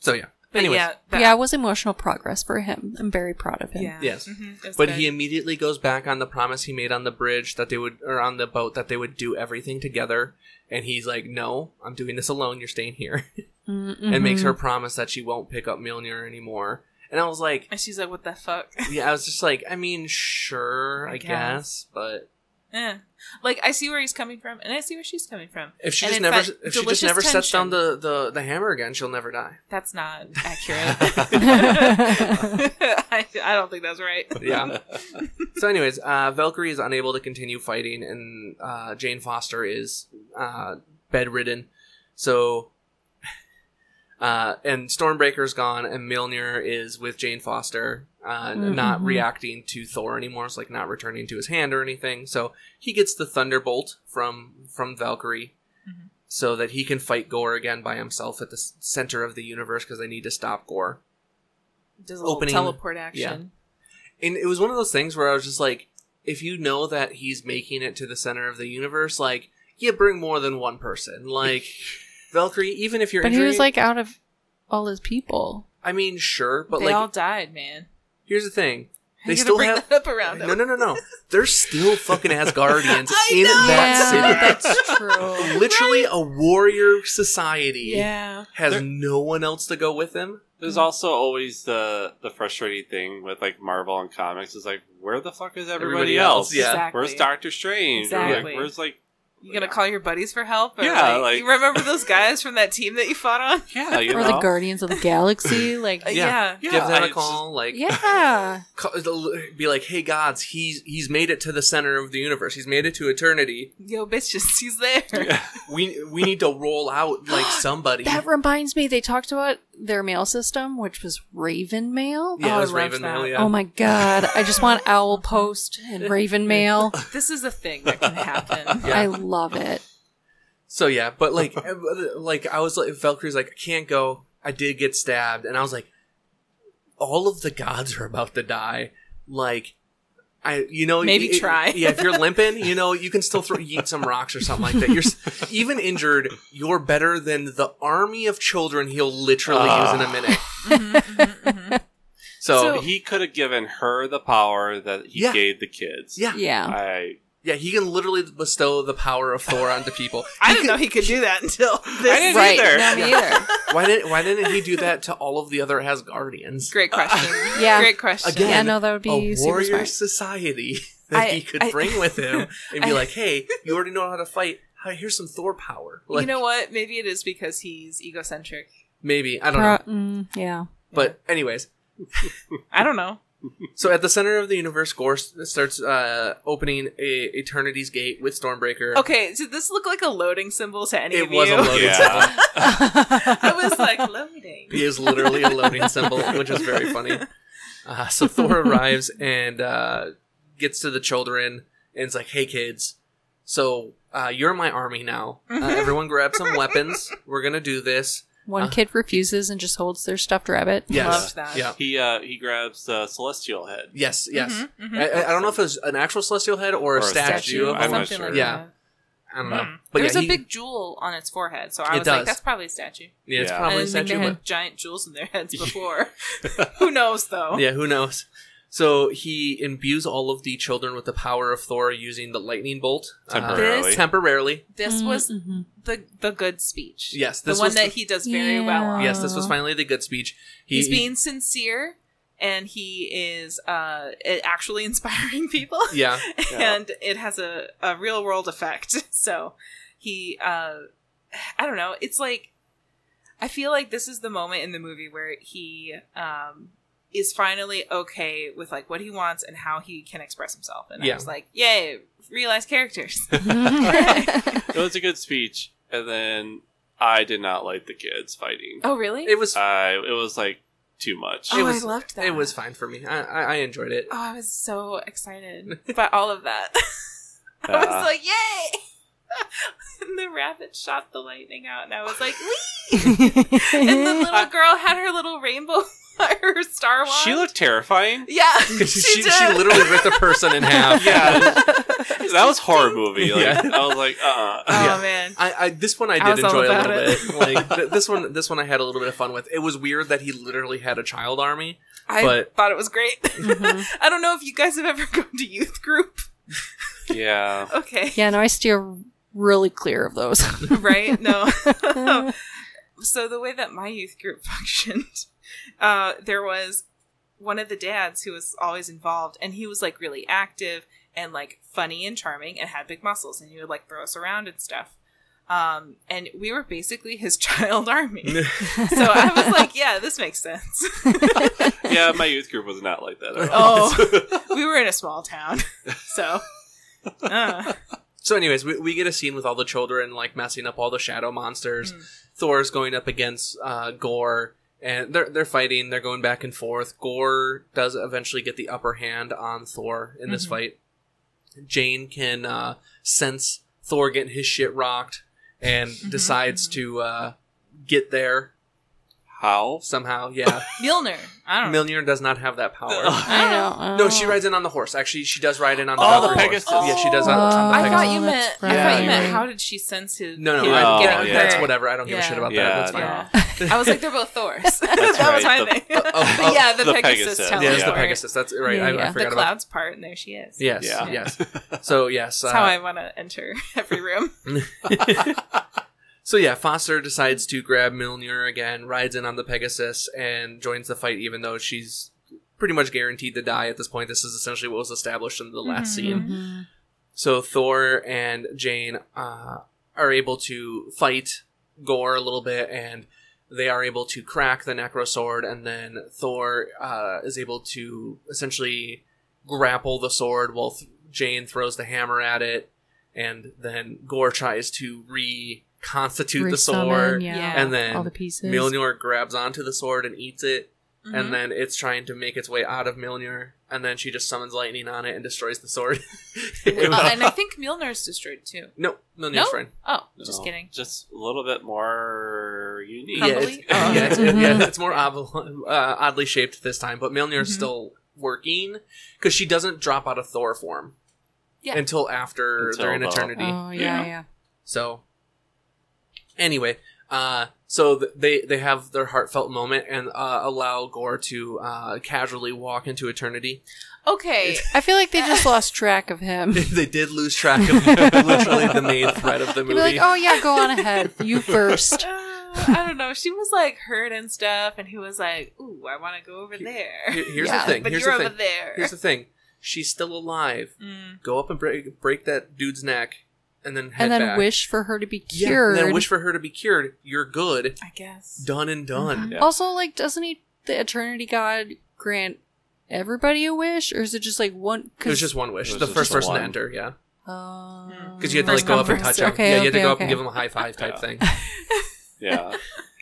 A: So yeah.
B: But
A: Anyways.
B: yeah, that-
D: yeah, it was emotional progress for him. I'm very proud of him.
B: Yeah.
A: Yes.
B: Mhm, it was
A: But
B: good.
A: he immediately goes back on the promise he made on the bridge that they would, or on the boat, that they would do everything together. And he's like, "No, I'm doing this alone. You're staying here."
D: Mm-hmm.
A: And makes her promise that she won't pick up Mjolnir anymore. And I was like,
B: And she's like, "What the fuck?"
A: "Yeah." I was just like, "I mean, sure, I,
B: I
A: guess.
B: guess.
A: but
B: Eh. Like I see where he's coming from, and I see where she's coming from.
A: if she
B: And
A: just
B: in
A: never,
B: fact,
A: if she just
B: delicious
A: never sets down
B: tension.
A: the, the the hammer again, she'll never die."
B: That's not accurate. I, I don't think that's right.
A: Yeah. so, anyways, uh, Valkyrie is unable to continue fighting, and uh, Jane Foster is uh, bedridden. So, uh, and Stormbreaker's gone, and Milner is with Jane Foster, uh, n- not
D: Mhm.
A: reacting to Thor anymore. It's like not returning to his hand or anything. So he gets the Thunderbolt from from Valkyrie.
B: Mhm.
A: So that he can fight Gore again by himself at the s- center of the universe because they need to stop Gore.
B: Does a little
A: Opening-
B: teleport action.
A: And it was one of those things where I was just like, if you know that he's making it to the center of the universe, like, you bring more than one person. Like, Valkyrie, even if you're
D: But he
A: injuring,
D: was like out of all his people.
A: I mean, sure, but
B: they
A: like,
B: all died, man.
A: here's the thing. They
B: You're gonna
A: still
B: bring
A: have.
B: that up around
A: No,
B: him.
A: no, no, no. They're still fucking Asgardians
B: I
A: in
B: know!
A: that
D: that's
A: city.
D: true.
A: Literally a warrior society
B: Yeah.
A: has
C: They're-
A: no one else to go with him.
C: There's also always the the frustrating thing with like Marvel and comics is like, where the fuck is everybody,
A: Everybody else,
C: else?
A: yeah.
B: Exactly.
C: Where's Doctor Strange? Or, like,
B: Exactly.
C: where's like
B: You gonna call your buddies for help? Or
C: Yeah,
B: like-
C: like-
B: you remember those guys from that team that you fought on?
C: yeah, you
D: Or
C: know?
D: the Guardians of the Galaxy. Like,
B: Uh,
A: Yeah.
B: yeah.
C: Yeah,
A: Give them
C: I
A: a call. like,
D: yeah.
A: call, be like, "Hey gods, he's he's made it to the center of the universe. He's made it to eternity.
B: Yo, bitches, he's there.
C: Yeah.
A: we we need to roll out like somebody.
D: That reminds me, they talked about their mail system, which was Raven Mail.
A: yeah,
B: Oh,
A: it
B: I
A: was
B: love
A: Raven Mail.
B: that.
A: Yeah.
D: Oh my god, I just want Owl Post and Raven Mail.
B: This is a thing that can happen.
A: Yeah.
D: I love it.
A: So yeah, but like eh, but, like I was like Valkyrie's like I can't go. I did get stabbed, and I was like, all of the gods are about to die. Like. I, you know,
B: Maybe
A: it-
B: try.
A: yeah, if you're limping, you know, you can still throw eat some rocks or something like that. You're s- even injured. You're better than the army of children he'll literally
C: Ah.
A: use in a minute.
B: Mhm, mhm, mhm.
A: So,
C: He could have given her the power that he
A: Yeah.
C: gave the kids.
A: yeah,
D: Yeah.
C: I
A: yeah, he can literally bestow the power of Thor onto people.
B: I didn't know he could do that until this.
C: didn't
D: right.
C: either.
D: No, me either.
A: Why didn't Why didn't he do that to all of the other Asgardians?
B: Great question.
D: Yeah.
B: Great question.
A: Uh, Again,
D: yeah, no, that would be
A: A
D: super
A: warrior
D: smart.
A: society that
B: I-
A: he could
B: I-
A: bring with him and be
B: I-
A: like, "Hey, you already know how to fight. Hi, Here's some Thor power." Like,
B: you know what? Maybe it is because he's egocentric.
A: maybe I don't
D: Pro-
A: know.
D: mm, yeah.
A: But anyways,
B: I don't know.
A: So at the center of the universe, Gore s- starts uh, opening a Eternity's Gate with Stormbreaker.
B: Okay, did this look like a loading symbol to any
A: It
B: of
A: was
B: you?
A: a loading symbol.
C: Yeah.
D: mm,
B: I was like loading.
A: He is literally a loading symbol, which is very funny. Uh, so Thor arrives and uh, gets to the children and is like, "Hey kids, so uh, you're my army now. Uh,
B: Mm-hmm.
A: everyone grab some weapons. We're gonna do this."
D: One
A: Uh.
D: kid refuses and just holds their stuffed rabbit.
A: Yes.
B: Loved that.
A: Yeah.
C: He uh, he grabs the celestial head.
A: Yes. Yes.
B: Mhm, mhm.
A: I, I- I don't know if it was an actual celestial head or,
C: Or
A: a
C: a
A: statue.
C: statue.
A: of
C: I'm
A: one.
C: not
B: Something
C: sure.
B: like
A: Yeah.
B: that.
A: I don't know.
B: Mm.
A: But
B: There's
A: yeah,
B: a
A: he-
B: big jewel on its forehead, so I
A: It
B: was
A: does.
B: like, that's probably a statue.
A: yeah, it's
C: Yeah.
A: probably
B: I
A: a
B: didn't think
A: statue.
B: they
A: but-
B: had giant jewels in their heads before. Who knows,
C: Oh.
B: though?
A: Yeah, who knows? So he imbues all of the children with the power of Thor using the lightning bolt uh,
C: Temporarily.
A: temporarily.
B: This was
D: Mhm.
B: the the good speech.
A: Yes,
B: the
A: this
B: one
A: was
B: that
A: the-
B: he does very well.
D: Yeah.
B: On.
A: Yes, this was finally the good speech. He,
B: He's
A: he-
B: being sincere, and he is uh, i- actually inspiring people,
A: yeah,
C: Yeah.
B: and it has a, a real world effect. So he, uh, I don't know. It's like I feel like this is the moment in the movie where he um, is finally okay with like what he wants and how he can express himself. And
A: Yeah.
B: I was like, yay, realized characters.
C: It was a good speech, and then I did not like the kids fighting.
B: oh, really?
A: it was
C: I it was like too much.
A: it
B: oh,
A: was-
B: I loved that.
A: it was fine for me. I, I, I enjoyed it.
B: Oh, I was so excited by all of that. I
C: Yeah.
B: was like, yay! and the rabbit shot the lightning out, and I was like, Wee! and the little girl had her little rainbow, her star wand.
C: she looked terrifying.
B: yeah, she,
A: she, she,
B: did.
A: literally ripped a person in half.
C: Yeah, that was horror movie. Like,
A: Yeah.
C: I was like, uh, uh
B: Oh
A: Yeah.
B: man,
A: I, I this one I
B: I
A: did
B: was all
A: enjoy a
B: about
A: little
B: it.
A: bit. Like th- this one, this one I had a little bit of fun with. It was weird that he literally had a child army.
B: I
A: But-
B: thought it was great.
D: Mhm.
B: I don't know if you guys have ever gone to youth group.
C: Uh, yeah.
B: Okay,
D: yeah, no, I steer really clear of those.
B: right? No. so the way that my youth group functioned, uh, there was one of the dads who was always involved, and he was like really active and like funny and charming, and had big muscles, and he would like throw us around and stuff. Um, and we were basically his child army. so I was like, yeah, this makes sense.
C: yeah, my youth group was not like that at all.
B: Oh. we were in a small town, so. uh,
A: So, anyways, we, we get a scene with all the children like messing up all the shadow
C: Hmm.
A: monsters.
B: Mm.
A: Thor's going up against uh, Gore, and they're they're fighting. They're going back and forth. Gore does eventually get the upper hand on Thor in this
C: Mm-hmm.
B: Mhm.
A: fight. Jane can uh, sense Thor getting his shit rocked and
C: Mm-hmm.
A: decides to uh, get there
C: How?
A: somehow. Yeah,
B: Milner. I don't know.
A: Milner does not have that power.
D: I know. I
A: No, she
D: know.
A: rides in on the horse. Actually, she does ride in on the
C: Oh, the
A: Valkyrie horse.
C: Pegasus.
A: Yeah, she does on,
D: Oh.
A: on the
B: I
A: Pegasus.
B: thought you
D: Oh,
B: meant.
D: that's
B: I thought
D: right.
B: you meant.
D: Yeah.
B: How did she sense his?
A: No, no,
B: his
C: Oh,
A: I,
B: getting
C: yeah.
A: that's
B: hurt?
A: whatever. I don't give a shit
B: Yeah.
A: about
C: Yeah,
A: that. That's fine.
B: Yeah.
C: no.
B: I was like, they're both Thors. that was
C: right,
B: my
C: the-
B: thing.
A: oh, oh,
B: But yeah, the,
C: the
B: Pegasus,
C: Pegasus,
B: tells
A: yeah,
C: Yeah.
A: it's the
B: story.
A: Pegasus. That's right.
D: Yeah,
A: I, I
D: yeah.
A: forgot
B: The
A: about.
B: clouds part, and there she is.
A: Yes,
C: Yeah.
A: yes. So yes,
B: That's how I
A: uh,
B: want to enter every room.
A: so yeah. Foster decides to grab Milner again, rides in on the Pegasus, and joins the fight. Even though she's pretty much guaranteed to die at this point, this is essentially what was established in the last
B: Mhm.
A: scene.
D: Mhm.
A: So Thor and Jane uh, are able to fight Gore a little bit, and they are able to crack the Necro Sword, and then Thor uh, is able to essentially grapple the sword while th- Jane throws the hammer at it, and then Gore tries to reconstitute the
D: Resummon,
A: sword,
D: yeah.
A: and then
D: all the pieces.
A: Mjolnir grabs onto the sword and eats it,
B: Mm-hmm.
A: and then it's trying to make its way out of Mjolnir, and then she just summons lightning on it and destroys the sword. It
B: Uh,
A: was-
B: and I think Milner's destroyed too.
A: no, Mjolnir's
B: No?
A: fine.
B: Oh, just
C: No,
B: kidding.
C: Just a little bit more unique.
A: Yeah, it's,
B: Probably.
A: yeah,
B: Oh.
A: it's,
D: Mhm.
A: yeah, it's more oval, uh, oddly shaped this time, but Mjolnir's
B: Mhm.
A: still working because she doesn't drop out of Thor form
B: Yeah.
A: until after
C: Until
A: they're in
C: about-
A: eternity.
D: Oh yeah,
C: Yeah.
D: yeah.
A: So, anyway, uh, so th- they they have their heartfelt moment and uh, allow Gore to uh, casually walk into eternity.
B: Okay,
D: I feel like they just lost track of him.
A: they did lose track of literally the main thread of the
D: They'd be
A: movie.
D: like, "Oh yeah, go on ahead. You first.
B: Uh, I don't know. She was like hurt and stuff, and he was like, "Ooh, I want to go over there."
A: Here- Here's
D: Yeah,
A: the thing.
B: But
A: Here's
B: you're
A: the
B: over
A: thing.
B: there.
A: Here's the thing. She's still alive.
B: Mm.
A: go up and break break that dude's neck, and then head
D: and then
A: back.
D: wish for her to be
A: Yeah,
D: cured.
A: and then wish for her to be cured. You're good,
B: I guess.
A: done and done.
C: Yeah.
D: Also, like, doesn't he the Eternity God grant everybody a wish, or is it just like one?
A: It was just one wish.
C: It was
A: The
C: just
A: first
C: a
A: person
C: one.
A: to enter, yeah.
D: because
A: Because you had to like go up and touch him.
D: uh, Okay,
A: yeah, you had
D: okay,
A: to go up
D: okay.
A: and give him a high five type
C: Yeah.
A: thing.
C: Yeah.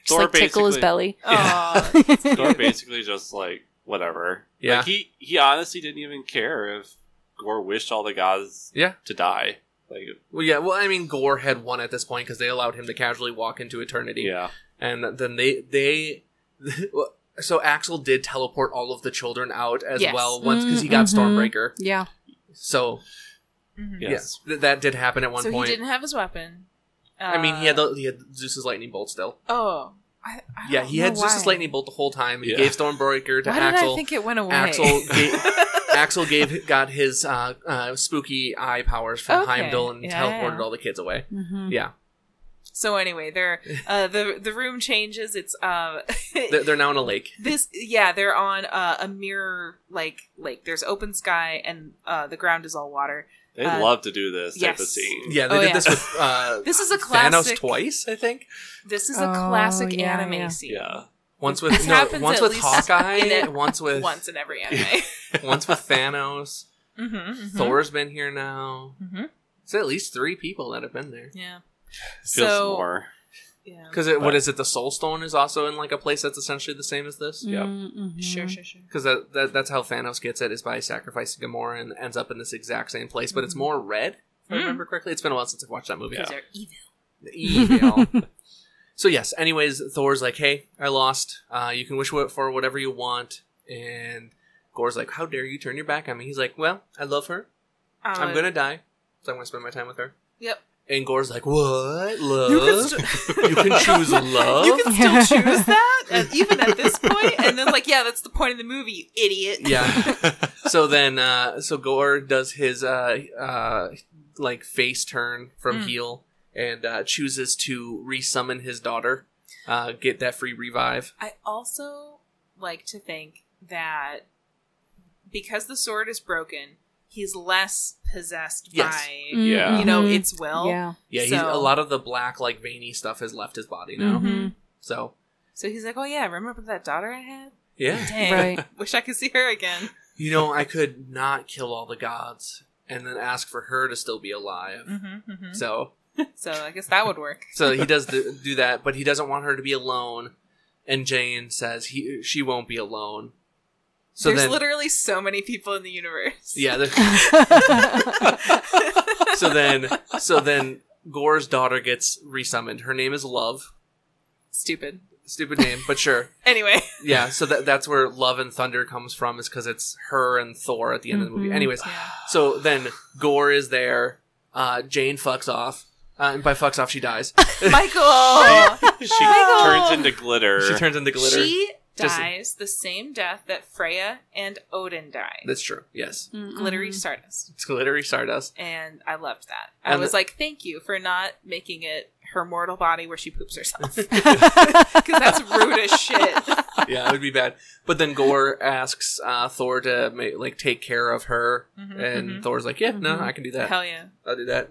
D: Just like tickle his
C: basically-
D: belly.
B: Aw.
C: Thor basically just like whatever.
A: Yeah.
C: Like he he honestly didn't even care if Gore wished all the gods
A: Yeah.
C: to die. Like
A: Well, yeah. Well, I mean, Gore had won at this point because they allowed him to casually walk into eternity.
C: yeah.
A: And then they they. well, So Axel did teleport all of the children out as
B: Yes.
A: well once because he
D: Mm,
A: got
D: mhm.
A: Stormbreaker.
D: Yeah,
A: So
B: Mhm.
C: Yeah.
A: yes, th- that did happen at one
B: so
A: point.
B: he didn't have his weapon.
A: I mean, he had
B: Uh,
A: the, he had Zeus's lightning bolt still.
B: Oh, I, I
A: Yeah,
B: don't
A: he had
B: know
A: Zeus's
B: why.
A: lightning bolt the whole time. He
C: Yeah.
A: gave Stormbreaker to
B: Why did I
A: Axel.
B: think it went away?
A: Axel gave, Axel gave got his uh, uh, spooky eye powers from
B: Okay,
A: Heimdall and
B: yeah.
A: teleported all the kids away.
D: mm-hmm.
A: Yeah,
B: so anyway, there, uh, the the room changes. It's um,
A: they're, they're now in a lake.
B: this yeah, they're on uh, a mirror like lake. There's open sky and uh, the ground is all water.
C: They
B: Uh,
C: love to do this type of
B: yes.
C: scene.
A: Yeah, they
B: Oh,
A: did
B: yeah.
A: this with uh,
B: This is a
A: Thanos
B: classic.
A: twice, I think.
B: This is a
D: Oh,
B: classic
D: yeah,
B: anime
D: yeah.
B: scene.
C: Yeah.
A: Once with
B: This
A: no,
B: happens
A: once
B: at
A: with
B: least in
A: Hawkeye,
B: it
A: once with
B: Once in every anime.
A: once with Thanos.
B: hmm
A: Thor's been here now.
B: hmm
A: It's at least three people that have been there.
B: Yeah.
C: Feels
B: so
C: more.
B: yeah.
A: Because what
C: But-
A: is it? The Soul Stone is also in like a place that's essentially the same as this.
C: Yep.
D: Mm-hmm.
B: Sure, sure, sure.
A: Because that, that that's how Thanos gets it is by sacrificing Gamora and ends up in this exact same place, but it's
B: Mhm.
A: more red. If I
B: Mm.
A: remember correctly, it's been a while since I've watched that movie.
B: Because they're evil.
A: Evil. so yes. Anyways, Thor's like, "Hey, I lost. Uh, you can wish wh- for whatever you want." And Gore's like, "How dare you turn your back on me?" He's like, "Well, I love her. I'm
B: Um,
A: gonna die, so I'm gonna spend my time with her."
B: Yep. Uh,
A: And Gore's like, "What love?
B: You can
A: You can choose love."
B: You can still choose that, and even at this point. And then, like, yeah, that's the point of the movie, you idiot.
A: yeah. so then, uh, so Gore does his uh, uh, like face turn from
B: Mm.
A: heel and uh, chooses to resummon his daughter, uh, get that free revive.
B: I also like to think that because the sword is broken, he's less possessed
A: Yes.
B: by,
C: Yeah.
B: you know, its will.
D: Mm-hmm. Mm.
A: Yeah,
D: yeah.
A: he's,
B: So- Mm-hmm.
A: a lot of the black like veiny stuff has left his body now.
D: Mhm.
A: So
B: So he's like, oh, yeah, remember that daughter I had?
A: yeah,
B: Dang.
D: Right.
B: Wish I could see her again.
A: you know, I could not kill all the gods and then ask for her to still be alive.
B: Mm-hmm, mm-hmm.
A: So
B: So I guess that would work.
A: So he does do, do that, but he doesn't want her to be alone. And Jane says he she won't be alone. So then,
B: There's literally so many people in the universe.
A: yeah. the- so then, so then, Gore's daughter gets resummoned. Her name is Love.
B: Stupid.
A: Stupid name, but sure.
B: Anyway.
A: Yeah. So that that's where Love and Thunder comes from, is because it's her and Thor at the end of the movie.
B: Mm-hmm.
D: Mhm.
A: Anyways,
B: Yeah.
A: so then Gore is there. Uh, Jane fucks off, uh, and by fucks off, she dies.
B: Michael!
C: She
B: Michael!
C: turns into glitter.
A: She turns into glitter.
B: She
A: Just-
B: dies the same death that Freya and Odin died.
A: that's true. Yes,
D: Mm.
B: glittery stardust.
A: it's glittery stardust.
B: And I loved that. I
A: And
B: was
A: the-
B: like, thank you for not making it her mortal body where she poops herself. Because that's rude as shit.
A: yeah, it would be bad. But then Gore asks uh, Thor to ma- like take care of her,
B: Mhm,
A: and
B: mhm.
A: Thor's like, "Yeah, no,
D: Mhm.
A: I can do that.
B: Hell yeah.
A: I'll do that."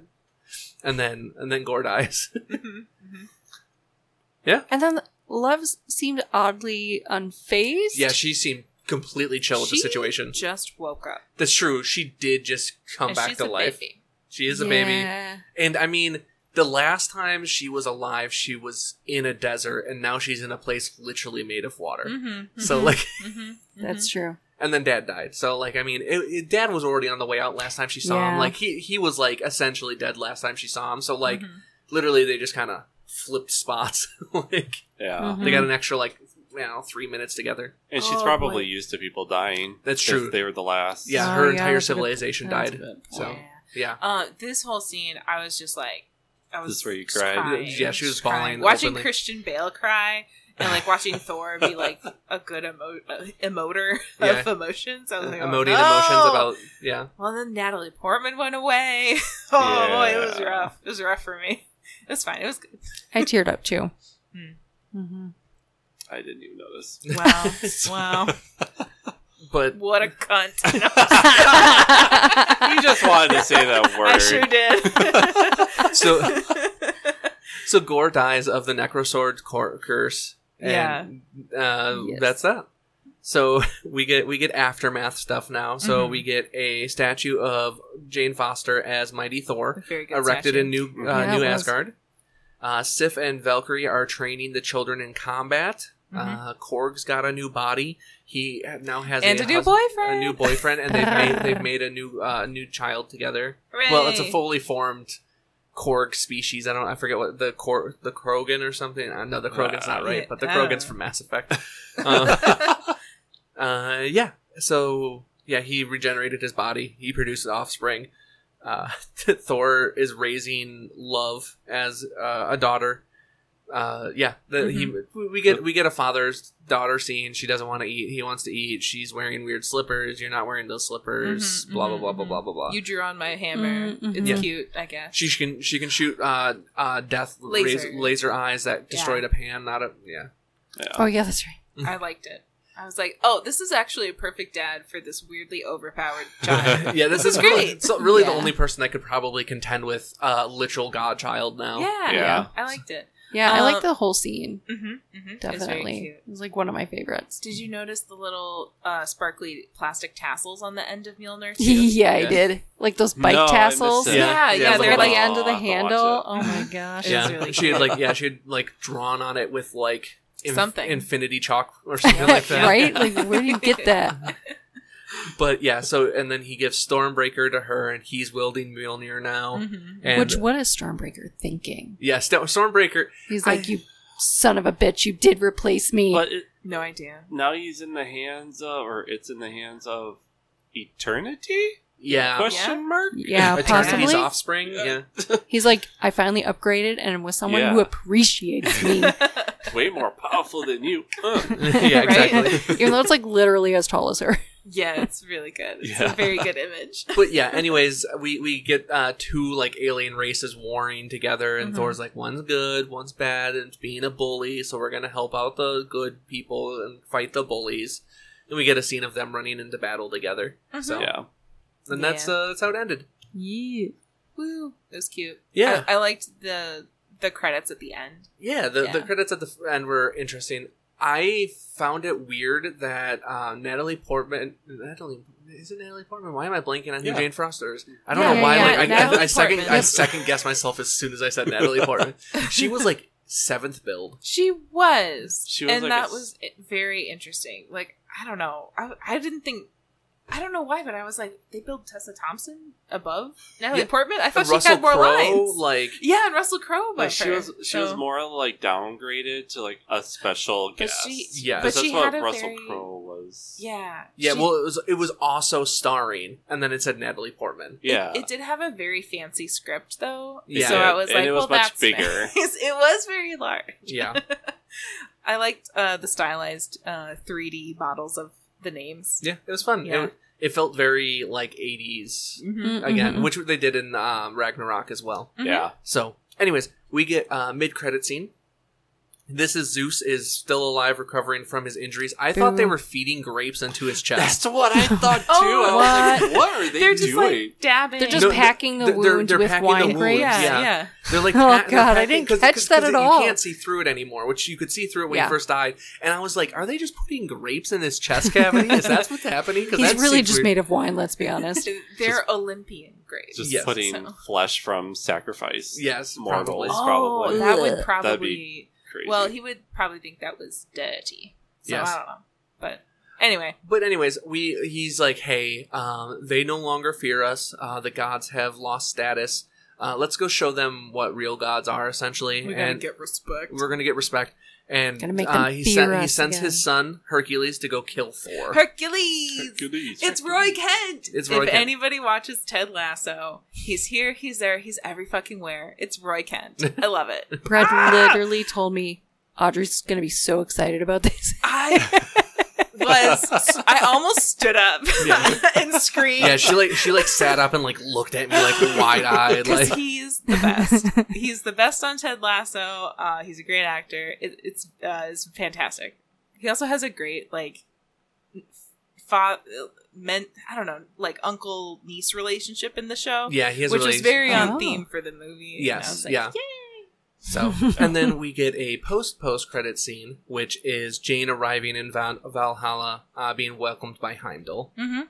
A: And then and then Gore dies.
B: Mhm, mhm.
D: And then Love seemed oddly unfazed.
A: yeah, she seemed completely chill with the
B: She-
A: situation.
B: Just woke up.
A: That's true. She did just come
B: And
A: back
B: she's
A: to
B: a
A: life.
B: baby.
A: She is a baby, and I mean. The last time she was alive, she was in a desert, and now she's in a place literally made of water.
B: Mhm,
A: So,
B: mhm,
A: like,
B: mhm, mhm.
D: That's true.
A: and then dad died. So like I mean, it, it, dad was already on the way out last time she saw him.
D: Yeah.
A: Like he he was like essentially dead last time she saw him. So like
B: Mhm.
A: literally they just kind of flipped spots. like
C: yeah.
D: Mhm.
A: they got an extra like you know three minutes together.
C: And she's
B: Oh,
C: probably
B: boy.
C: used to people dying.
A: That's
C: if
A: true.
C: They were the last.
A: Yeah,
D: Oh,
A: her
D: yeah,
A: entire
D: that's a good-
A: civilization
D: that's
A: died.
C: Good
A: So
B: Yeah.
A: yeah.
B: Uh, this whole scene, I was just like, I was
C: This is where you
B: just
C: cried.
B: crying,
A: Yeah, she was
B: just crying.
A: bawling
B: Watching
A: openly.
B: Christian Bale cry and like watching Thor be like a good emo- uh, emoter
A: Yeah. Uh,
B: of emotions. I was like,
A: Emoting
B: oh,
A: emotions
B: no!
A: about yeah.
B: Well, then Natalie Portman went away. oh boy, it was
C: Yeah.
B: rough. It was rough for me. It was fine. It was good.
D: I teared up too.
B: Hmm.
D: Mm-hmm.
C: I didn't even notice.
B: Wow, wow,
A: But
B: what a cunt!
C: You just wanted to say that word.
B: I sure did.
A: So- so Gore dies of the Necrosword cor- curse. And, yeah, uh,
D: Yes.
A: that's that. So we get we get aftermath stuff now. So
B: Mhm.
A: we get a statue of Jane Foster as Mighty Thor,
B: Very good.
A: erected
B: statue.
A: in New uh,
D: Yeah,
A: New
D: it was.
A: Asgard. Uh, Sif and Valkyrie are training the children in combat.
B: Mm-hmm.
A: Uh, Korg's got a new body. He now has
B: and
A: a,
B: a new
A: hus-
B: boyfriend.
A: a new boyfriend, and they've made they've made a new uh, new child together. Well, it's a
B: Hooray.
A: fully formed Korg species. I don't. I forget what the Korg, the Krogan or something. Uh, no, the Krogan's not right,
B: Yeah,
A: but the
B: I don't
A: Krogan's
B: know.
A: from Mass Effect. Uh, uh, yeah. So yeah, he regenerated his body. He produces offspring. Uh, Thor is raising Love as uh, a daughter. Uh, yeah, the, he, we- we get we get a father's daughter scene. She doesn't want to eat. He wants to eat. She's wearing weird slippers. You're not wearing those slippers.
B: Mhm,
A: blah,
B: mhm,
A: blah blah blah
B: mhm.
A: blah blah blah
B: You drew on my hammer.
D: Mm, mhm.
B: It's
D: Yeah.
B: cute, I guess.
A: she can she can shoot uh uh death
B: Laser.
A: laser, laser eyes that destroyed a pan not a yeah
D: Oh yeah, that's right.
B: I liked it. I was like, oh, this is actually a perfect dad for this weirdly overpowered child.
A: yeah this,
B: This
A: is
B: is
A: really,
B: great.
A: it's really the
D: Yeah.
A: only person that could probably contend with uh literal godchild now
B: yeah,
C: Yeah.
B: I liked it.
D: Yeah, I
B: Um,
D: like the whole scene.
B: Mm-hmm, mm-hmm.
D: Definitely, it was like one of my favorites.
B: Did you notice the little uh, sparkly plastic tassels on the end of Mjolnir too?
D: yeah, I
A: Yeah.
D: did. Like those bike
C: No, I missed
D: tassels.
C: it.
A: Yeah,
B: yeah, yeah,
A: yeah,
D: Look
B: they're
D: at
B: like
D: the end of
C: I'll
D: the
C: have to watch
D: handle.
C: it.
D: Oh my gosh.
A: yeah
B: It was really
A: she had like yeah she had like drawn on it with like
B: Something.
A: infinity chalk or something like that
D: right? Like, where do you get that?
A: but yeah so and then he gives stormbreaker to her and he's wielding Mjolnir now
B: Mhm.
A: and
D: Which, what is Stormbreaker thinking?
A: yeah Sto- stormbreaker
D: He's
A: I-
D: like, you son of a bitch, you did replace me.
C: But it,
B: No idea.
C: now he's in the hands of, or it's in the hands of eternity?
A: yeah
C: Question mark?
D: yeah,
A: eternity's
D: possibly.
A: offspring yeah
D: He's like, I finally upgraded and am with someone who
C: Yeah.
D: appreciates me.
C: Way more powerful than you. Huh.
A: yeah exactly
D: Even though it's like literally as tall as her.
B: Yeah, it's really good. It's
C: Yeah.
B: a very good image.
A: but yeah, anyways, we we get uh two like alien races warring together, and
B: Mhm.
A: Thor's like one's good, one's bad, and it's being a bully, so we're gonna help out the good people and fight the bullies. And we get a scene of them running into battle together. So
C: Yeah.
A: and that's
B: Mm-hmm. Yeah.
A: uh, that's how it ended.
D: Yeah.
B: Woo, it was cute.
A: Yeah,
B: I, I liked the the credits at the end.
A: yeah. The the
B: yeah.
A: credits at the f- end were interesting. I found it weird that uh, Natalie Portman, Natalie, is it Natalie Portman? Why am I blanking on who
C: Yeah.
A: Jane Foster is? I don't
D: Yeah,
A: know
D: yeah,
A: why.
D: yeah.
A: Like I, I, I
B: Natalie
A: second, I
B: Portman.
A: second guessed myself as soon as I said Natalie Portman. She was like seventh build.
B: She was.
C: She was
B: and
C: like a
B: that
C: s-
B: was i- very interesting. Like, I don't know. I, I didn't think. I don't know why, but I was like, they build Tessa Thompson above Natalie
A: Yeah.
B: Portman? I thought
A: Russell
B: she had more
A: Crowe,
B: lines.
A: like
B: yeah, and Russell Crowe above
C: Like she
B: her.
C: was she was
B: So-
C: more like downgraded to like a special
B: But
C: guest.
B: she-
A: Yeah.
B: but
C: Because
B: she
C: that's what
B: had a
C: Russell
B: very-
C: Crowe was.
B: Yeah.
A: yeah.
B: She-
A: well, it was it was also starring, and then it said Natalie Portman.
C: Yeah.
B: It did have a very fancy script, though.
A: Yeah.
B: So I was
C: And
B: like,
C: it was
B: well,
C: much
B: that's
C: bigger.
B: nice. It was very large.
A: Yeah,
B: I liked uh, the stylized uh, 3D models of the names.
A: yeah. It was fun.
B: Yeah.
A: It, it felt very like '80s
C: Mm-hmm.
B: Mhm.
A: again,
D: Mhm.
A: which they did in um, Ragnarok as well.
B: mm-hmm.
C: Yeah.
A: So, anyways, we get uh, mid credit scene. This is Zeus is still alive, recovering from his injuries. I thought they
D: Boo.
A: were feeding grapes into his chest.
C: That's what I thought too.
B: Oh,
C: I was like, what are they
B: They're just
C: doing?
B: like dabbing.
D: They're just
A: No,
D: packing the
A: they're- they're-
D: wound
A: they're
D: with
A: packing the
D: wine
A: wound,
D: grapes.
B: yeah,
A: yeah.
B: yeah.
A: They're like,
D: Oh,
A: pat- they're
D: God, I
A: packing-
D: didn't
A: 'cause-
D: catch
A: 'cause-
D: that
A: 'cause
D: at
A: You
D: all.
A: can't see through it anymore, which you could see through it when you
D: Yeah.
A: first died. And I was like, are they just putting grapes in his chest cavity? Is that what's happening? Because
D: He's really just made of wine, let's be honest.
B: They're Olympian grapes.
C: Just
A: Yes.
C: putting
B: So-
C: flesh from sacrifice.
A: Yes,
C: mortals
A: probably.
C: probably.
B: Oh, that
D: Ugh.
B: would
C: That'd
B: probably.
C: be crazy.
B: Well, he would probably think that was dirty. So
A: Yes.
B: I don't know. But anyway,
A: But anyways, we he's like, hey, um, they no longer fear us. Uh, the gods have lost status. Uh, let's go show them what real gods are, essentially. and
B: get respect.
A: we're gonna get respect. And
D: Gonna make them
A: uh, he,
D: fear
A: sen- he
D: us
A: sends
D: again.
A: his son Hercules to go kill Thor.
B: Hercules!
C: Hercules.
B: It's Roy Kent.
A: It's Roy
B: if
A: Kent.
B: anybody watches Ted Lasso, he's here, he's there, he's every fucking where. It's Roy Kent. I love it.
D: Brad
B: Ah.
D: literally told me Audrey's gonna be so excited about this.
B: I was. I almost stood up
A: Yeah.
B: and screamed.
A: yeah, she like she like sat up and like looked at me like wide eyed,
B: because
A: like
B: he's the best. he's the best on Ted Lasso. Uh, he's a great actor. It, it's uh, it's fantastic. He also has a great like, fa- meant I don't know like uncle niece relationship in the show,
A: yeah, he has a
B: which
A: really
B: is very uh,
D: Oh.
B: on theme for the movie. and I
A: Yes,
B: was like,
A: yeah.
B: Yay!
A: So, and then we get a post post credit scene, which is Jane arriving in Val- Valhalla, uh, being welcomed by Heimdall.
B: Mm-hmm.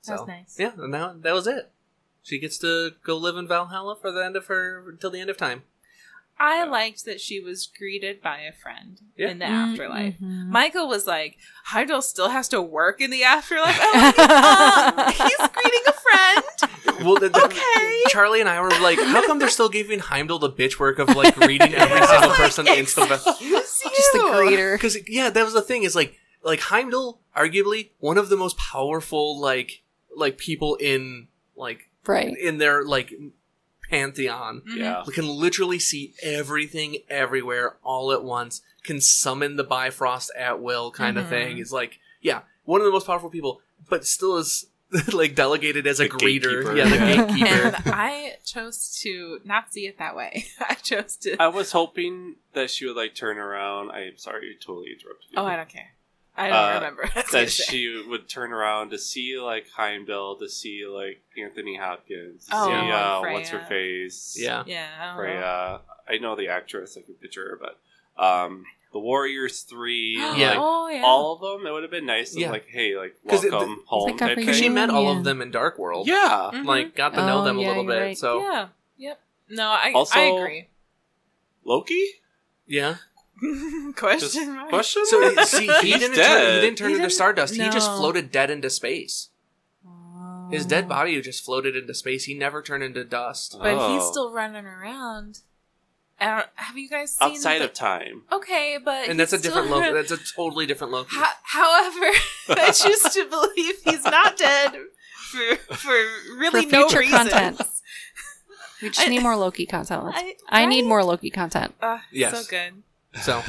A: So,
B: That was nice.
A: yeah, and that, that was it. She gets to go live in Valhalla for the end of her till the end of time.
B: I liked that she was greeted by a friend
A: Yeah.
B: in the afterlife.
D: Mhm.
B: Michael was like, Heidel still has to work in the afterlife. I'm like, "Um, he's greeting a friend.
A: Well, the, the-
B: Okay.
A: Charlie and I were like, how come they're still giving Heimdall the bitch work of like reading every single person in the
B: Who's you?
D: Just the greeter.
A: Because yeah, that was the thing. Is like like Heimdall, arguably one of the most powerful like like people in like
D: Right.
A: in their like pantheon.
B: Mhm.
C: Yeah.
A: We can literally see everything everywhere all at once, can summon the Bifrost at will kind
B: Mhm.
D: Mm-hmm.
A: of thing. It's like, yeah, one of the most powerful people, but still is like delegated as a
C: The
A: greeter.
C: gatekeeper.
A: Yeah, the
D: Yeah.
A: gatekeeper.
B: And I chose to not see it that way. I chose to.
C: I was hoping that she would like turn around. I am sorry, you totally interrupted. you.
B: Oh, I don't care. I don't
C: Uh,
B: remember. what I was gonna
C: that
B: say.
C: she would turn around to see like Heimdall, to see like Anthony Hopkins, to
B: Oh,
C: see uh,
B: Freya.
C: what's her face,
A: yeah.
B: Yeah. I don't know.
C: Freya. uh, I know the actress; I can picture her, but um, the Warriors Three,
A: Yeah.
C: like,
B: Oh, yeah.
C: all of them. It would have been nice, to,
A: Yeah.
C: like, hey, like
A: 'Cause it-
C: welcome home.
D: like a
C: type
D: reunion.
A: Because she
C: thing.
A: met all of
D: Yeah.
A: them in Dark World. Mm-hmm.
C: yeah,
B: Mhm.
A: Like, got to know
D: Oh,
A: them a
D: yeah,
A: little
D: you're
A: bit.
D: right.
A: So,
B: Yeah. Yep. No, I, I
C: Also-
B: agree.
C: Loki.
A: yeah.
C: Just
B: Question mark.
C: question.
A: So, see, he
C: He's
A: didn't, turn, he
C: dead.
A: didn't turn
B: He
A: into
B: didn't-
A: stardust. He just
B: no.
A: floated dead into space.
B: Oh.
A: His
D: Oh.
A: dead body just floated into space. He never turned into dust.
B: But he's
C: Oh.
B: still running around. I don't, have you guys seen
C: outside
B: the-
C: of time.
B: Okay, but
A: and that's a
B: he's
A: different
B: still-
A: Loki. That's a totally different Loki.
B: Ho- however, I choose to believe he's not dead for for really
D: For
B: no
D: future
B: reason.
D: content. We just
B: I-
D: need more Loki content. Let's-
B: I,
D: I, need
B: right?
D: more Loki content.
B: Ah,
A: Yes.
B: so good.
A: So,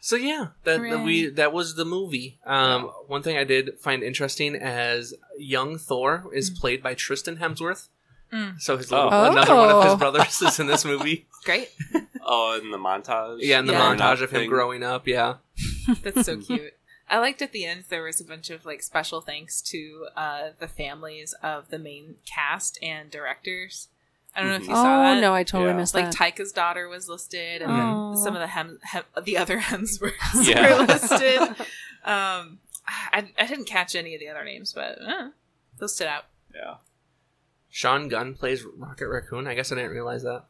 A: so yeah, that that we
B: Hooray.
A: that was the movie. Um, one thing I did find interesting as young Thor is
B: Mm.
A: played by Tristan Hemsworth.
B: Mm.
A: So his little,
D: Oh.
A: another one of his
D: Oh.
A: brothers is in this movie.
B: Great.
C: Oh, in the montage.
A: Yeah, in the
B: Yeah.
C: Growing up
A: montage of him
C: thing.
A: growing up. Yeah,
B: That's so cute. I liked at the end there was a bunch of like special thanks to uh, the families of the main cast and directors. I don't know if
C: Mhm.
B: you saw
D: Oh
B: that.
D: no, I totally
C: Yeah.
D: missed
B: like
D: that.
B: Tyka's daughter was listed, and
D: Oh.
B: then some of the hem, hem, the other Hemsworths
C: Yeah.
B: were listed. Um, I, I didn't catch any of the other names, but uh, those stood out.
C: Yeah.
A: Sean Gunn plays Rocket Raccoon. I guess I didn't realize that.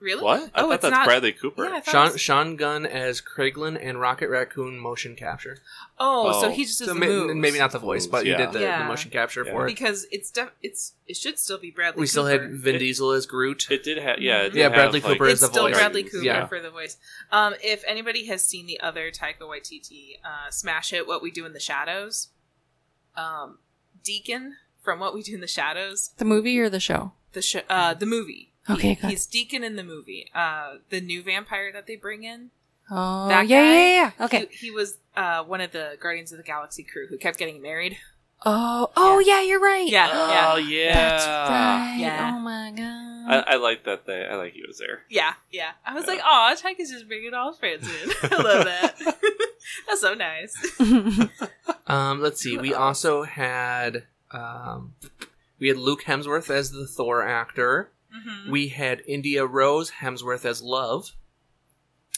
B: Really?
C: What? I
B: oh,
C: thought
B: it's
C: that's
B: not.
C: Bradley Cooper.
B: Yeah, I thought it
A: Sean
B: was-
A: Sean Gunn as Kraglin and Rocket Raccoon motion capture.
B: oh, so
C: Oh.
B: he just does
A: So
B: the
A: ma-
B: moves.
A: maybe not the voice, but you
C: Yeah.
A: did the, the
B: Yeah.
A: motion capture
C: Yeah.
A: for it.
B: because it's def- it's it should still be Bradley.
A: We still had
B: Cooper.
A: Vin
C: It-
A: Diesel as Groot.
C: It did have, yeah. It did
A: Yeah,
C: have,
A: Bradley
C: like,
A: Cooper is
B: It's
A: the
B: still
A: voice.
B: Bradley Cooper
A: Yeah.
B: for the voice. Um, if anybody has seen the other Taika Waititi uh, smash hit "What We Do in the Shadows," um, Deacon from "What We Do in the Shadows,"
D: the movie or the show?
B: the sh- uh, the movie.
D: Okay, good.
B: he's Deacon in the movie. Uh, the new vampire that they bring in.
D: Oh yeah,
B: that
D: yeah,
B: guy,
D: yeah, yeah. Okay.
B: He, he was uh, one of the Guardians of the Galaxy crew who kept getting married.
D: oh, oh yeah, you're right.
B: Yeah, yeah,
C: Oh, yeah.
D: That's right.
B: Yeah.
D: Oh my god.
C: I, I like that they, I like he was there.
B: yeah, yeah. I was
C: Yeah.
B: like, oh, Tyka's just bringing all his friends in. I love that. That's so nice.
A: Um, let's see.
B: Who
A: We
B: else?
A: also had um, we had Luke Hemsworth as the Thor actor.
B: Mhm.
A: We had India Rose Hemsworth as Love.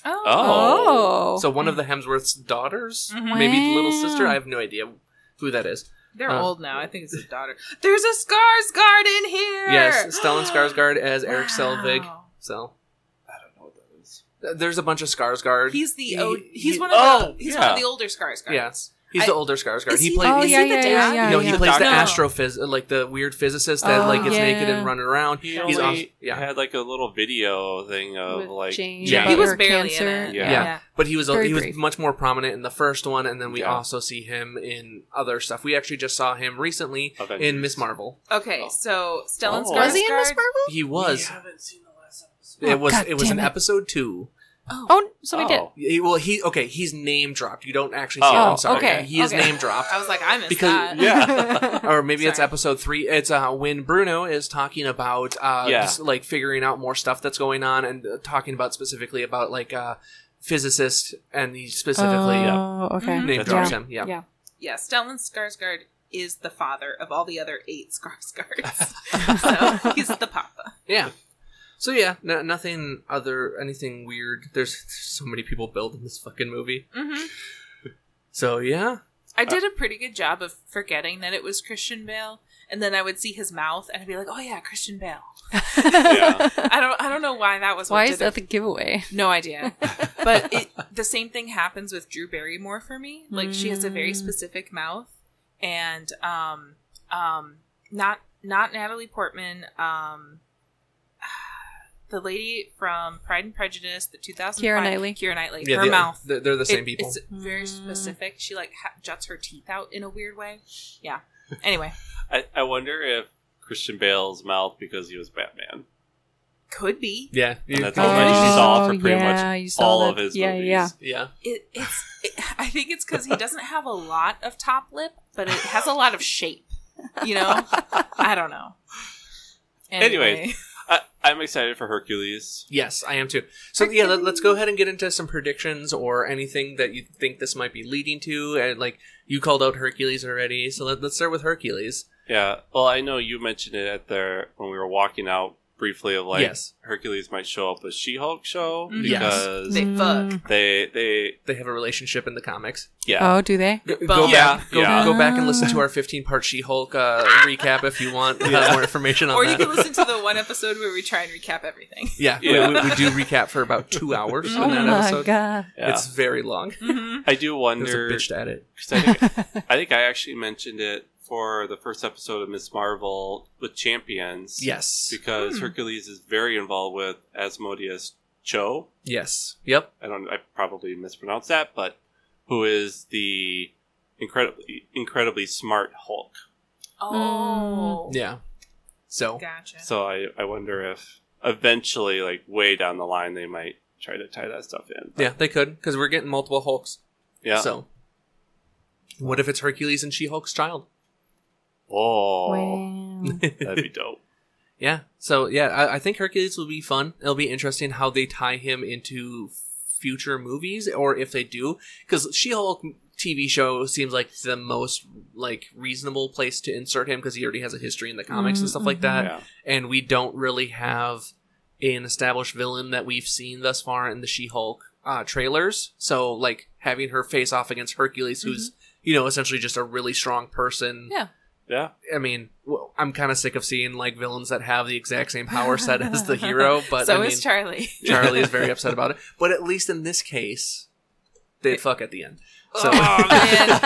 B: oh.
C: Oh.
A: So one of the Hemsworth's daughters,
B: Mhm.
A: maybe the little
D: Wow.
A: sister. I have no idea who that is.
B: They're
A: Uh,
B: old now. I think it's his daughter. There's a Skarsgård in here.
A: Yes, Stellan Skarsgård as Eric
B: Wow.
A: Selvig. So
C: I don't know what that is.
A: th- there's a bunch of Skarsgård.
B: He's the o-
A: He-
B: he's
A: he-
B: one of
C: oh,
B: the he's
C: yeah.
B: one of the older Skarsgårds.
A: yes, he's
B: I-
A: the older Skarsgård.
B: Is
A: He
B: he-
A: plays.
D: oh
B: is
D: yeah,
B: he the
D: yeah,
B: dad?
D: yeah, yeah.
A: no,
D: yeah.
A: he
C: the
A: plays the
C: doctor.
A: astrophys like the weird physicist that
D: Oh,
A: like gets
D: yeah.
A: naked and run around.
C: He
A: He's
C: only
A: awesome. Yeah,
C: had like a little video thing of
D: With
C: uh, like
D: Jane
A: Yeah.
B: he
D: Butler
B: was barely
D: cancer.
B: in it.
C: Yeah.
A: But he was
D: Very
A: he was
D: brief.
A: much more prominent in the first one, and then we
C: Yeah.
A: also see him in other stuff. We actually just saw him recently
C: Avengers.
A: in Miss Marvel.
B: Okay, so Stellan
C: Oh.
B: Skarsgård.
D: Was he in Miss Marvel?
A: He was.
C: We haven't seen the last episode.
D: Oh,
A: It was
D: God
A: it was
D: damn
A: an
D: it.
A: episode two.
D: Oh, so we did.
C: Oh.
A: He- well, he okay. He's name dropped. You don't actually see
C: Oh,
A: him. I'm sorry.
D: okay,
A: He is
B: okay.
A: name dropped,
B: I was like, I missed
A: Because-
B: that.
C: Yeah.
A: or maybe it's
B: Sorry.
A: episode three. It's uh, when Bruno is talking about uh,
C: Yeah.
A: just, like figuring out more stuff that's going on and uh, talking about specifically about like uh, physicist and he specifically uh,
D: Oh, okay.
B: Mhm.
A: name
C: That's
A: drops
C: right.
A: him. Yeah.
D: Yeah.
B: yeah, Stellan Skarsgård is the father of all the other eight Skarsgårds. so he's the papa.
A: Yeah. So yeah, no, nothing other, anything weird. There's, there's so many people building this fucking movie.
B: Mm-hmm.
A: So yeah,
B: I did a pretty good job of forgetting that it was Christian Bale, and then I would see his mouth and I'd be like, "Oh yeah, Christian Bale." I don't I don't know why that was. what
D: Why
B: did
D: is that the giveaway?
B: it. No idea. but it, the same thing happens with Drew Barrymore for me. Like she has a very
D: Mm.
B: specific mouth, and um, um, not not Natalie Portman. Um, the lady from Pride and Prejudice, the 2005
D: Keira Knightley.
B: Keira Knightley.
A: yeah,
B: her
A: the- uh,
B: mouth.
A: They're, they're the same
B: It-
A: people.
B: It's very
D: Mm.
B: specific. She like ha- juts her teeth out in a weird way. Yeah. Anyway,
C: I, I wonder if Christian Bale's mouth because he was Batman.
B: could be.
A: Yeah, you-
C: That's all that you saw for pretty much
D: Oh, you
C: all of his
D: yeah,
C: movies.
D: Yeah,
A: Yeah,
B: It, it's. It, I think it's because he doesn't have a lot of top lip, but it has a lot of shape. You know. I don't know.
C: Anyway. I, I'm excited for Hercules.
A: yes, I am too. So yeah, let, let's go ahead and get into some predictions or anything that you think this might be leading to. And like you called out Hercules already, so let, let's start with Hercules.
C: Yeah. Well, I know you mentioned it at the when we were walking out briefly of like
A: yes,
C: Hercules might show up as She-Hulk show
D: Mm-hmm.
B: Mhm.
A: Yes.
C: because
B: They
D: Mm.
B: fuck.
C: they they
A: they have a relationship in the comics.
C: yeah.
D: Oh, do they?
A: Go,
B: But-
A: go
C: Yeah,
A: back, go,
C: yeah.
A: go back and listen to our 15 part She-Hulk uh, recap if you want uh,
C: Yeah.
A: more information on
B: Or
A: that.
B: you can listen to the one episode where we try and recap everything.
A: Yeah, we-
C: Yeah.
A: We, we, do recap for about two hours
D: Oh
A: in that
D: my
A: episode.
D: god!
C: yeah.
A: It's very long.
B: Mm-hmm.
C: I do
A: There's a
C: wonder.
A: bitch at it.
C: 'cause I, think, I think I actually mentioned it for the first episode of Miss Marvel with Champions.
A: Yes.
C: because
B: Hmm.
C: Hercules is very involved with Asmodeus Cho.
A: Yes. Yep.
C: I don't. I probably mispronounced that, but who is the incredibly incredibly smart Hulk?
B: Oh.
A: Yeah. So
B: Gotcha.
C: So I I wonder if eventually, like way down the line, they might try to tie that stuff in. But,
A: yeah, they could because we're getting multiple Hulks.
C: yeah.
A: So what if it's Hercules and She-Hulk's child?
C: oh,
D: Wow.
C: that'd be dope.
A: Yeah. So yeah, I, I think Hercules will be fun. It'll be interesting how they tie him into future movies, or if they do, because She-Hulk TV show seems like the most like reasonable place to insert him because he already has a history in the comics and
D: Mhm,
A: stuff like that,
C: Yeah,
A: and we don't really have an established villain that we've seen thus far in the She-Hulk uh, trailers. So like having her face off against Hercules, who's you know essentially just a really strong person,
B: Mm-hmm. Yeah.
C: yeah.
A: I mean, well, I'm kind of sick of seeing like villains that have the exact same power set as the hero, but
B: so
A: I mean,
B: is Charlie.
A: Charlie is very upset about it. But at least in this case, they fuck at the end. So
B: Oh man,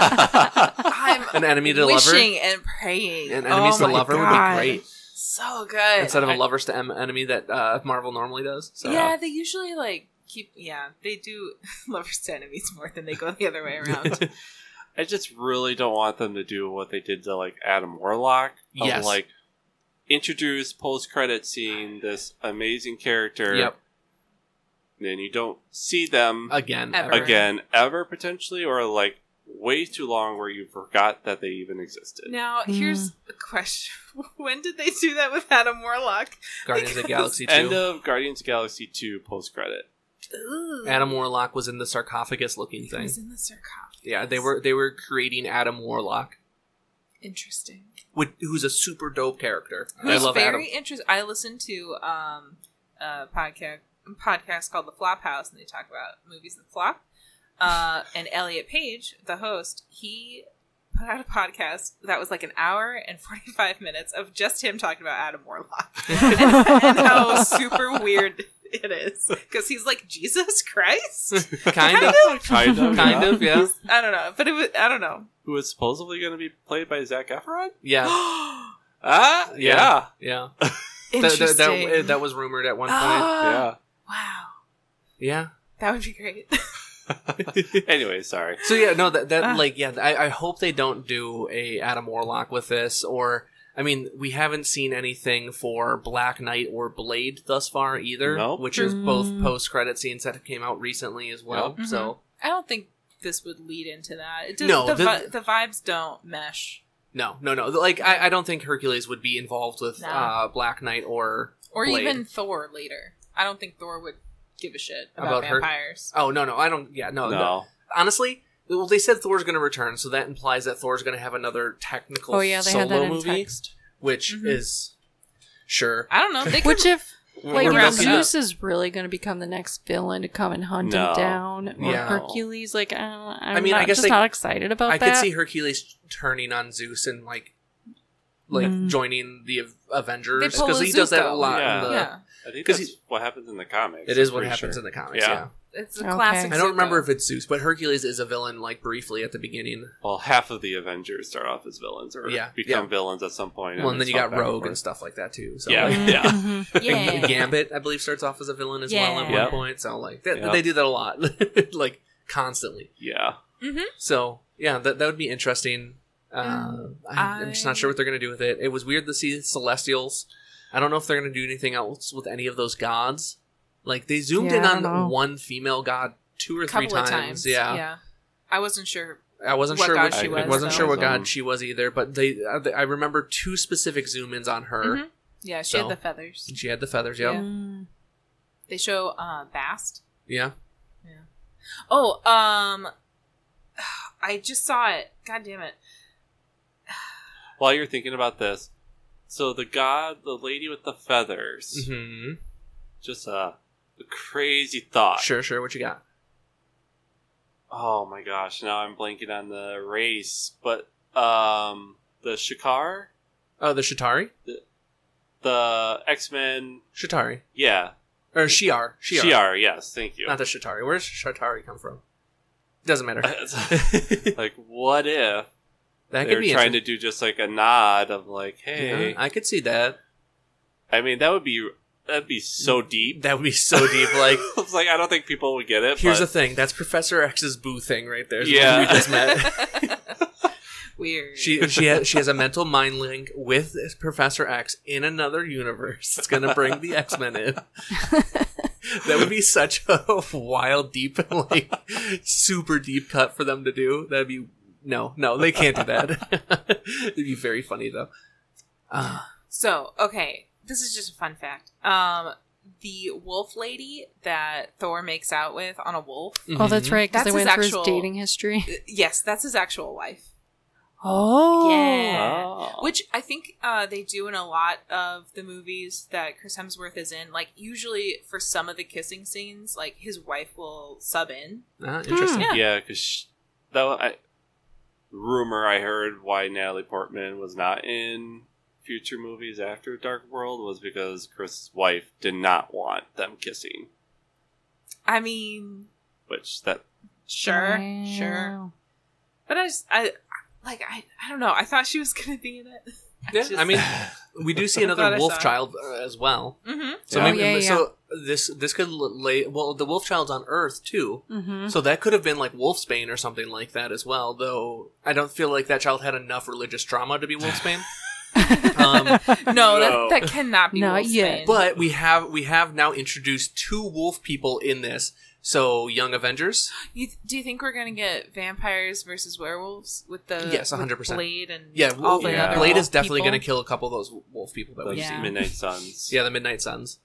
B: I'm
A: an enemy to
B: wishing and praying.
A: lover, an enemies
B: oh
A: to
B: my
A: lover
B: God.
A: would be great
B: So good.
A: instead of a
C: I-
A: lovers to em- enemy that uh, Marvel normally does. So.
B: yeah, they usually like keep. Yeah, they do lovers to enemies more than they go the other way around.
C: I just really don't want them to do what they did to like Adam Warlock. Of,
A: Yes.
C: Like introduce post credit scene this amazing character.
A: Yep.
C: And then you don't see them
A: Again.
B: Ever.
A: ever.
C: again ever potentially, or like way too long where you forgot that they even existed.
B: now, here's a question: When did they do that with Adam Warlock?
A: Guardians of the Galaxy
C: End
A: 2.
C: of Guardians of the Galaxy two post credit.
B: Ooh,
A: Adam Warlock was in the sarcophagus looking
B: He
A: thing.
B: was in the sarcophagus.
A: Yeah, they were they were creating Adam Warlock,
B: interesting.
A: which, who's a super dope character.
B: Who's
A: I love Adam.
B: very interesting. I listened to um, a podcast podcast called The Flop House, and they talk about movies that flop. Uh, and Elliot Page, the host, he put out a podcast that was like an hour and forty five minutes of just him talking about Adam Warlock and, and how super weird it is because he's like Jesus Christ.
A: kind of,
C: Kind of.
A: kind
C: yeah.
A: of, yeah,
B: I don't know, but it was I don't know.
C: Who is supposedly going to be played by Zach Efron?
A: yeah,
C: Ah, yeah,
A: yeah. That,
B: Interesting.
A: that, that, that was rumored at one point.
B: Ah,
C: yeah.
B: Wow,
A: yeah.
B: that would be great.
C: anyway, sorry.
A: So yeah, no, that, that
B: Ah.
A: like yeah, I, I hope they don't do a Adam Warlock with this, or I mean, we haven't seen anything for Black Knight or Blade thus far either,
C: Nope.
A: which is
D: Mm.
A: both
B: Hmm.
A: post credit scenes that came out recently as well.
B: Yep.
A: So
B: I don't think this would lead into that. It does,
A: No,
B: the,
A: the-
B: vi- the vibes don't mesh,
A: no, no, no, like I, I don't think Hercules would be involved with
B: No.
A: uh, Black Knight or
B: or
A: Blade.
B: even Thor later. I don't think Thor would give a shit
A: About
B: about,
A: her-
B: vampires.
A: oh no, no, I don't. Yeah, no, no.
C: No,
A: honestly. Well, they said Thor's going to return, so that implies that Thor's going to have another technical
D: Oh yeah, they
A: solo
D: had that in
A: movie.
D: text. Mm-hmm.
A: which
B: Mhm.
A: is sure.
B: I don't know. They could,
D: Which if Like
A: We're
D: if
A: wrapping up.
D: Zeus is really going to become the next villain to come and hunt
C: No.
D: him down, or
A: No.
D: Hercules, like I don't know, I'm
A: I mean, I
D: not-
A: guess
D: just
A: they-
D: not excited about
A: I
D: that.
A: could see Hercules turning on Zeus and like, like
D: Mm.
A: joining the Av- Avengers
B: They pull
A: because
B: a
A: he does that a
B: Zuko.
A: lot.
C: Yeah.
A: In the,
B: yeah,
C: I think
A: 'Cause
C: that's what happens in the comics.
A: It is what happens in the comics. Yeah.
C: Yeah.
B: it's a
D: Okay.
B: classic.
A: I don't remember
B: Zuko.
A: if it's Zeus, but Hercules is a villain like briefly at the beginning.
C: Well, half of the Avengers start off as villains or
A: Yeah,
C: become
A: yeah.
C: villains at some point.
A: well, and then
C: it's
A: you
C: all
A: got
C: back
A: Rogue
C: forth.
A: and stuff like that too. So
C: Yeah.
A: like,
D: Mhm,
C: Yeah.
D: mhm.
B: Mm-hmm. yeah.
A: Gambit, I believe, starts off as a villain as well at
B: Yeah.
A: one point. So like that,
C: Yeah.
A: they do that a lot, like constantly.
C: Yeah.
A: So yeah, that that would be interesting. Uh, I, I'm just not sure
B: I-
A: what they're gonna do with it. It was weird to see Celestials. I don't know if they're gonna do anything else with any of those gods. Like they zoomed
D: Yeah,
A: in
D: I don't know.
A: on one female god two or three
B: couple
A: times.
B: of times.
A: Yeah.
B: yeah. I wasn't sure.
A: I wasn't
B: What
A: sure
B: god
A: which,
C: she
A: I
C: was,
A: wasn't
C: though.
A: sure what
C: Um,
A: god she was either. But they, I, I remember two specific zoom ins on her.
B: Mhm. Yeah, she
A: So-
B: had the feathers.
A: And She had the feathers. Yep. Yeah.
D: Mm.
B: They show uh, Bast.
A: Yeah.
B: Oh, um, I just saw it. God damn it!
C: While you're thinking about this, so the god, the lady with the feathers, Mm-hmm.
A: hmm
C: just a, a crazy thought.
A: Sure. Sure. What you got?
C: Oh my gosh, now I'm blanking on the race, but um, the Shikar,
A: Oh, the Shatari.
C: the X Men,
A: Shatari
C: yeah,
A: or Shiar. Shiar.
C: Shiar, yes, thank you.
A: Not the Shatari. Where's Shatari come from? Doesn't matter.
C: like, what
A: That
C: if Uh, they're
A: could be
C: trying to do just like a nod of like,
A: interesting.
C: hey,
A: Yeah, I could see that.
C: I mean, that would be that'd be so deep.
A: That would be Mm, so deep. Like,
C: it's like I don't think people would get it.
A: here's the
C: but
A: thing. That's Professor X's boo thing right there. is the
C: Yeah.
A: one we just met.
B: Weird.
A: She she has, she has a mental mind link with Professor X in another universe. It's gonna bring the X Men in. That would be such a wild, deep, like super deep cut for them to do. That'd be no, no, they can't do that. It'd be very funny though. Uh,
B: so okay, this is just a fun fact. Um, the wolf lady that Thor makes out with on a wolf.
D: Oh, that's
A: mhm.
D: right. Because
B: That's
D: they
B: his
D: went through
B: actual-
D: his dating history.
B: Uh, Yes, that's his actual wife.
D: Oh,
B: Yeah.
C: Oh.
B: Which I think uh, they do in a lot of the movies that Chris Hemsworth is in. Like usually for some of the kissing scenes, like his wife will sub in.
A: Ah, interesting.
B: Yeah.
C: yeah, because though I rumor I heard why Natalie Portman was not in future movies after Dark World was because Chris's wife did not want them kissing,
B: I mean,
C: which that
B: sure, sure. But I just, I, like, I, I don't know. I thought she was gonna be in it.
A: Yeah,
B: Hmm. just-
A: I mean, we do see
B: Thought I
A: another wolf
B: saw.
A: child uh, as well.
B: Mm-hmm.
A: So
C: Yeah.
A: maybe
D: Oh, yeah,
A: so this this could l- lay well the wolf child's on Earth too.
D: Mm-hmm.
A: So that could have been like Wolfsbane or something like that as well. Though I don't feel like that child had enough religious trauma to be Wolfsbane. um,
B: No,
C: No.
B: That, that cannot be.
D: Not
B: Wolfsbane.
D: yet.
A: but we have we have now introduced two wolf people in this. So Young Avengers,
B: you, do you think we're gonna get vampires versus werewolves with the
A: Yes,
B: with
A: 100%.
B: Blade and
A: yeah,
B: all
A: Wolf,
B: the
C: yeah.
B: other
A: Blade is
B: wolf
A: definitely
B: people?
A: going to kill a couple of those wolf people that
C: those
A: we've
B: Yeah.
A: seen.
C: Midnight Suns,
A: Yeah, the Midnight Suns.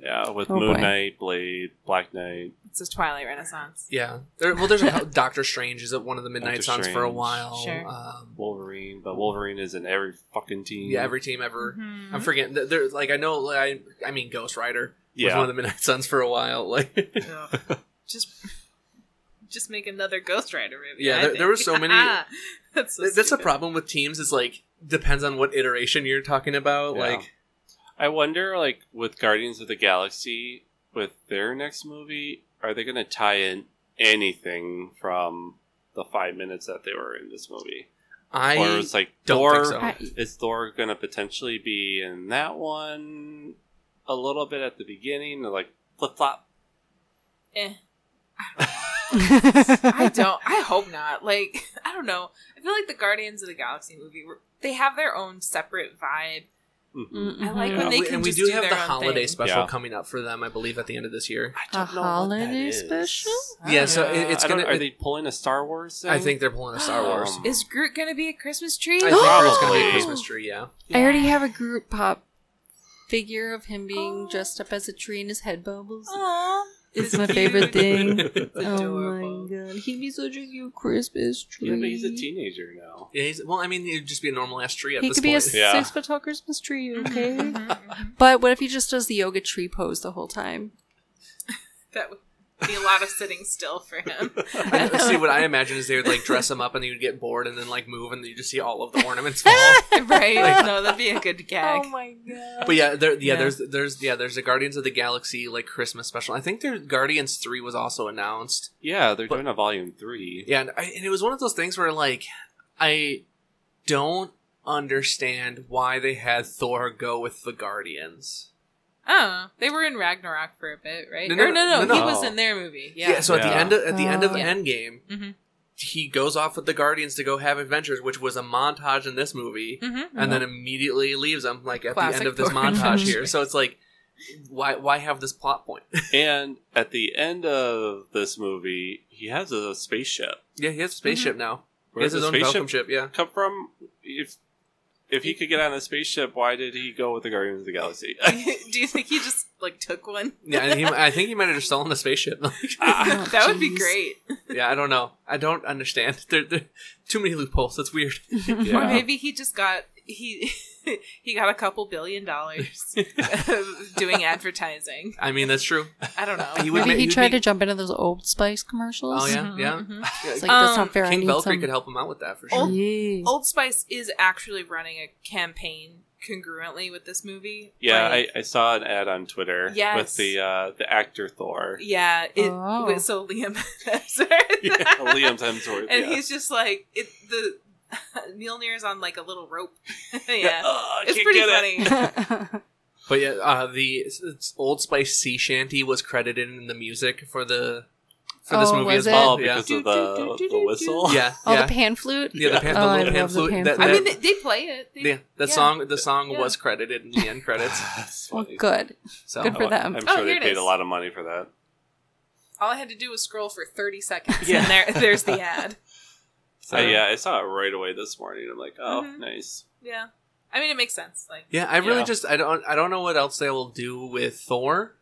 C: yeah, with
D: Oh,
C: Moon
D: boy.
C: Knight, Blade, Black Knight,
B: It's a Twilight Renaissance.
A: Yeah, there, well, there's a, couple- Doctor Strange is at one of the Midnight
C: Doctor
A: Suns for a
C: Strange.
A: while.
B: Sure.
A: Um,
C: Wolverine, but Wolverine is in every fucking team.
A: yeah, every team ever.
B: Mhm.
A: I'm forgetting. th- There, like I know, like, I I mean, Ghost Rider was
C: yeah.
A: one of the Midnight Suns for a while. Like,
B: Ugh. just just make another Ghost Rider movie.
A: Yeah,
B: I
A: there-
B: think.
A: there were so many-
B: that's so
A: that's a
B: stupid.
A: problem with teams. Is like depends on what iteration you're talking about.
C: Yeah.
A: Like,
C: I wonder, like, with Guardians of the Galaxy, with their next movie, are they going to tie in anything from the five minutes that they were in this movie?
A: I
C: or it's like
A: don't
C: Thor.
A: think so.
D: I-
C: Is Thor going to potentially be in that one a little bit at the beginning, or like flip flop?
B: Eh. I don't. I hope not. Like, I don't know. I feel like the Guardians of the Galaxy movie, were- they have their own separate vibe.
C: Mhm.
D: Mhm.
B: mm-hmm. I like
C: Yeah.
B: when they
A: We-
B: can
A: and we
B: just
A: do
B: do
A: have
B: their
A: the
B: own
A: holiday
B: thing.
A: special
C: Yeah.
A: coming up for them, I believe, at the end of this year.
C: I
D: A holiday special?
B: I
A: yeah,
B: don't
A: so
B: know.
A: it, it's
C: I don't-
A: gonna.
C: Are
A: it-
C: they pulling a Star Wars? Thing?
A: I think they're pulling a Star Wars.
C: Um,
B: Is Groot gonna be a Christmas tree?
A: I think there's gonna be a
C: Probably.
A: Christmas tree. Yeah,
D: I already have a
B: Oh.
D: group pop figure of him being dressed up as a tree and his head bubbles.
B: Aw,
D: It's my favorite thing.
B: Oh, It's
D: Oh
B: adorable.
D: my god, he'd be such a cute Christmas tree.
C: Yeah, but he's a teenager now.
A: Yeah, he's, well, I mean, it'd just be a normal ass tree at
D: He
A: this
D: could be a
A: point.
D: six
C: Yeah.
D: foot tall Christmas tree,
B: Mhm,
D: okay?
B: mhm, mhm.
D: but what if he just does the yoga tree pose the whole time?
B: that would be a lot of sitting still for him.
A: I- see, what I imagine is they would like dress him up, and he would get bored, and then like move, and you just see all of the ornaments fall.
B: right?
A: Like-
B: no, that'd be a good gag.
D: Oh my god.
A: But yeah, there, yeah,
B: Yeah.
A: there's there's yeah, there's a Guardians of the Galaxy like Christmas special. I think their Guardians three was also announced.
C: Yeah, they're
A: But-
C: doing a volume three.
A: Yeah, and, I, and it was one of those things where like I don't understand why they had Thor go with the Guardians.
B: Oh, they were in Ragnarok for a bit, right?
A: No,
B: No,
A: no,
B: no, or, no, no,
A: no,
B: he
C: no.
B: was in their movie.
A: Yeah.
B: Yeah. Uh,
A: so at the
C: Yeah.
A: end of, at the end of
D: Oh.
B: Yeah.
A: Endgame,
B: Mhm.
A: he goes off with the Guardians to go have adventures, which was a montage in this movie,
B: Mhm.
A: and then immediately leaves them like at the
B: Classic
A: end of this
B: Thor.
A: montage here. So it's like, why why have this plot point?
C: And at the end of this movie, he has a spaceship.
A: yeah, he has a
B: Mm-hmm.
A: spaceship now. He
C: Where
A: has his
C: does the
A: own
C: spaceship
A: Falcon ship. Yeah.
C: come from? If if he could get on a spaceship, why did he go with the Guardians of the Galaxy?
B: Do you think he just like took one?
A: Yeah, and he, I think he might have just stolen the spaceship.
B: Ah,
D: Oh,
B: that would be
D: jeez.
B: great.
A: yeah, I don't know. I don't understand. There, there too many loopholes. That's weird.
B: Or maybe he just got he he got a couple billion dollars doing advertising.
A: I mean, that's true.
B: I don't know.
A: He would
D: Maybe
A: ma-
D: he
A: would
D: tried
A: be-
D: to jump into those Old Spice commercials.
A: Oh yeah,
B: Mhm,
A: yeah.
B: mhm.
A: Yeah,
D: It's like, that's
B: Um,
D: not fair. I
A: King
D: need
A: Valkyrie
D: some- Oh,
A: could help him out with that for sure.
B: Old-
D: Yeah.
B: Old Spice is actually running a campaign congruently with this movie.
C: Yeah,
B: Like,
C: I, I saw an ad on Twitter
B: Yes.
C: with the uh, the actor Thor,
B: yeah. It,
D: Oh.
B: wait, So Liam Hemsworth.
C: yeah, Liam Hemsworth,
B: and
C: yeah.
B: he's just like it. The Mjolnir is on like a little rope. yeah,
C: Ugh, Oh, I
B: it's
C: can't
B: pretty
C: get it.
B: funny.
D: oh.
A: But yeah, uh, the it's- it's Old Spice sea shanty was credited in the music for the for this
D: Oh,
A: movie as
D: was it?
A: well.
C: Oh, because
D: Do,
C: of the,
D: do, do, do,
C: the
D: do,
C: whistle.
A: yeah, yeah,
D: oh,
A: yeah.
D: the pan flute?
A: yeah, the pan, the
D: Oh, I
A: little pan
D: love the
A: flute.
D: pan
A: that,
B: I
D: flute.
A: that-
B: mean, they, they play it. They,
A: yeah, the
B: yeah.
A: song, the song
B: Yeah.
A: was credited in the end credits.
C: That's
D: Well,
C: funny.
D: good.
A: So
D: Good for
C: Oh,
D: them.
C: I'm
B: Oh,
C: sure they
B: here it
C: paid
B: is.
C: a lot of money for that.
B: All I had to do was scroll for thirty seconds,
A: Yeah.
B: and there, there's the ad.
C: So, Uh, yeah, I saw it right away this morning. I'm like, oh,
B: Mhm.
C: nice.
B: Yeah, I mean, it makes sense. Like,
A: yeah, I really
C: Yeah.
A: just I don't I don't know what else they will do with Thor.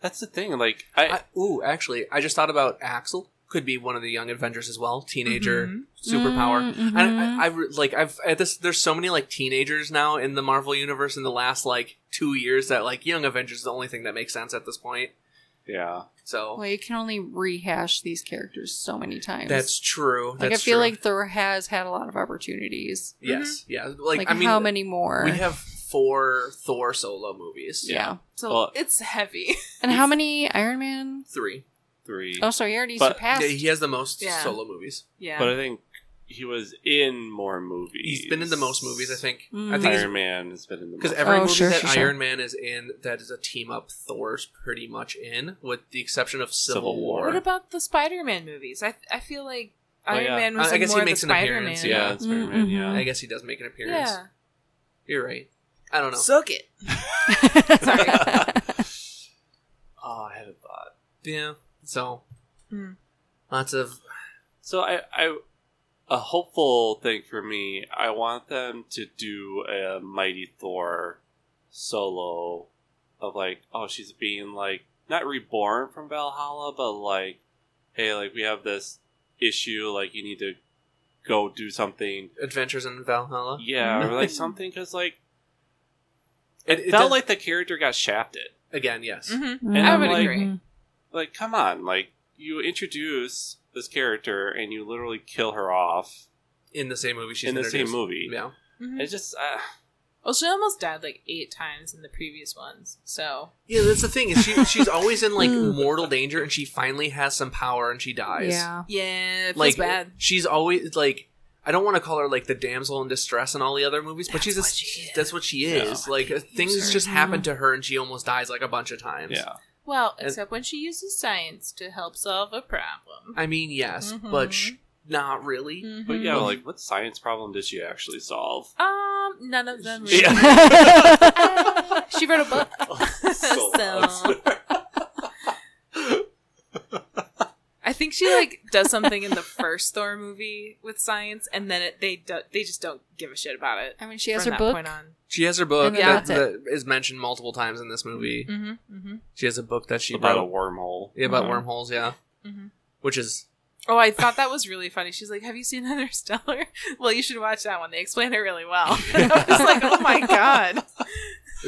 C: That's the thing. Like, I,
A: I, ooh, actually, I just thought about Axel could be one of the Young Avengers as well, teenager
B: Mhm.
A: superpower.
D: Mm,
A: I,
D: mhm.
A: I, I re- like I've at this. There's so many like teenagers now in the Marvel universe in the last like two years that like Young Avengers is the only thing that makes sense at this point.
C: yeah,
A: So
D: Well, you can only rehash these characters so many times.
A: that's true.
D: like
A: that's
D: I feel
A: true.
D: like Thor has had a lot of opportunities.
A: yes, yeah. Like,
D: Like,
A: I mean,
D: how many more?
A: we have four Thor solo movies.
D: yeah.
B: so
C: Well-
B: it's heavy.
D: And how many Iron Man?
A: three.
C: three.
D: Oh, sorry, he already
C: But-
D: surpassed.
A: Yeah, he has the most
B: Yeah.
A: solo movies.
B: Yeah,
C: But I think he was in more movies.
A: He's been in the most movies. I think.
D: Mm.
A: I think
C: Iron Man has been in the
A: because
C: most.
A: every
D: Oh,
A: movie
D: sure,
A: that
D: sure, sure.
A: Iron Man is in that is a team up. Thor's pretty much in, with the exception of Civil,
C: Civil
A: War.
C: War.
B: what about the Spider-Man movies? I I feel like
C: Oh,
B: Iron
C: yeah.
B: Man was
A: I- I
B: in
A: guess he
B: more of
A: makes
B: the
A: an
B: Spider-Man.
A: appearance,
C: yeah, it's Iron Man. Yeah.
A: I guess he does make an appearance.
B: yeah.
A: You're right. I don't know.
B: Suck it.
C: Oh, I had a thought.
A: Yeah. So
B: Hmm.
A: lots of
C: So I, I, a hopeful thing for me. I want them to do a Mighty Thor solo of like, oh, she's being like not reborn from Valhalla, but like, hey, like we have this issue. Like you need to go do something.
A: adventures in Valhalla.
C: Yeah, or like something because like
A: It, it
C: felt
A: does-
C: like the character got shafted.
A: again, yes.
B: Mhm.
C: And
B: I
C: I'm
B: would
C: like-
B: agree.
C: like come on like you introduce this character and you literally kill her off
A: In the same movie, she's
C: in the same
A: introduced.
C: movie
A: Yeah.
B: Mhm.
C: it's just uh,
B: Well, she almost died like eight times in the previous ones, so
A: Yeah, that's the thing. Is she she's always in like
B: Hmm.
A: mortal danger, and she finally has some power, and she dies.
D: yeah.
B: yeah, it feels
A: like
B: bad.
A: she's always like. I don't want to call her like the damsel in distress in all the other movies, but she's a,
B: what she is.
A: that's what she is.
C: Yeah.
A: Like uh, things
B: User.
A: just happen to her, and she almost dies like a bunch of times.
C: yeah
B: Well,
A: And-
B: except when she uses science to help solve a problem.
A: I mean, yes,
B: Mm-hmm.
A: but sh- not really.
C: but yeah
B: Mhm.
A: Mm-hmm.
C: like what science problem did she actually solve
B: um, none of them. Really.
C: Yeah.
B: she wrote a book, so
C: So-
B: I think she like does something in the first Thor movie with science, and then it, they do, they just don't give a shit about it.
D: I mean, she has
B: from
D: her
B: that
D: book.
B: Point on.
A: She has her book
D: And then
A: that,
D: that's
A: that is mentioned multiple times in this movie.
B: Mm-hmm, mm-hmm.
A: She has a book that she
C: about a Mm-hmm.
A: wrote
C: wormhole.
A: yeah, about
B: Mhm.
A: wormholes. Yeah,
D: Mm-hmm.
B: Mhm.
A: which is
B: Oh, I thought that was really funny. She's like, "Have you seen Interstellar? well, you should watch that one. They explain it really well." And I was like, "Oh my god!"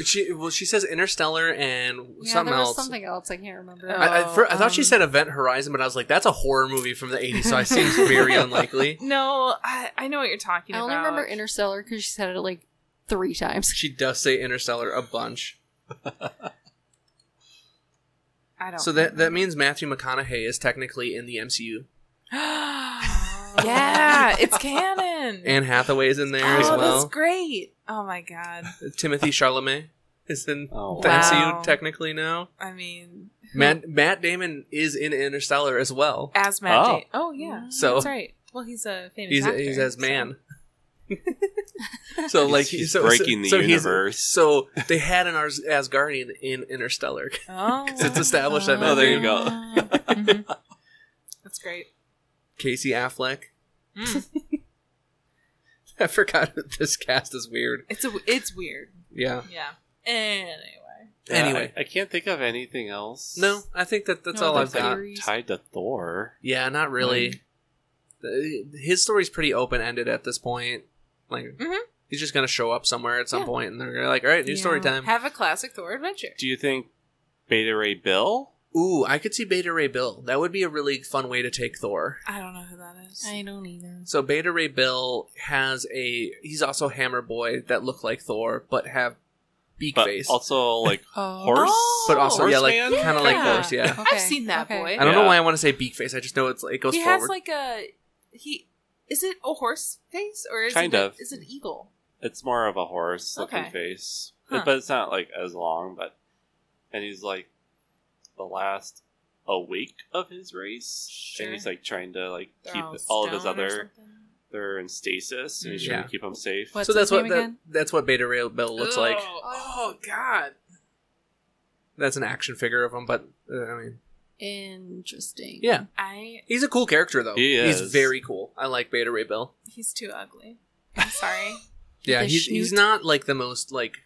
A: she well she says Interstellar and
D: Yeah,
A: something
D: there was
A: else.
D: something else I can't remember.
B: Oh.
A: I, I, fir- I thought she
B: um,
A: said Event Horizon, but I was like, that's a horror movie from the 80s, so it seems very unlikely.
B: No, I, I know what you're talking
D: I
B: about.
D: only remember Interstellar because she said it like three times.
A: She does say Interstellar a bunch.
B: I don't.
A: So that that means Matthew McConaughey is technically in the MCU.
B: yeah, it's canon.
A: Anne Hathaway is in there as
B: oh,
A: well.
B: that's great. Oh my god.
A: Timothy Chalamet is in
C: Oh,
A: the
B: Wow.
A: MCU technically now.
B: I mean,
A: Matt Matt Damon is in Interstellar as well.
B: as Matt.
C: Oh.
B: Da- Oh,
D: Mm.
B: yeah.
A: So-
B: that's right. Well, he's a famous.
A: He's
B: actor,
A: he's as
B: so-
A: man. so like
C: he's, he's
A: so- so-
C: breaking the
A: so he's-
C: universe.
A: so they had an Ars- Asgardian in Interstellar.
B: Oh,
A: 'Cause it's established that
C: Oh, there you go.
B: Mhm. That's great.
A: Casey Affleck.
B: Mm.
A: I forgot that this cast is weird.
B: It's a, it's weird.
A: Yeah.
B: Yeah. Anyway.
C: Yeah,
A: anyway.
C: I, I can't think of anything else.
A: No, I think that that's
D: No
A: all
D: other
A: I've got.
D: theories.
C: Tied to Thor.
A: Yeah, not really. Uh, His story's pretty open ended at this point. Like
B: Mhm.
A: he's just gonna show up somewhere at some
B: Yeah.
A: point and they're gonna be like, all right, new story
B: Yeah.
A: time.
B: Have a classic Thor adventure.
C: Do you think Beta Ray Bill?
A: Ooh, I could see Beta Ray Bill. That would be a really fun way to take Thor.
B: I don't know who that is.
D: I don't either.
A: So Beta Ray Bill has a he's also Hammer Boy that look like Thor but have beak
C: But
A: face.
C: also like
D: Oh.
C: horse.
B: Oh.
A: but also yeah, like
C: Horseman?
A: kinda like
B: Yeah.
A: horse, yeah.
B: I've seen that boy.
A: I don't know
C: Yeah.
A: why I want to say beak face. I just know it's it goes
B: he
A: forward.
B: has like a he. Is it a horse face or is
C: Kind
B: it a-
C: of.
B: is it an eagle?
C: It's more of a horse looking
B: Okay.
C: face,
B: Huh.
C: but it's not like as long. But and he's like the last awake of his race,
B: Sure.
C: and he's like trying to like
B: They're
C: keep all, of his
B: stone or
C: other
B: something?
C: they're in stasis, and he's
A: Mm.
C: trying
A: Yeah.
C: to keep them safe.
D: What- What's
A: so that's
D: his
A: what
D: name
A: that,
D: again?
A: that's what Beta Ray Bill looks
B: Ugh.
A: like.
B: Oh God.
A: That's an action figure of him, but uh, I mean,
D: Interesting.
A: yeah,
B: I
A: he's a cool character though.
C: He
A: He's
C: is.
A: very cool. I like Beta Ray Bill.
B: he's too ugly. I'm sorry.
A: Yeah,
D: The
A: he's he's
D: schnoot.
A: not like the most like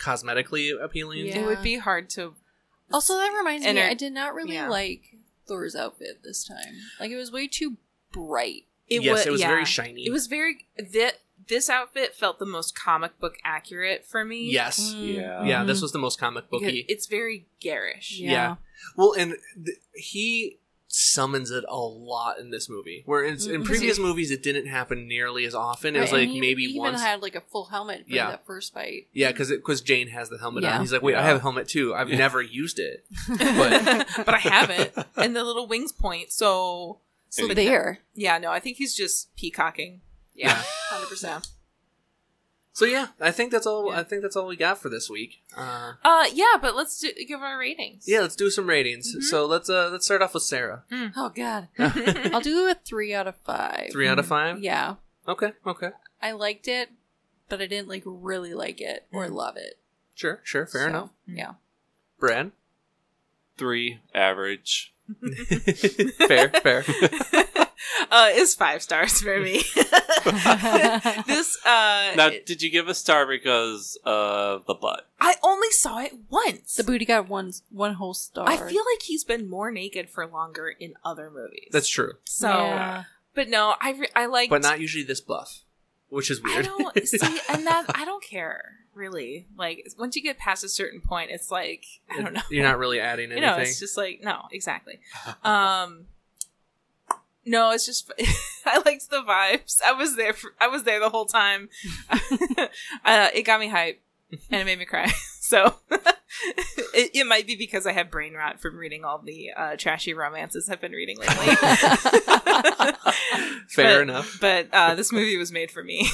A: cosmetically appealing.
D: Yeah.
B: It would be hard to
D: Also, that reminds
B: And
D: me,
B: her-
D: I did not really
B: yeah.
D: like Thor's outfit this time. Like, it was way too bright.
A: yes,
B: wa-
A: it was
B: yeah.
A: very shiny.
B: It was very that this outfit felt the most comic book accurate for me.
A: yes.
B: Mm.
C: Yeah.
A: Yeah,
D: Mhm.
A: this was the most comic
B: Because
A: booky.
B: It's very garish.
A: Yeah. Well, and th- he summons it a lot in this movie. Whereas in
D: Mhm.
A: previous movies, it didn't happen nearly as often. It was
D: Right,
A: like
D: and he
A: maybe
D: even
A: once.
D: had like a full helmet for
A: Yeah.
D: that first fight.
A: yeah, because because Jane has the helmet
D: Yeah.
A: on. He's like, wait, I
C: Yeah.
A: have a helmet too. I've
C: Yeah.
A: never used it.
B: But, but I haven't. And the little wings point. So,
D: So
B: but-
D: there,
B: yeah, no, I think he's just peacocking. Yeah. 100%.
A: So yeah, I think that's all.
B: Yeah.
A: I think that's all we got for this week. Uh,
B: Uh, yeah, but let's do, give our ratings.
A: yeah, let's do some ratings.
D: Mm-hmm.
B: Mhm.
A: So let's uh, let's start off with Sarah.
D: oh god, I'll do a three out of five.
A: Three out of five.
D: Mm-hmm. Yeah,
A: Okay. Okay.
D: I liked it, but I didn't like really like it
B: Mm.
D: or love it.
A: Sure. Sure. Fair
D: So,
A: enough.
D: Yeah,
A: Brad.
C: Three average.
A: fair. Fair.
B: uh, it's five stars for me. this, uh,
C: Now, did you give a star because of the butt?
B: I only saw it once.
D: the booty got one one whole star.
B: I feel like he's been more naked for longer in other movies.
A: That's true.
B: so.
D: Yeah.
B: But no, I re- I like.
A: But not usually this buff, which is
B: I
A: weird.
B: don't see, and that I don't care really. Like once you get past a certain point, it's like I don't know.
A: You're not really adding
B: You
A: anything.
B: know, it's just like no, exactly. Um, no, it's just I liked the vibes. I was there. For, I was there the whole time. uh, it got me hype, and it made me cry. So it, it might be because I have brain rot from reading all the uh, trashy romances I've been reading lately.
A: fair
B: but-
A: enough.
B: but uh, this movie was made for me.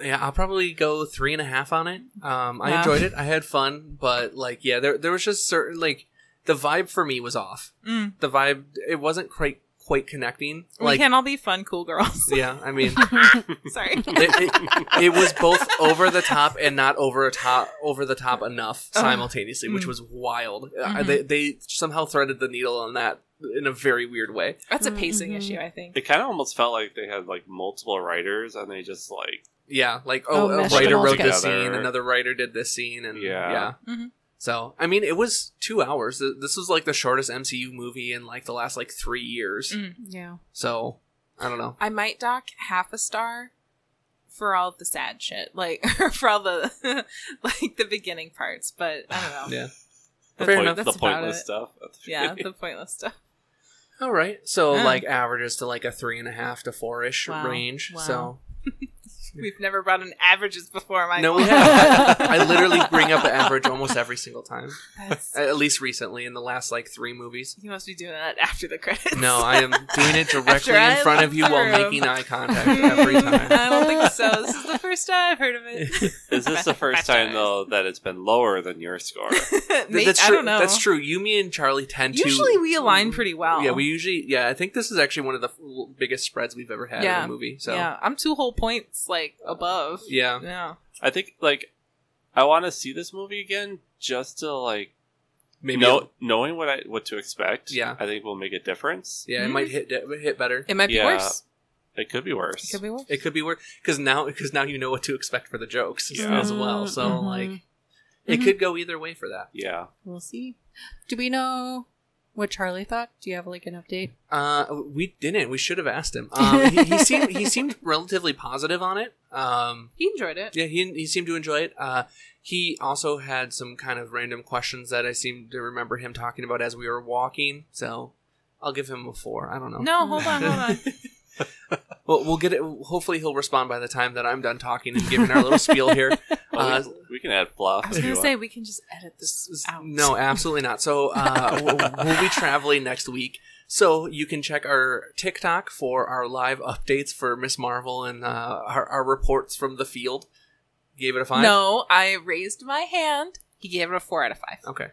A: Yeah, I'll probably go three and a half on it. Um, I
B: Wow.
A: enjoyed it. I had fun, but like, yeah, there there was just certain like the vibe for me was off.
B: Mm.
A: The vibe it wasn't quite quite connecting.
B: we
A: Like,
B: can't all be fun, cool girls.
A: yeah, I mean,
B: Sorry.
A: it, it, it was both over the top and not over a top over the top enough
B: Oh.
A: simultaneously, which
B: Mm.
A: was wild. Uh,
B: Mhm.
A: They they somehow threaded the needle on that in a very weird way.
B: That's a pacing
D: Mhm.
B: issue, I think.
C: It kind of almost felt like they had like multiple writers, and they just like
A: Yeah, like oh,
D: Oh,
A: a
D: meshed
A: writer
D: it all
A: wrote this
C: together.
A: scene, another writer did this scene, and yeah.
C: Yeah.
B: Mhm.
A: So I mean, it was two hours. Th- This was like the shortest MCU movie in like the last like three years.
B: Mm.
D: Yeah.
A: So I don't know.
B: I might dock half a star for all the sad shit, like for all the like the beginning parts. But I don't know.
A: Yeah.
C: the,
A: Fair
C: point-
A: enough.
C: the
B: That's about
C: pointless
B: it.
C: stuff.
B: Yeah, the pointless stuff.
A: All right. So
B: Yeah.
A: like averages to like a three and a half to four ish
B: Wow.
A: range.
B: Wow.
A: So
B: We've never brought in averages before, my
A: no, we have. I literally bring up the average almost every single time.
B: That's,
A: At least recently in the last like three movies.
B: you must be doing that after the credits.
A: No, I am doing it directly
B: After
A: in
B: I
A: front of you while
B: look through.
A: making eye contact every time.
B: I don't think so. This is the first time I've heard of it.
C: Is this the first time though that it's been lower than your score?
B: Maybe,
A: that's
B: I
A: true.
B: don't know.
A: That's true. You, me, and Charlie tend
B: Usually
A: to.
B: we align pretty well.
A: Yeah, we usually. Yeah, I think this is actually one of the f- biggest spreads we've ever had in
B: Yeah.
A: a movie. So yeah,
B: Yeah, I'm two whole points like above. Yeah.
C: I think like I want to see this movie again just to like
A: maybe.
C: know knowing what I what to expect.
A: Yeah.
C: I think will make a difference.
A: yeah, it
B: Mm-hmm.
A: might hit it might hit better.
B: It might be
C: Yeah.
B: worse.
C: It could be worse.
B: It could be worse.
A: It could be worse because now because now you know what to expect for the jokes
C: Yeah.
A: as well. So
B: Mm-hmm.
D: Mhm.
A: like, it
B: Mhm.
A: could go either way for that.
C: yeah,
D: We'll see. Do we know what Charlie thought? Do you have like an update?
A: Uh, we didn't. We should have asked him. Um, he, he seemed he seemed relatively positive on it. Um,
B: He enjoyed it.
A: yeah, he he seemed to enjoy it. Uh, he also had some kind of random questions that I seem to remember him talking about as we were walking. So I'll give him a four. I don't know.
B: No, hold on, hold on.
A: Well, we'll get it. Hopefully, he'll respond by the time that I'm done talking and giving our little spiel here.
C: Well,
A: Uh,
C: we, we can add fluff.
B: I was
C: if you
B: gonna
C: want.
B: say we can just edit this
A: S- s-
B: out.
A: No, absolutely not. So uh, w- we'll be traveling next week. So you can check our TikTok for our live updates for Miss Marvel and uh, our, our reports from the field. Gave it a five.
B: No, I raised my hand. He gave it a four out of five.
A: Okay.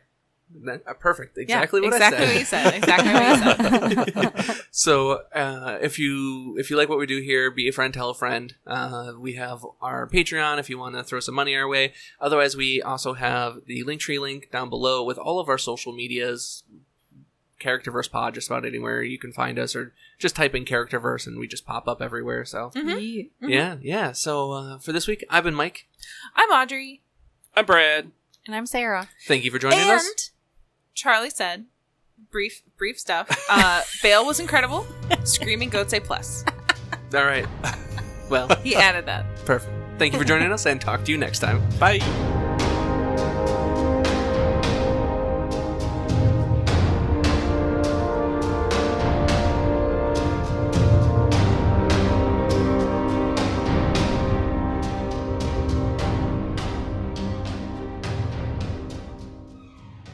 A: Then- uh, perfect. Exactly
B: yeah,
A: what
B: exactly
A: I
B: what
A: said.
B: you said. Exactly what you said.
A: so uh, if you if you like what we do here be a friend tell a friend uh, we have our patreon if you want to throw some money our way otherwise we also have the linktree link down below with all of our social medias characterverse pod just about anywhere you can find us or just type in characterverse and we just pop up everywhere so
B: Mhm.
D: Yeet.
B: Mhm.
A: yeah yeah so uh, for this week i've been mike
B: I'm Audrey,
C: I'm Brad.
D: And I'm Sarah.
A: thank you for joining
B: and
A: us
B: Charlie said, brief, brief stuff. Uh, Bale was incredible. Screaming goats a plus.
A: all right well
B: He added that.
A: perfect thank you for joining us and talk to you next time
C: Bye.